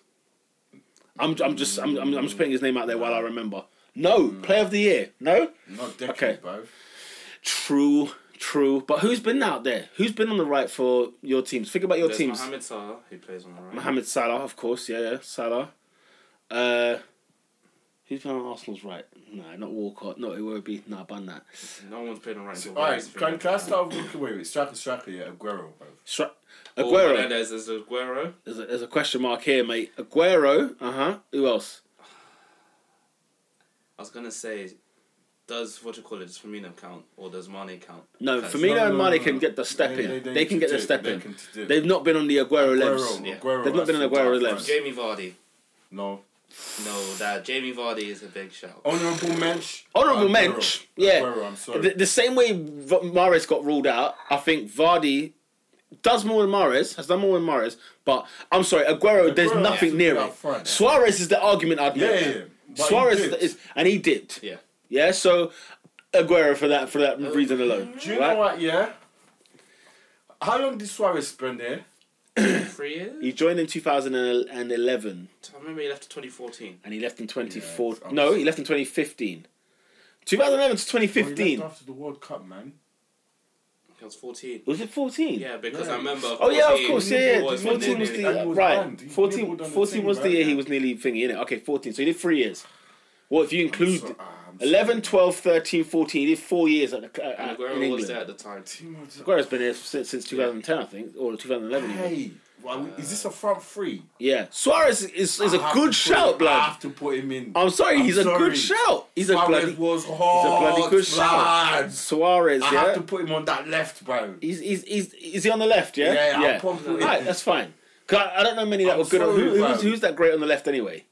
S1: I'm, I'm just I'm, I'm, I'm just putting his name out there while I remember. No, player of the year. No,
S3: Not decade,
S1: Okay.
S3: bro.
S1: true, true. But who's been out there? Who's been on the right for your teams? Think about your
S2: There's
S1: teams. Mohamed,
S2: Mohamed Salah, who plays on the right.
S1: Salah, of course. Yeah, yeah, Salah. Uh, who's been on Arsenal's right? Nah, not Walcott. No, it won't be. Nah, ban that.
S2: No one's playing on right.
S3: So,
S2: until
S3: all right,
S2: Ramsey.
S3: can, can I start with wait, wait, striker, striker, yeah, Aguero, bro.
S1: Stra-
S2: Oh,
S1: Aguero.
S2: Hernandez is Aguero.
S1: There's a, there's a question mark here, mate. Aguero. Uh huh. Who else?
S2: I was gonna say, does what you call it? Does Firmino count or does Mane count?
S1: No,
S2: That's-
S1: Firmino
S3: No,
S1: and
S3: no,
S1: Mane
S3: no,
S1: can
S3: no.
S1: get the step
S3: They-
S1: in. They,
S3: they- they
S1: can
S3: can
S1: get the
S3: do it.
S1: step
S3: They
S1: in.
S3: can do it.
S1: They've not been on the Aguero levels.
S3: Aguero,
S2: Yeah.
S3: Aguero
S1: They've not been
S3: has
S1: on
S3: to
S1: Aguero levels.
S3: be up front.
S2: Jamie Vardy.
S3: No.
S2: No, that Jamie Vardy is a big shout.
S3: Honorable mensch.
S1: Honourable
S3: Aguero.
S1: mensch, yeah.
S3: Aguero, I'm sorry.
S1: The, the same way v- Mares got ruled out, I think Vardy does more than Mares, has done more than Mares, but I'm sorry, Aguero, there's
S3: Aguero
S1: nothing
S3: has to
S1: near
S3: be
S1: it.
S3: up front.
S1: Suarez is the argument I'd
S3: yeah,
S1: make.
S3: yeah, yeah. But he
S1: Suarez is,
S3: did.
S1: the- is- and he dipped. Yeah.
S2: Yeah.
S1: so Aguero for that for that reason alone.
S3: Uh, Do you
S1: right?
S3: know what? Yeah. How long did Suarez spend there?
S2: Three years?
S1: He joined in 2011.
S2: I remember he left in 2014.
S1: and he left in 2014.
S3: Yeah, it's
S1: no, he left in 2015. 2011 to
S3: Well, he
S1: 2015.
S3: left after the World Cup, man.
S2: He was 14.
S1: was it 14?
S2: Yeah, because
S3: Yeah.
S2: I remember.
S1: Oh yeah, of
S2: 14
S1: course, yeah. yeah.
S2: was when
S1: 14
S2: they
S1: was
S2: did-
S1: the
S3: And he was
S1: right.
S3: banned. He nibbled
S1: 14,
S3: on the
S1: 14 was
S3: team,
S1: the year
S3: right?
S1: he was nearly thingy in it. Okay, 14. So he did three years. Well, if you
S3: I'm
S1: include
S3: so- ah, I'm
S1: 11,
S3: sorry.
S1: 12, 13, 14, he did four years at the, uh,
S2: And
S1: at, in
S2: Aguero was
S1: England.
S2: there at the time.
S3: Team of the-
S1: Aguero's been here since, since 2010, I think, or 2011. even.
S3: Hey, well, is this a front three?
S1: Yeah, Suarez is, is
S3: I
S1: a
S3: have to
S1: good
S3: put
S1: shout,
S3: him-
S1: blood.
S3: I have to put him in.
S1: I'm sorry,
S3: I'm
S1: he's a good
S3: sorry.
S1: shout. He's a
S3: Suarez
S1: bloody,
S3: was
S1: he's a
S3: hot.
S1: bloody good
S3: blood.
S1: shout. Suarez,
S3: I
S1: yeah.
S3: have to put him on that left, bro.
S1: He's, he's, he's, is he on the left, yeah?
S3: Yeah, I'll probably put him.
S1: Alright, that's fine. 'Cause I, I don't know many that
S3: I'm
S1: were good on.
S3: sorry,
S1: Who, who's,
S3: bro.
S1: who's that great on the left anyway?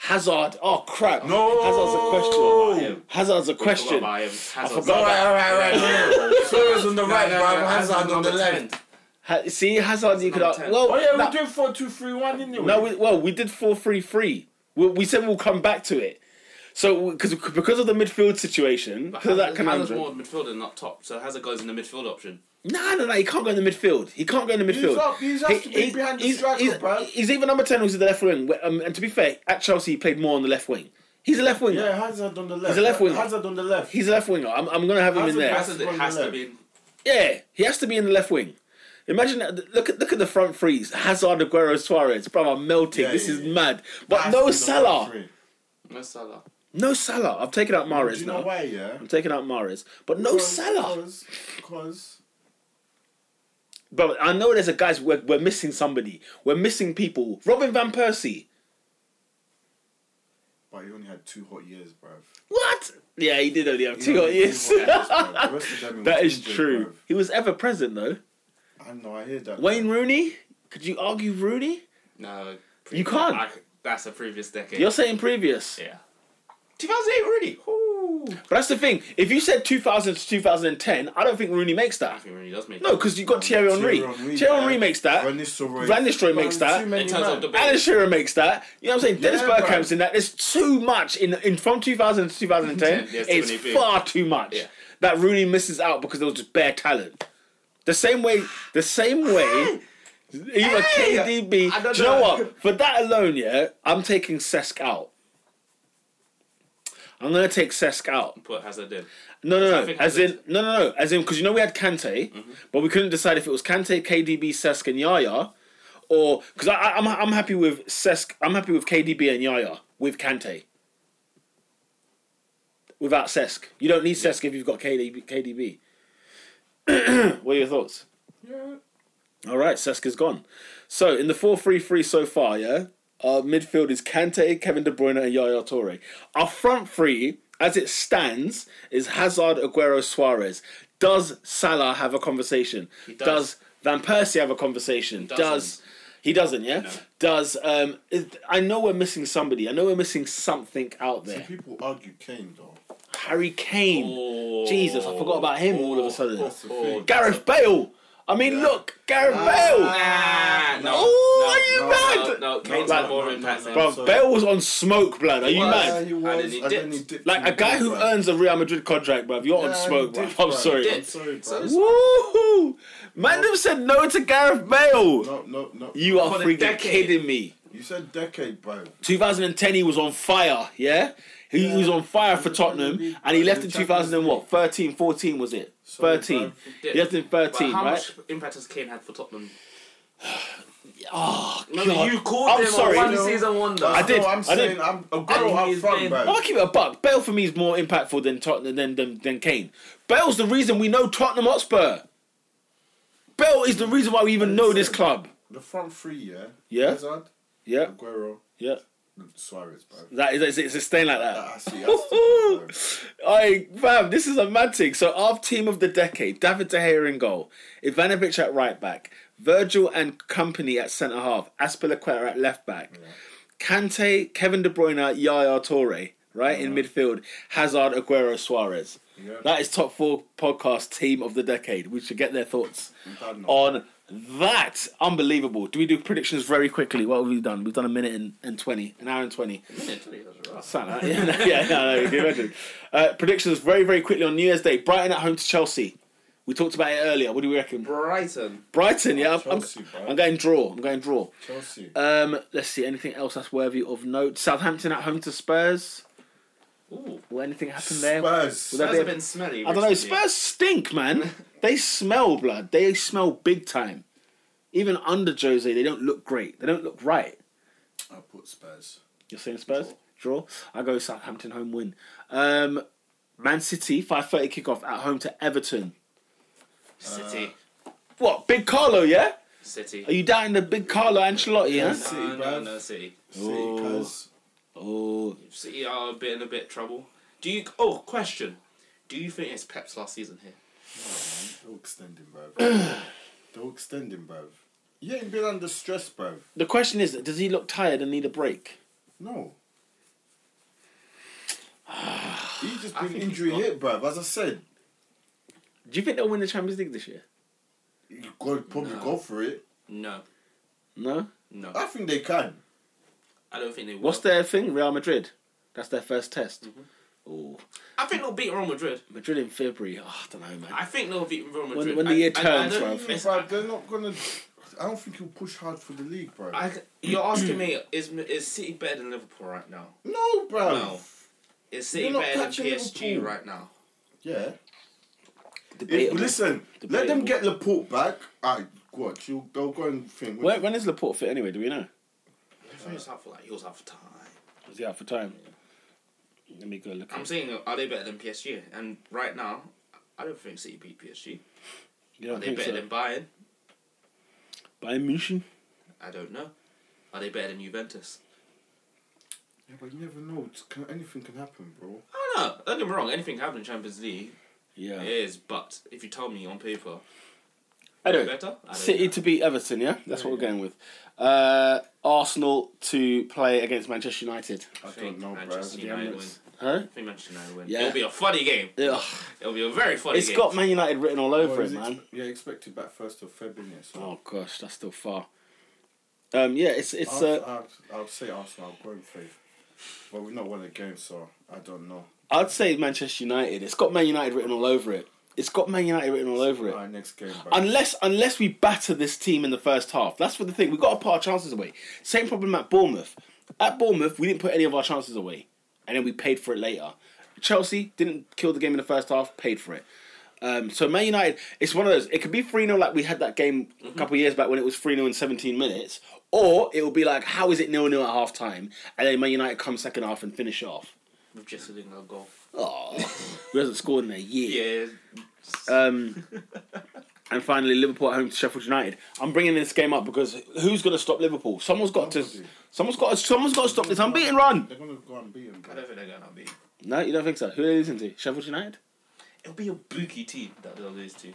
S1: Hazard. Oh, crap.
S3: No. Oh,
S1: Hazard's a question.
S2: him.
S1: Hazard's a question.
S2: I
S1: forgot
S3: All right, all right, all right. Suarez on the
S2: No,
S3: right,
S2: no,
S3: bro.
S2: no,
S3: Hazard on the
S2: number
S3: left.
S2: 10.
S1: Ha- see Hazard, you could
S2: number
S1: ar-
S2: 10.
S1: well.
S3: Oh yeah,
S1: nah,
S3: we did four, two, three, one, didn't we?
S1: No, we, well, we did four three three. We, we said we'll come back to it. So, because because of the midfield situation,
S2: But
S1: because of that
S2: Hazard- Hazard's
S1: conundrum.
S2: more midfielder than up top, so Hazard goes in the midfield option.
S1: No, no, no. He can't go in the midfield. He can't go in the midfield.
S3: He's up. He's has to be
S1: He-
S3: behind the
S1: he's-
S3: striker,
S1: he's,
S3: bro.
S1: he's either number ten or he's at the left wing. Wh- Um, and to be fair, at Chelsea, he played more on the left wing. He's a left winger.
S3: Yeah, Hazard on the left.
S1: a left winger.
S3: Hazard on the left.
S1: He's a left winger. I'm, I'm gonna have him in
S3: Hazard
S1: there.
S3: has
S2: Hazard
S3: to go on the
S2: has to
S3: left.
S2: be.
S1: Yeah, he has to be in the left wing. Imagine that. Look at look at the front threes: Hazard, Aguero, Suarez. Bro, I'm melting.
S3: Yeah,
S1: this
S3: yeah,
S1: is
S3: yeah.
S1: mad. But
S3: That's
S1: no
S3: the
S1: Salah.
S3: front three.
S2: No Salah.
S1: No Salah. I've taken out
S3: Do
S1: Mares
S3: you know
S1: now.
S3: why? Yeah.
S1: I'm taking out Mares, but no Salah.
S3: Because
S1: But I know there's a guys we're, we're missing somebody. We're missing people. Robin van Persie.
S3: but he only had two hot years, bruv.
S1: What? Yeah, he did only have
S3: He
S1: two hot
S3: only had
S1: years.
S3: two hot years, bruv. The rest of them he
S1: that
S3: was
S1: is
S3: injured,
S1: true.
S3: bruv.
S1: He was ever present though.
S3: I know. I hear that.
S1: Wayne Rooney. Could you argue Rooney?
S2: No.
S1: You can't.
S2: I, that's a previous decade.
S1: You're saying previous.
S2: yeah. 2008 Rooney. Ooh.
S1: But that's the thing. If you said 2000 to 2010, I don't think Rooney makes
S2: I
S1: that.
S2: think Rooney does make
S1: No, because you've got Thierry Henry. Thierry Henry makes that. Van Nistelrooy makes that.
S2: In terms of the ball.
S1: Alan Shearer makes that. You know what I'm saying? Dennis
S3: Yeah,
S1: Bergkamp's
S3: bro.
S1: in that. There's too much in in from 2000 to 2010.
S2: There's too
S1: it's
S2: many people.
S1: far too much.
S2: Yeah.
S1: That Rooney misses out because there was just bare talent. The same way, the same way. Even
S2: Hey!
S1: KDB. Do you
S2: I
S1: know,
S2: don't know.
S1: what? For that alone, yeah, I'm taking Sesk out. I'm gonna take Sesk out.
S2: Put Hazard in.
S1: No, no,
S2: I
S1: no.
S2: think Mm-hmm.
S1: As
S2: I
S1: in, no, no, no. As in, because you know we had Kante, but we couldn't decide if it was Kante, KDB, Sesk, and Yaya, or because I, I, I'm I'm happy with Sesk. I'm happy with KDB and Yaya with Kante. Without Sesk, you don't need Sesk if you've got KDB. KDB. what are your thoughts?
S3: Yeah.
S1: All right, Sesk is gone. So in the four-three-three so far, yeah, our midfield is Kante, Kevin De Bruyne, and Yaya Torre. Our front three, as it stands, is Hazard, Aguero, Suarez. Does Salah have a conversation?
S2: does.
S1: Van Persie have a conversation?
S2: doesn't.
S1: Does he doesn't? Yeah.
S2: No.
S1: Does um? is- I know we're missing somebody. I know we're missing something out
S3: See,
S1: there.
S3: people argue Kane though.
S1: Harry Kane,
S2: Oh.
S1: Jesus, I forgot about him all of a sudden.
S3: That's the thing.
S1: Gareth Bale. I mean, look, Gareth Bale.
S2: Nah, no.
S1: Oh,
S2: no,
S1: are you
S2: no,
S1: mad?
S2: No, no, Kane's
S1: no,
S2: had more
S3: no,
S2: impact
S3: no,
S2: than
S1: Bro,
S3: So-
S1: Bale was on smoke, blood. Are you
S2: was.
S3: Yeah,
S1: mad?
S3: he was,
S2: And then he dipped.
S3: dipped
S1: Like
S3: in
S1: a
S3: the
S1: guy
S3: goal,
S1: who
S3: bruv.
S1: earns a Real Madrid contract, bruv. You're on
S3: Yeah,
S1: smoke,
S3: he
S1: bruv.
S3: dipped,
S1: I'm
S3: bruv.
S1: sorry.
S2: did.
S3: I'm sorry,
S2: So
S3: bruv.
S2: it's-
S1: Woohoo! Man, have said no to Gareth Bale.
S3: No, no, no.
S1: You are
S2: For the
S1: freaking
S2: decade.
S1: kidding me.
S3: You said decade, bro.
S1: 2010, he was on fire. Yeah, he
S3: Yeah.
S1: was on fire for
S3: Yeah,
S1: Tottenham,
S3: he-
S1: and he
S3: he
S1: left in
S3: Champions
S1: 2000 and what? 13, 14 was it?
S3: Sorry,
S1: 13.
S2: Yeah.
S1: He left in 13,
S2: But how
S1: right?
S2: much impact has Kane had for Tottenham?
S1: Oh,
S2: Remember,
S1: God.
S2: you called
S1: I'm
S2: him
S1: sorry.
S2: a one
S1: No.
S2: season wonder.
S1: I did.
S3: No,
S1: I
S3: I'm saying
S1: did.
S3: I'm a girl up
S2: he's
S3: front,
S2: been-
S1: I'm
S3: bro.
S1: gonna keep it a buck. Bale for me is more impactful than Tottenham than than, than Kane. Bale's the reason we know Tottenham Hotspur. Bale is the reason why we even know this club.
S3: The front three, yeah.
S1: Yeah.
S3: Hazard,
S1: Yeah,
S3: Aguero,
S1: yeah.
S3: Suarez, bro.
S1: That is it's a stain like
S3: Ah, I
S1: that.
S3: see. I see bro.
S1: I fam, this is a mad thing. So our team of the decade: David De Gea in goal, Ivanovic at right back, Virgil and company at centre half, Aspilicueta at left back, Kante, Kevin De Bruyne, Yaya Torre, right in midfield, Hazard, Aguero, Suarez.
S3: Yeah.
S1: That is top four podcast team of the decade. We should get their thoughts
S3: Done now.
S2: Oh.
S1: on that. Unbelievable. Do we do predictions very quickly? What have we done? We've done a minute and, and 20, an hour and 20. Something like that. Yeah, no, yeah, no, no, you can imagine. Uh, predictions very, very quickly on New Year's Day. Brighton at home to Chelsea. We talked about it earlier. What do we reckon?
S2: Brighton.
S1: Brighton, yeah. I'm, I'm-
S3: Chelsea, bro.
S1: I'm going draw. I'm going draw.
S3: Chelsea.
S2: Uh,
S1: Um, let's see. Anything else that's worthy of note? Southampton at home to Spurs.
S2: Ooh,
S1: Will anything happen there?
S3: Spurs.
S1: Would that
S2: Spurs
S1: be a-
S2: have been smelly.
S1: I don't know.
S2: recently.
S1: Spurs stink, man. they smell blood. They smell big time. Even under Jose, they don't look great. They don't look right.
S3: I put Spurs.
S1: You're saying Spurs draw. I go Southampton home win. Um, Man City five thirty kickoff at home to Everton.
S2: City.
S1: What big Carlo? Yeah. Are
S2: City.
S1: you doubting the big Carlo Ancelotti? Yeah.
S3: Yes. City,
S2: No, no,
S3: bruv.
S2: no, City.
S3: See, because
S1: Oh,
S2: City are a bit in a bit of trouble. Do you? Oh, question. Do you think it's Pep's last season here?
S3: they'll extend him, bruv. they'll extend him, bruv. He ain't been under stress, bruv.
S1: the question is, does he look tired and need a break?
S3: No. He's just
S2: I
S3: been
S2: think he's
S3: injury
S2: got-
S3: hit, bruv. As I said,
S1: Do you think they'll win the Champions League this year?
S3: You could probably
S2: No.
S3: go for it.
S2: No,
S1: No.
S2: no.
S3: I think they can.
S2: I don't think they will.
S1: Uh, What's their thing? Real Madrid. That's their first test. Oh,
S2: I think they'll beat Real Madrid.
S1: Madrid in February. Oh, I don't know, man.
S2: I think they'll beat Real Madrid.
S1: when the
S2: I-
S1: year
S2: I- I
S1: turns,
S2: don't-
S1: bruv.
S2: it's-
S3: But they're not gonna. I don't think he'll push hard for the league, bro.
S2: I, you're asking me, is is City better than Liverpool right now?
S3: no, bro.
S2: No. Is City
S3: You're not
S2: better than
S3: catching
S2: PSG
S3: Liverpool.
S2: right now?
S3: Yeah. If,
S1: Debatable.
S3: listen, let
S1: Debatable.
S3: them get Laporte back. I watch. You they'll go and think.
S1: Where, when is Laporte fit anyway? Do we know?
S2: I think it's out for like he was out for time.
S1: Is he out for time? Let me go look.
S2: I'm
S1: At,
S2: saying, are they better than PSG? And right now, I don't think City beat PSG.
S1: you
S2: Are
S1: don't
S2: they
S1: think
S2: better
S1: so?
S2: than Bayern?
S1: Bayern Munich.
S2: I don't know. Are they better than Juventus?
S3: Yeah, but you never know. It's- can- anything can happen, bro.
S2: I don't know. Don't get me wrong. Anything can happen in Champions League
S1: Yeah.
S2: it is, but if you tell me on paper,
S1: Anyway,
S2: better. I don't
S1: City
S2: know.
S1: to beat Everton. Yeah, that's what we're going with. Uh, Arsenal to play against Manchester United.
S3: I
S2: think
S3: don't know, bro.
S2: Manchester United win.
S1: Huh?
S2: I think Manchester United win.
S1: Yeah.
S2: It'll be a funny game.
S1: Ugh.
S2: It'll be a very funny
S1: It's
S2: game.
S1: got Man United written all over it, man.
S3: yeah, expected back first of February. So
S1: Oh gosh, that's still far. Um, yeah, it's it's
S3: I'll,
S1: uh,
S3: I'll, I'll say Arsenal. I'll go in faith. But we've not won a game, so I don't know.
S1: I'd say Manchester United. It's got Man United written all over it. It's got Man United written all over it.
S3: Alright, next game, bro.
S1: Unless unless we batter this team in the first half. That's what the thing. We've got to put our chances away. Same problem at Bournemouth. At Bournemouth, we didn't put any of our chances away. And then we paid for it later. Chelsea didn't kill the game in the first half, paid for it. Um, so Man United, it's one of those. It could be 3 0 like we had that game a couple of years back when it was 3 0 in 17 minutes. Or it will be like, how is it 0 0 at half time? And then Man United come second half and finish off.
S2: With Jesse Lingard goal.
S1: Oh, we hasn't scored in a year.
S2: Yeah.
S1: Um, and finally, Liverpool at home to Sheffield United. I'm bringing this game up because who's going to stop Liverpool? Someone's got to.
S3: Nobody.
S1: Someone's got. To, someone's got to stop this unbeaten run.
S3: They're gonna go and beat him,
S2: I
S3: bro.
S2: don't think they're gonna be.
S1: No, you don't think so. Who are they losing to? Sheffield United.
S2: It'll be a bookie team that they'll lose to.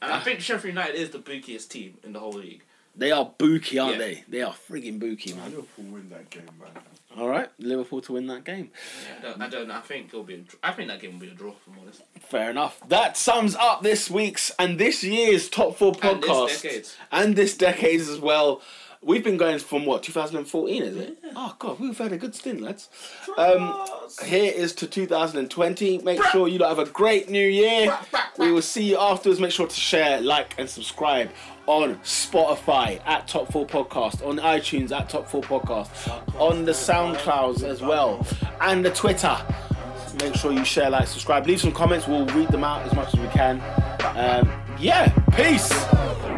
S2: And Uh, I think Sheffield United is the bookiest team in the whole league.
S1: They are bookie, aren't
S2: Yeah.
S1: they? They are frigging bookie,
S3: Nah,
S1: man.
S3: Liverpool win that game, man.
S1: All right, Liverpool to win that game.
S2: I don't, I don't know. I think it'll be. A, dr- I think that game will be a draw. If I'm honest.
S1: Fair enough. That sums up this week's and this year's top four
S2: And this
S1: podcast
S2: decade's.
S1: and this decade's as well. We've been going from what 2014, is it? Oh god, we've had a good stint, lads. Um, here is to 2020. Make sure you lot have a great new year. We will see you afterwards. Make sure to share, like, and subscribe on Spotify at Top 4 Podcast, on iTunes at Top 4 Podcast, on the SoundClouds as well, and the Twitter. Make sure you share, like, subscribe, leave some comments. We'll read them out as much as we can. Um, yeah, peace.